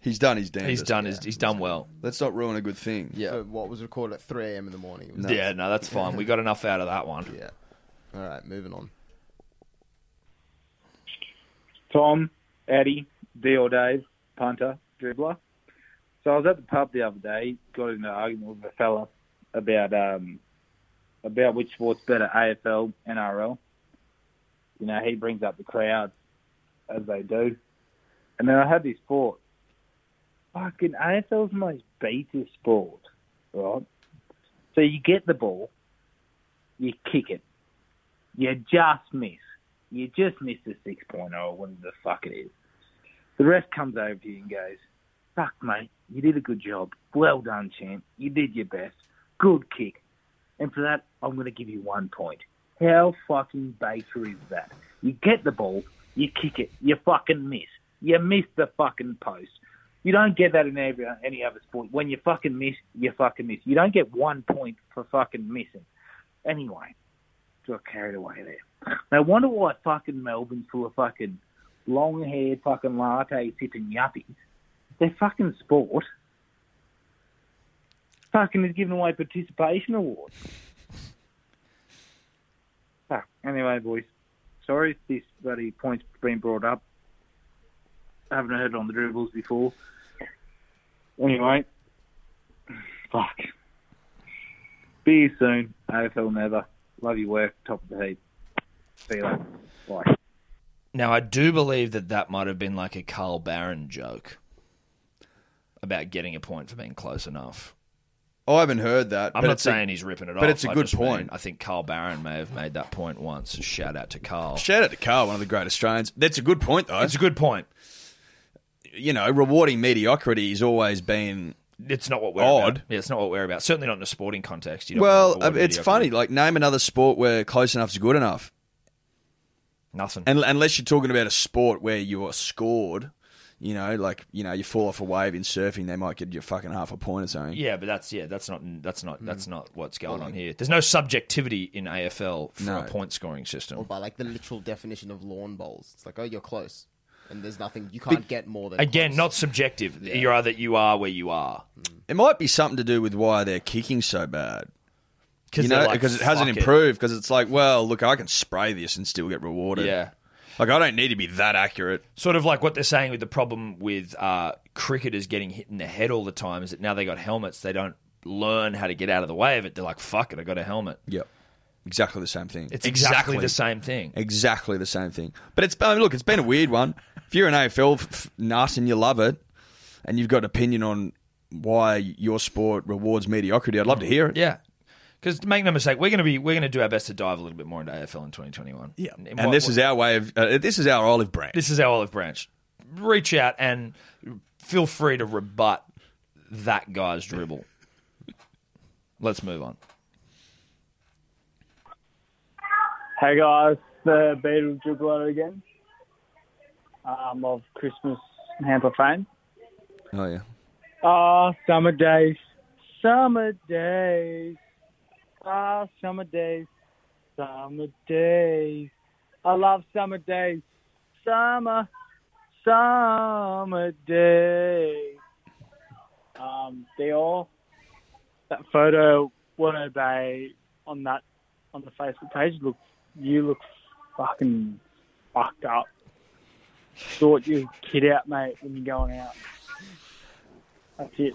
Speaker 3: He's done his damn.
Speaker 2: He's done his, he's done well.
Speaker 3: Let's not ruin a good thing.
Speaker 6: Yeah. what was recorded at 3 a.m. in the morning. It was-
Speaker 2: Yeah, no, that's fine. We got enough out of that one.
Speaker 6: Yeah. All right, moving on.
Speaker 8: Tom, Addy, D or Dave, punter, dribbler. So I was at the pub the other day, got into an argument with a fella about um, about which sport's better, AFL, NRL. You know, he brings up the crowds as they do. And then I had this thought. Fucking AFL's the most beta sport, right? So you get the ball, you kick it, you just miss. You just miss the six pointer or whatever the fuck it is. The ref comes over to you and goes, Fuck mate, you did a good job. Well done, champ. You did your best. Good kick. And for that, I'm going to give you one point. How fucking baker is that? You get the ball, you kick it, you fucking miss. You miss the fucking post. You don't get that in every, any other sport. When you fucking miss, you fucking miss. You don't get one point for fucking missing. Anyway, got carried away there. No wonder why fucking Melbourne's full of fucking long-haired fucking latte sipping yuppies. Their fucking sport fucking is giving away participation awards. [LAUGHS] Ah, anyway, boys, sorry if this bloody point's been brought up. I haven't heard it on the dribbles before. Anyway, [SIGHS] fuck. Be you soon. AFL never. Love your work. Top of the heap. See you later. Bye.
Speaker 2: Now, I do believe that that might have been like a Carl Barron joke about getting a point for being close enough.
Speaker 3: I haven't heard that.
Speaker 2: I'm
Speaker 3: but
Speaker 2: not
Speaker 3: it's a-
Speaker 2: saying he's ripping it off.
Speaker 3: but it's a
Speaker 2: I
Speaker 3: good
Speaker 2: just
Speaker 3: point.
Speaker 2: mean- I think Carl Barron may have made that point once. Shout out to Carl.
Speaker 3: Shout out to Carl, one of the great Australians. That's a good point, though.
Speaker 2: It's a good point.
Speaker 3: you know, rewarding mediocrity has always been.
Speaker 2: It's not what we're
Speaker 3: Odd.
Speaker 2: about. Yeah, it's not what we're about. Certainly not in a sporting context. You don't
Speaker 3: Well, um,
Speaker 2: want to avoid
Speaker 3: it's
Speaker 2: mediocrity.
Speaker 3: funny. Like, name another sport where close enough is good enough.
Speaker 2: Nothing.
Speaker 3: And, unless you're talking about a sport where you are scored, you know, like, you know, you fall off a wave in surfing, they might get you fucking half a point or something.
Speaker 2: yeah, but that's yeah, that's not that's not
Speaker 3: Hmm.
Speaker 2: that's not what's going on here. There's no subjectivity in AFL for
Speaker 3: No.
Speaker 2: a point scoring system.
Speaker 6: Or by like the literal definition of lawn bowls. It's like, oh, you're close. And there's nothing, you can't get more than.
Speaker 2: Again,
Speaker 6: close.
Speaker 2: not subjective. You're either you are where you are
Speaker 3: It might be something to do with why they're kicking so bad.
Speaker 2: because
Speaker 3: You know, because it hasn't improved. Because it's like, well, look, I can spray this and still get rewarded.
Speaker 2: Yeah,
Speaker 3: Like, I don't need to be that accurate.
Speaker 2: sort of like what they're saying with the problem with uh, cricketers getting hit in the head all the time is that now they got helmets, they don't learn how to get out of the way of it. They're like, "Fuck it, I got a helmet."
Speaker 3: Yep. Exactly the same thing.
Speaker 2: It's exactly, the same thing.
Speaker 3: Exactly the same thing. But it's I mean, look, it's been a weird one. If you're an AFL f- f- nut and you love it, and you've got an opinion on why your sport rewards mediocrity, I'd love to hear it.
Speaker 2: Yeah, because make no mistake, we're gonna be we're gonna do our best to dive a little bit more into AFL in 2021. Yeah,
Speaker 3: And this is our way of uh, this is our olive branch.
Speaker 2: this is our olive branch. Reach out and feel free to rebut that guy's dribble. Let's move on.
Speaker 9: Hey guys, the Beetle Dribbler again um, of Christmas Hamper fame.
Speaker 3: oh yeah.
Speaker 9: Ah, summer days, summer days, ah, summer days, summer days. I love summer days, summer, summer days. Um, Dior, that photo won't obey on that on the Facebook page. Look, you look fucking fucked up. Sort your kid out, mate, when you're going out. That's it.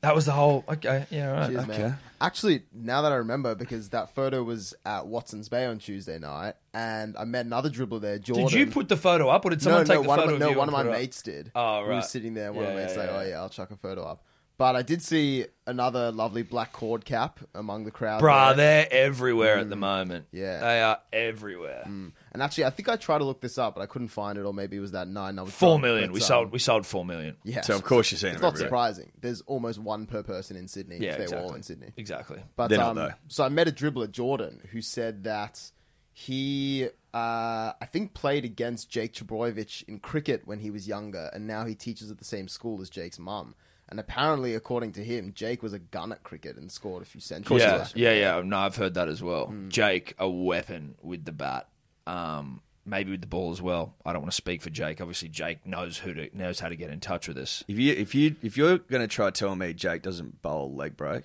Speaker 2: That was the whole. Okay, yeah, all right.
Speaker 6: Cheers, man. Actually, now that I remember, because that photo was at Watson's Bay on Tuesday night, and I met another dribbler there, Jordan.
Speaker 2: Did you put the photo up, or did
Speaker 6: no,
Speaker 2: someone take
Speaker 6: no,
Speaker 2: the
Speaker 6: one
Speaker 2: photo?
Speaker 6: of,
Speaker 2: of
Speaker 6: no,
Speaker 2: you
Speaker 6: one of
Speaker 2: and put
Speaker 6: my
Speaker 2: it up?
Speaker 6: mates did.
Speaker 2: Oh,
Speaker 6: We were
Speaker 2: right.
Speaker 6: sitting there, and one of
Speaker 2: Yeah,
Speaker 6: my mates
Speaker 2: yeah,
Speaker 6: like,
Speaker 2: yeah.
Speaker 6: "Oh yeah, I'll chuck a photo up." But I did see another lovely black cord cap among the crowd.
Speaker 2: Bruh,
Speaker 6: there.
Speaker 2: they're everywhere at the moment.
Speaker 6: Mm. Yeah. Mm.
Speaker 2: They are everywhere.
Speaker 6: And actually, I think I tried to look this up, but I couldn't find it, or maybe it was that nine. I was
Speaker 2: Four
Speaker 6: drunk,
Speaker 2: million.
Speaker 6: but,
Speaker 2: We
Speaker 6: um,
Speaker 2: sold we sold four million.
Speaker 6: Yeah,
Speaker 3: So of course you're seeing
Speaker 6: it's
Speaker 3: it.
Speaker 6: not
Speaker 3: Not
Speaker 6: surprising. There's almost one per person in Sydney.
Speaker 2: Yeah,
Speaker 6: if they were all
Speaker 2: exactly.
Speaker 6: in Sydney.
Speaker 2: Exactly.
Speaker 6: But
Speaker 3: They're not,
Speaker 6: um,
Speaker 3: though.
Speaker 6: so I met a dribbler, Jordan, who said that he, uh, I think, played against Jake Chaboyevich in cricket when he was younger, and now he teaches at the same school as Jake's mum. And apparently, according to him, Jake was a gun at cricket and scored a few centuries.
Speaker 2: Yeah, yeah, yeah. No, I've heard that as well.
Speaker 3: Hmm.
Speaker 2: Jake, a weapon with the bat. Um, maybe with the ball as well. I don't want to speak for Jake. Obviously, Jake knows who to knows how to get in touch with us.
Speaker 3: If you if you if you're gonna try telling me Jake doesn't bowl leg break,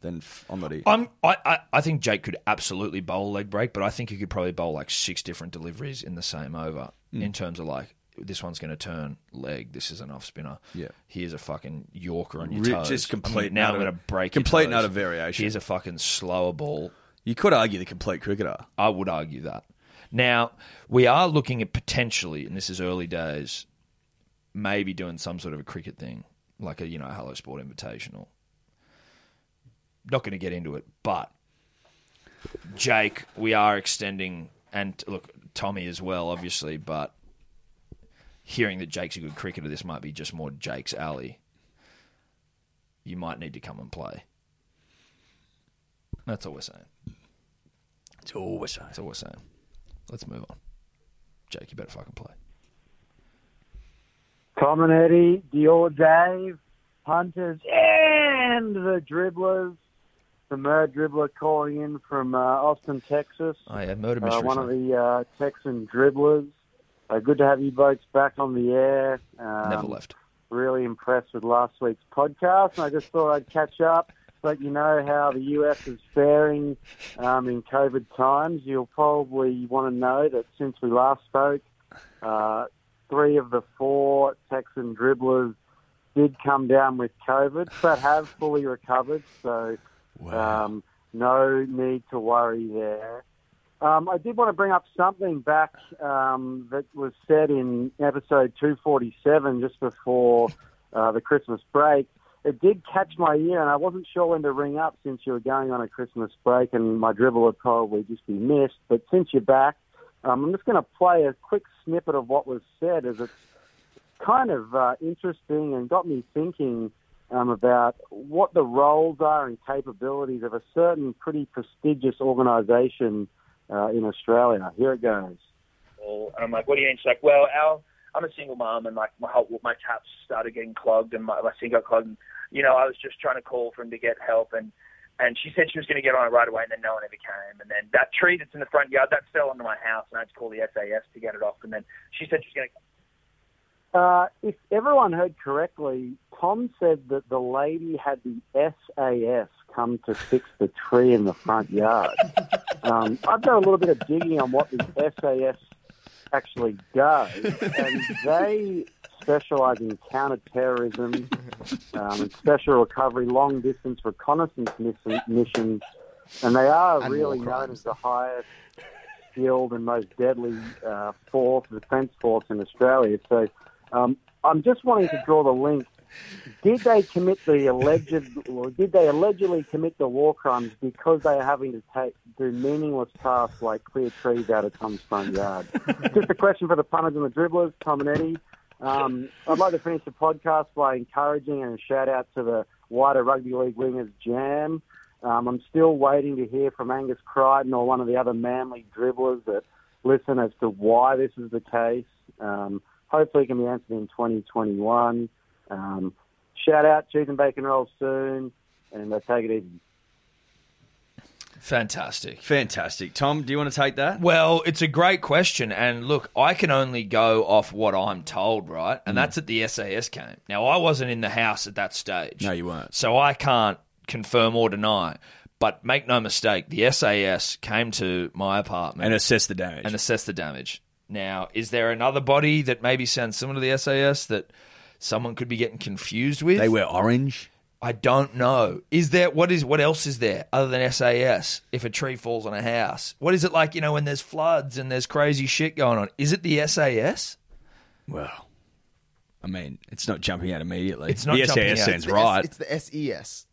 Speaker 3: then f- I'm not. here.
Speaker 2: I'm, I, I, I think Jake could absolutely
Speaker 3: Hmm.
Speaker 2: bowl a leg break, but I think he could probably bowl like six different deliveries in the same over in terms of like this one's going to turn leg. This is an off spinner.
Speaker 10: Yeah.
Speaker 2: Here's a fucking yorker on your
Speaker 3: Ri-
Speaker 2: toes.
Speaker 3: just
Speaker 2: I'm-
Speaker 3: complete
Speaker 2: now
Speaker 3: and
Speaker 2: I'm
Speaker 3: utter-
Speaker 2: going to break
Speaker 3: complete
Speaker 2: your
Speaker 3: and
Speaker 2: toes.
Speaker 3: utter variation.
Speaker 2: Here's a fucking slower ball.
Speaker 3: You could argue the complete cricketer.
Speaker 2: I would argue that. Now, we are looking at potentially, and this is early days, maybe doing some sort of a cricket thing, like a, you know, Hello Sport Invitational. Not going to get into it, but Jake, we are extending, and look, Tommy as well, obviously, but hearing that Jake's a good cricketer, this might be just more Jake's alley. You might need to come and play. That's all we're saying.
Speaker 3: It's always so.
Speaker 2: That's all we're saying. Let's move on. Jake, you better fucking play.
Speaker 7: Tom and Eddie, Dior Dave, Hunters, and the dribblers. The Murd dribbler calling in from uh, Austin, Texas.
Speaker 2: Oh yeah, murder
Speaker 7: Uh,
Speaker 2: mystery.
Speaker 7: one of the uh, Texan dribblers. Uh, good to have you blokes back on the air. Um,
Speaker 2: Never left.
Speaker 7: Really impressed with last week's podcast, and I just thought I'd catch up, let you know how the US is faring um, in COVID times. You'll probably want to know that since we last spoke, uh, three of the four Texan dribblers did come down with COVID, but have fully recovered. So um, no need to worry there. Um, I did want to bring up something back um, that was said in episode 247 just before uh, the Christmas break. It did catch my ear, and I wasn't sure when to ring up since you were going on a Christmas break, and my dribble would probably just be missed. But since you're back, um, I'm just going to play a quick snippet of what was said as it's kind of uh, interesting and got me thinking um, about what the roles are and capabilities of a certain pretty prestigious organisation uh, in Australia. Here it goes.
Speaker 5: well. And I'm like, what do you mean? She's like, well, our, I'm a single mom, and like my whole, my taps started getting clogged, and my, my sink got clogged. And, you know, I was just trying to call for him to get help, and and she said she was going to get on it right away, and then no one ever came. And then that tree that's in the front yard that fell onto my house, and I had to call the SAS to get it off. And then she said she was going to
Speaker 7: Uh, if everyone heard correctly, Tom said that the lady had the SAS come to fix the tree in the front yard. Um, I've done a little bit of digging on what the SAS actually does, and they specialise in counterterrorism um, and special recovery, long distance reconnaissance miss- missions, and they are
Speaker 6: And
Speaker 7: really
Speaker 6: war
Speaker 7: known
Speaker 6: crimes.
Speaker 7: as the highest skilled and most deadly uh, force, defence force in Australia. So um, I'm just wanting to draw the link. Did they commit the alleged, or did they allegedly commit the war crimes because they are having to take do meaningless tasks like clear trees out of Tom's front yard? just a question for the punters and the dribblers, Tom and Eddie. Um, I'd like to finish the podcast by encouraging and a shout out to the wider rugby league wingers jam. Um, I'm still waiting to hear from Angus Crichton or one of the other manly dribblers that listen as to why this is the case. Um, hopefully, it can be answered in 2021. Um, shout out, cheese and bacon rolls soon, and uh, take it easy.
Speaker 2: Fantastic.
Speaker 3: Fantastic. Tom, do you want to take that?
Speaker 2: Well, it's a great question, and look, I can only go off what I'm told, right? And that's at the SAS came. Now, I wasn't in the house at that stage.
Speaker 3: No, you weren't.
Speaker 2: So I can't confirm or deny. But make no mistake, the SAS came to my apartment
Speaker 3: And assess the damage.
Speaker 2: and assess the damage. Now, is there another body that maybe sounds similar to the SAS that someone could be getting confused with?
Speaker 3: they wear orange.
Speaker 2: I don't know. Is there what is what else is there other than SAS? If a tree falls on a house, what is it like? You know, when there's floods and there's crazy shit going on, is it the SAS?
Speaker 3: Well, I mean, it's not jumping out immediately.
Speaker 2: It's not
Speaker 3: the
Speaker 2: jumping
Speaker 3: SAS
Speaker 2: out.
Speaker 3: sounds
Speaker 6: The S-
Speaker 3: right.
Speaker 6: it's the SES.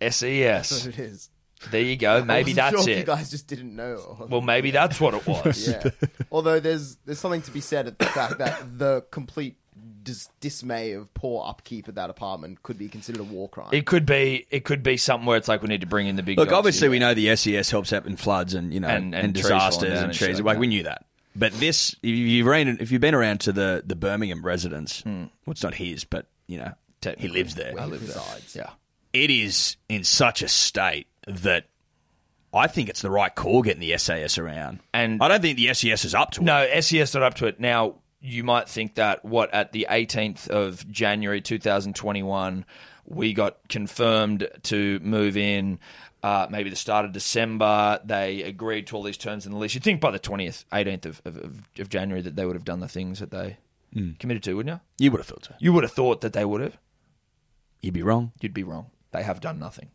Speaker 6: That's
Speaker 2: SES.
Speaker 6: what it is.
Speaker 2: E There you
Speaker 3: [LAUGHS]
Speaker 2: go. Maybe
Speaker 6: I wasn't
Speaker 2: that's
Speaker 6: sure if You
Speaker 2: it.
Speaker 6: guys just didn't know.
Speaker 2: Well, maybe that's what it
Speaker 3: [LAUGHS]
Speaker 2: was.
Speaker 6: Yeah. [LAUGHS] Although there's there's something to be said at the fact that the complete dis- dismay of poor upkeep of that apartment could be considered a war crime.
Speaker 2: It could be. It could be something where it's like we need to bring in the big.
Speaker 3: Look,
Speaker 2: dogs
Speaker 3: obviously,
Speaker 2: here.
Speaker 3: we know the SES helps out in floods and you know
Speaker 2: And-
Speaker 3: and,
Speaker 2: and trees falling
Speaker 3: disasters
Speaker 2: down
Speaker 3: and
Speaker 2: and shit
Speaker 3: trees.
Speaker 2: like
Speaker 3: Like, we
Speaker 2: that.
Speaker 3: knew that. But this, if you've ran, if you've been around to the the Birmingham residence, well, it's not his, but you know, he
Speaker 2: Hmm. Technically,
Speaker 3: lives there.
Speaker 2: I live there. Yeah.
Speaker 3: It is in such a state that. I think it's the right call getting the SAS around,
Speaker 2: And-
Speaker 3: I don't think the SES is up to it.
Speaker 2: No, SES not up to it. Now, you might think that what at the 18th of January 2021, we got confirmed to move in. Uh, maybe the start of December, they agreed to all these terms in the lease. You'd think by the 20th, 18th of, of, of January that they would have done the things that they committed to, wouldn't you?
Speaker 3: You would have thought so.
Speaker 2: You would have thought that they would have.
Speaker 3: You'd be wrong.
Speaker 2: You'd be wrong. They have done nothing.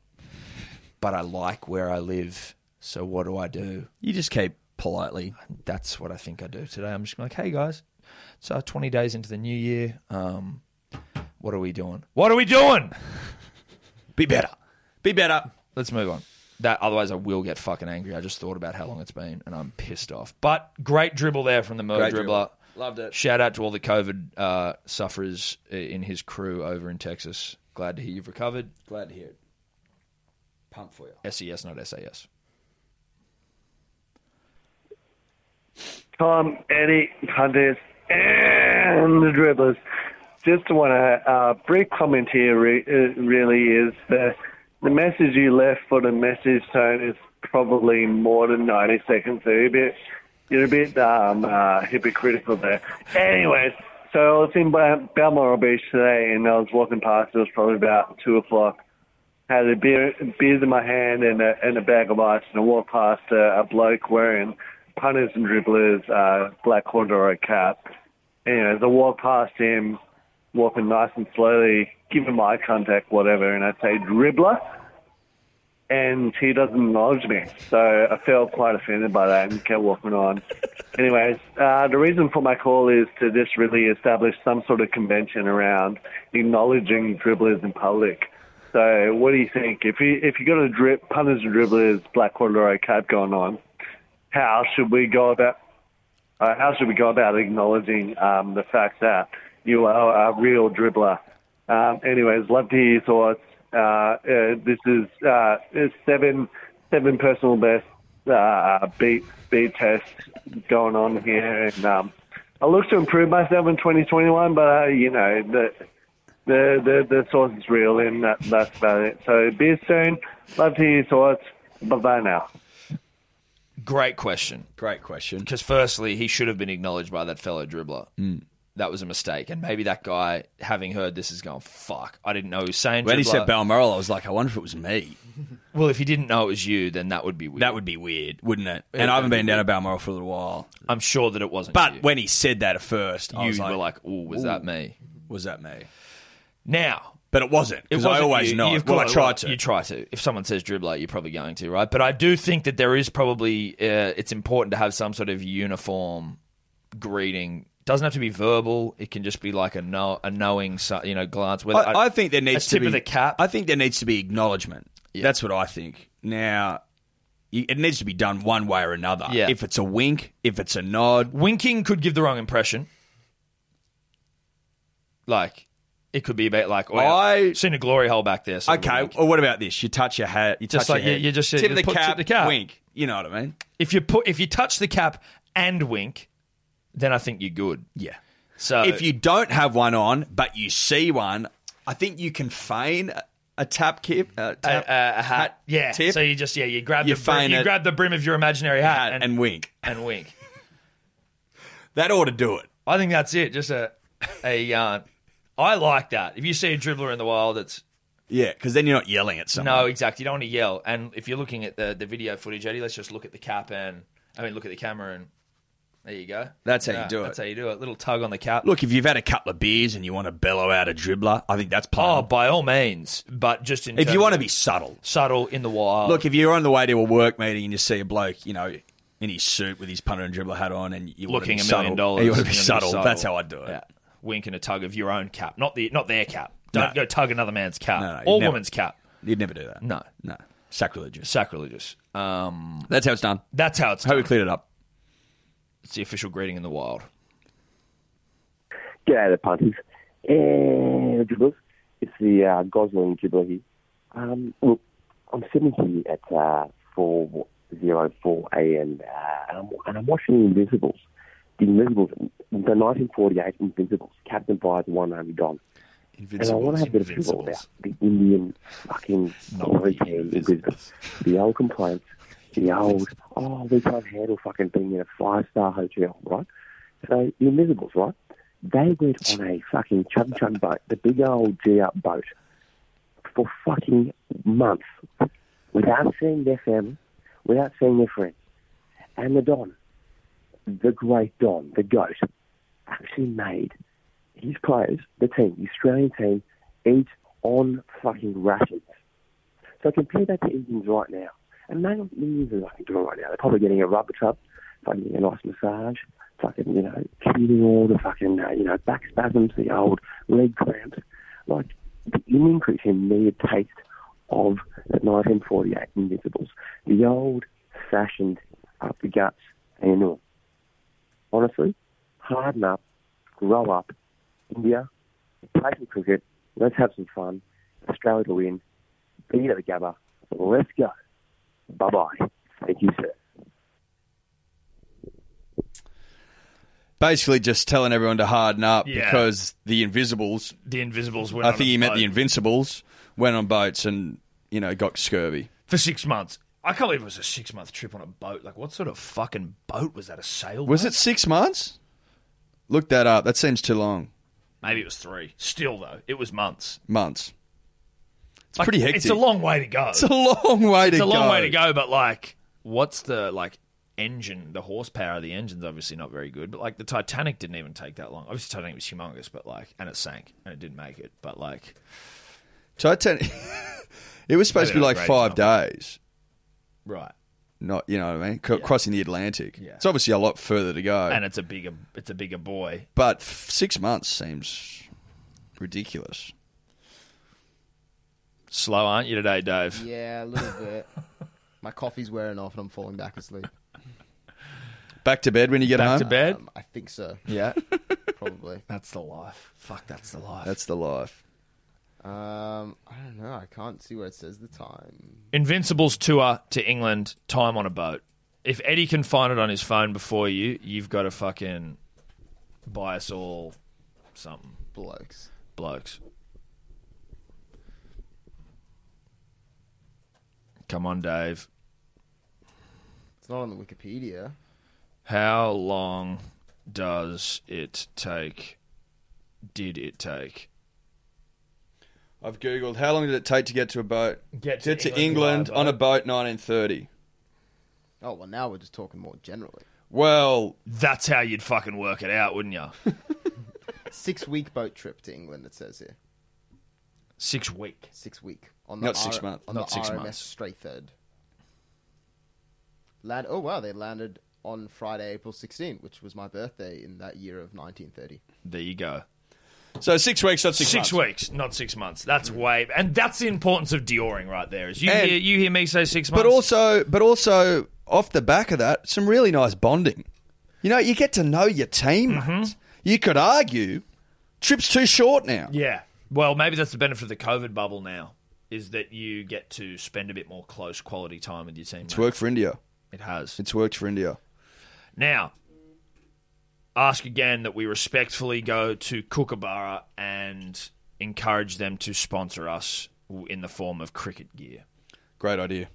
Speaker 2: But I like where I live, so what do I do?
Speaker 3: You just keep politely.
Speaker 2: That's what I think I do today. I'm just like, hey guys, it's uh, 20 days into the new year. Um, what are we doing? What are we doing? [LAUGHS]
Speaker 3: Be better. Be better.
Speaker 2: Let's move on. That otherwise I will get fucking angry. I just thought about how long it's been and I'm pissed off. But great dribble there from the murder
Speaker 3: Great
Speaker 2: dribbler.
Speaker 3: dribble. Loved it.
Speaker 2: Shout out to all the COVID uh, sufferers i- in his crew over in Texas. Glad to hear you've recovered.
Speaker 3: Glad to hear it. Pump for you.
Speaker 2: SES, not SAS.
Speaker 11: Tom, Eddie, Hunters, and the dribblers. Just want to uh, brief comment here. Re- uh, really is that the message you left for the message tone is probably more than ninety seconds. So you're a bit, you're a bit um, uh, hypocritical there. Anyways, so I was in Bal- Balmoral Beach today, and I was walking past. It was probably about two o'clock had a beer, beers in my hand and a, and a bag of ice, and I walked past a, a bloke wearing punters and dribblers, uh, black corduroy cap. Anyways, I walked past him, walking nice and slowly, give him eye contact, whatever, and I say dribbler, and he doesn't acknowledge me. So I felt quite offended by that and kept walking on. Anyways, uh, the reason for my call is to just really establish some sort of convention around acknowledging dribblers in public. So what do you think? If you if you got a drip punters and dribblers black corduroy cap going on, how should we go about uh, how should we go about acknowledging um, the fact that you are a real dribbler? Um, anyways, love to hear your thoughts. Uh, uh, this is uh, it's seven seven personal best uh, beat beat test going on here, and um, I look to improve myself in 2021, but uh, you know the the the the sauce is real, and that, that's about it. So beer soon. Love to hear your thoughts. Bye bye now.
Speaker 2: Great question.
Speaker 3: Great question.
Speaker 2: Because firstly, he should have been acknowledged by that fellow dribbler.
Speaker 3: Mm.
Speaker 2: That was a mistake, and maybe that guy, having heard this, is going fuck. I didn't know he was saying.
Speaker 3: When he
Speaker 2: dribbler."
Speaker 3: said Balmoral, I was like, I wonder if it was me.
Speaker 2: well, if he didn't know it was you, then that would be weird.
Speaker 3: That would be weird, wouldn't it? And I haven't been down to Balmoral for a little while.
Speaker 2: I'm sure that it wasn't.
Speaker 3: But
Speaker 2: you,
Speaker 3: when he said that at first, I
Speaker 2: you
Speaker 3: was like,
Speaker 2: were like, "Oh, was that me?"
Speaker 3: was that me?
Speaker 2: Now,
Speaker 3: But it wasn't.
Speaker 2: it
Speaker 3: Because I
Speaker 2: wasn't
Speaker 3: always
Speaker 2: you.
Speaker 3: know.
Speaker 2: You've
Speaker 3: well, I
Speaker 2: got-
Speaker 3: tried to.
Speaker 2: You try to. If someone says dribbler, you're probably going to, right? But I do think that there is probably uh, it's important to have some sort of uniform greeting. Doesn't have to be verbal. It can just be like a know, a knowing, so- you know, glance. Whether,
Speaker 3: I, I think there needs
Speaker 2: a
Speaker 3: to
Speaker 2: tip
Speaker 3: be
Speaker 2: of the cap.
Speaker 3: I think there needs to be acknowledgement. That's what I think. Now, you- it needs to be done one way or another.
Speaker 2: Yeah.
Speaker 3: If it's a wink, if it's a nod,
Speaker 2: winking could give the wrong impression. Like, it could be a bit like, oh,
Speaker 3: I-
Speaker 2: I've seen a glory hole back there. so I'm gonna
Speaker 3: okay.
Speaker 2: wink.
Speaker 3: Or what about this? You touch your hat. You
Speaker 2: Just
Speaker 3: touch
Speaker 2: like
Speaker 3: your
Speaker 2: you-
Speaker 3: head.
Speaker 2: you just-
Speaker 3: tip
Speaker 2: you
Speaker 3: of
Speaker 2: just
Speaker 3: the
Speaker 2: put-
Speaker 3: cap,
Speaker 2: tip the cap.
Speaker 3: wink. You know what I mean?
Speaker 2: If you put, if you touch the cap and wink, then I think you're good.
Speaker 3: Yeah.
Speaker 2: So
Speaker 3: if you don't have one on, but you see one, I think you can feign a, a tap kip, uh, a,
Speaker 2: uh, a,
Speaker 3: tap,
Speaker 2: a- a hat, yeah.
Speaker 3: tip,
Speaker 2: So you just yeah, you grab
Speaker 3: You
Speaker 2: the brim,
Speaker 3: feign
Speaker 2: you
Speaker 3: it.
Speaker 2: grab the brim of your imaginary hat,
Speaker 3: hat,
Speaker 2: and,
Speaker 3: and wink.
Speaker 2: and wink.
Speaker 3: That ought to do it.
Speaker 2: I think that's it. Just a a yarn. I like that. If you see a dribbler in the wild, it's
Speaker 3: Yeah, because then you're not yelling at someone.
Speaker 2: No, exactly. You don't want to yell. And if you're looking at the, the video footage, Eddie, let's just look at the cap and I mean look at the camera and there you go.
Speaker 3: That's how you do it.
Speaker 2: That's how you do it. Little tug on the cap.
Speaker 3: Look, if you've had a couple of beers and you want to bellow out a dribbler, I think that's
Speaker 2: oh,
Speaker 3: part.
Speaker 2: by all means, but just in
Speaker 3: if
Speaker 2: terms
Speaker 3: you want to
Speaker 2: of
Speaker 3: be subtle,
Speaker 2: subtle in the wild.
Speaker 3: look, if you're on the way to a work meeting and you see a bloke, you know, in his suit with his punter and dribbler hat on, and you want to
Speaker 2: looking
Speaker 3: be
Speaker 2: a
Speaker 3: subtle,
Speaker 2: million dollars,
Speaker 3: you want to be
Speaker 2: you're gonna
Speaker 3: subtle. That's how I do it.
Speaker 2: Yeah. Wink and a tug of your own cap, not the not their cap. Don't
Speaker 3: No.
Speaker 2: go tug another man's cap
Speaker 3: No, no, you'd
Speaker 2: or
Speaker 3: never-
Speaker 2: woman's cap.
Speaker 3: You'd never do that.
Speaker 2: No.
Speaker 3: no, sacrilegious.
Speaker 2: Sacrilegious. Um,
Speaker 3: That's how it's done.
Speaker 2: that's how it's
Speaker 3: How we
Speaker 2: done.
Speaker 3: cleared it up.
Speaker 2: It's the official greeting in the wild.
Speaker 9: Get out of the punters and dribblers. It's the uh, Gosling dribbler here. Um, look, I'm sitting here at uh, 4.04 a.m. Uh, and, I'm, and I'm watching The Invincibles. The Invincibles, the 1948 Invincibles, captained by the one armed Don. And I want to have a bit of a people about the Indian fucking glory team in business. The old complaints, the old, oh, we can't handle fucking being in a five-star hotel, right? So the Invisibles, right? They went on a fucking chug chug boat, the big old G up boat, for fucking months without seeing their family, without seeing their friends. And the Don, the great Don, the goat,
Speaker 12: actually made his players, the team, the Australian team, eat on fucking rations. So compare that to Indians right now. And they Indians are fucking doing right now. They're probably getting a rubber trap, fucking getting a nice massage, fucking, you know, curing all the fucking, uh, you know, back spasms, the old leg cramps. Like, the increase in mere taste of the 1948 Invincibles. The old fashioned up the guts annual. Honestly, harden up, grow up. India, play some cricket. Let's have some fun. Australia to win. Beat it together. Let's go. Bye bye. Thank you, sir.
Speaker 3: Basically, just telling everyone to harden up
Speaker 2: Yeah.
Speaker 3: because the Invisibles.
Speaker 2: The Invisibles went
Speaker 3: I
Speaker 2: on
Speaker 3: think
Speaker 2: a
Speaker 3: he meant
Speaker 2: boat.
Speaker 3: the Invincibles went on boats and you know got scurvy.
Speaker 2: for six months. I can't believe it was a six month trip on a boat. Like, what sort of fucking boat was that? A sailboat?
Speaker 3: Was it six months? Look that up. That seems too long.
Speaker 2: Maybe it was three. Still though, it was months.
Speaker 3: Months. It's
Speaker 2: Like,
Speaker 3: pretty hectic.
Speaker 2: It's a long way to go.
Speaker 3: [LAUGHS] It's a long way
Speaker 2: It's
Speaker 3: to
Speaker 2: a long
Speaker 3: go.
Speaker 2: way to go. But like, what's the like engine? The horsepower of the engine's obviously not very good. But like, the Titanic didn't even take that long. Obviously, Titanic was humongous, but like, and it sank and it didn't make it. But like,
Speaker 3: Titanic. [LAUGHS] it was supposed to
Speaker 2: Maybe not
Speaker 3: be
Speaker 2: a
Speaker 3: like
Speaker 2: great
Speaker 3: five days.
Speaker 2: right.
Speaker 3: Not you know what I mean. C- Crossing the Atlantic. It's obviously a lot further to go.
Speaker 2: And it's a bigger, it's a bigger boy.
Speaker 3: but f- six months seems ridiculous.
Speaker 2: Slow, aren't you today, Dave?
Speaker 6: Yeah, a little bit. My coffee's wearing off and I'm falling back asleep.
Speaker 3: Back to bed when you get
Speaker 2: Back
Speaker 3: home.
Speaker 2: to bed.
Speaker 6: Um, I think so.
Speaker 2: Yeah.
Speaker 6: [LAUGHS] Probably.
Speaker 2: That's the life. Fuck, that's the life.
Speaker 3: That's the life.
Speaker 6: Um, I don't know. I can't see where it says the time.
Speaker 2: Invincibles tour to England, time on a boat. If Eddie can find it on his phone before you, you've got to fucking buy us all something.
Speaker 6: Blokes.
Speaker 2: Blokes. Come on, Dave.
Speaker 6: It's not on the Wikipedia.
Speaker 2: How long does it take? Did it take?
Speaker 3: I've googled how long did it take to get to a boat?
Speaker 2: Get to England
Speaker 3: England,
Speaker 2: by a
Speaker 3: on a boat 1930.
Speaker 6: Oh well, now we're just talking more generally.
Speaker 3: Well,
Speaker 2: That's how you'd fucking work it out, wouldn't you?
Speaker 6: Six week boat trip to England. It says here.
Speaker 2: [LAUGHS] Six week.
Speaker 6: Six week on the
Speaker 3: Not six
Speaker 6: R-
Speaker 3: month.
Speaker 6: on
Speaker 2: Not
Speaker 6: the
Speaker 2: six
Speaker 6: RMS
Speaker 2: months.
Speaker 6: Strathard. Land. Oh wow, they landed on Friday, April 16, which was my birthday in that year of 1930.
Speaker 2: There you go.
Speaker 3: so six weeks, not six,
Speaker 2: Six
Speaker 3: months.
Speaker 2: weeks, not six months. That's way, and that's the importance of Dioring right there. Is you
Speaker 3: And-
Speaker 2: hear you hear me say six months,
Speaker 3: But also, but also off the back of that, some really nice bonding. You know, you get to know your teammates. You could argue trip's too short now.
Speaker 2: Mm-hmm. yeah. Well, maybe that's the benefit of the COVID bubble now is that you get to spend a bit more close quality time with your team.
Speaker 3: It's worked for India.
Speaker 2: It has.
Speaker 3: It's worked for India.
Speaker 2: Now, ask again that we respectfully go to Kookaburra and encourage them to sponsor us in the form of cricket gear.
Speaker 3: Great idea.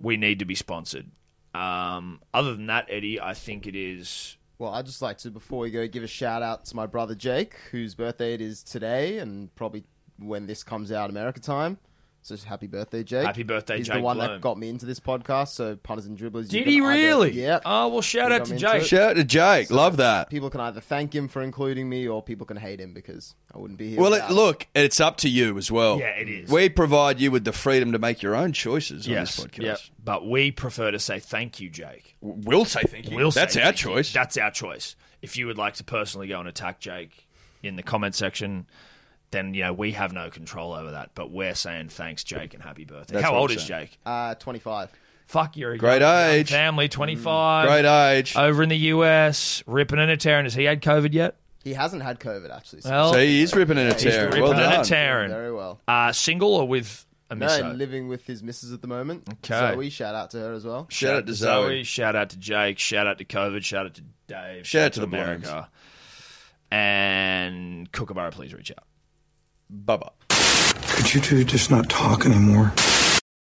Speaker 2: We need to be sponsored. Um, other than that, Eddie, I think it is.
Speaker 6: Well, I'd just like to, before we go, give a shout out to my brother Jake, whose birthday it is today, and probably when this comes out, America time. So just happy birthday, Jake!
Speaker 2: Happy birthday,
Speaker 6: He's
Speaker 2: Jake
Speaker 6: the one
Speaker 2: Bloom.
Speaker 6: that got me into this podcast. So punters and dribblers.
Speaker 2: Did
Speaker 6: you can
Speaker 2: he
Speaker 6: either-
Speaker 2: really?
Speaker 6: Yeah.
Speaker 2: Oh well, shout
Speaker 6: You
Speaker 2: out
Speaker 6: got
Speaker 2: to
Speaker 6: me
Speaker 2: Jake.
Speaker 6: into it.
Speaker 3: Shout out to Jake. Love that.
Speaker 6: people can either thank him for including me, or people can hate him because I wouldn't be here.
Speaker 3: Well,
Speaker 6: without
Speaker 3: it,
Speaker 6: him.
Speaker 3: look, it's up to you as well.
Speaker 2: Yeah, it is.
Speaker 3: We provide you with the freedom to make your own choices
Speaker 2: yes,
Speaker 3: on this podcast.
Speaker 2: yeah. But we prefer to say thank you, Jake.
Speaker 3: We'll say thank you.
Speaker 2: We'll
Speaker 3: That's
Speaker 2: say
Speaker 3: our
Speaker 2: thank you.
Speaker 3: choice.
Speaker 2: That's our choice. If you would like to personally go and attack Jake in the comment section, then you know we have no control over that. But we're saying thanks, Jake, and happy birthday.
Speaker 3: That's
Speaker 2: How
Speaker 3: what
Speaker 2: old
Speaker 3: I'm
Speaker 2: is
Speaker 3: saying.
Speaker 2: Jake?
Speaker 6: uh, twenty-five.
Speaker 2: Fuck, you're a young-
Speaker 3: Great
Speaker 2: young
Speaker 3: age.
Speaker 2: family, twenty five,
Speaker 3: Great age.
Speaker 2: over in the US, ripping and a tearing. Has he had COVID yet?
Speaker 6: He hasn't had COVID actually. So
Speaker 2: Well,
Speaker 3: so he is ripping and a
Speaker 2: he's
Speaker 3: tear.
Speaker 2: ripping
Speaker 3: Well
Speaker 2: and a
Speaker 3: done.
Speaker 2: tearing.
Speaker 6: very well.
Speaker 2: Uh, single or with a
Speaker 6: No,
Speaker 2: miss?
Speaker 6: living with his missus at the moment.
Speaker 2: Okay.
Speaker 6: Zoe, shout out to her as well.
Speaker 3: Shout out to Zoe.
Speaker 2: Shout out to Jake. Shout out to COVID. Shout out to Dave.
Speaker 3: Shout out to the
Speaker 2: America. And Kookaburra, please reach out.
Speaker 3: Bubba.
Speaker 13: Could you two just not talk anymore?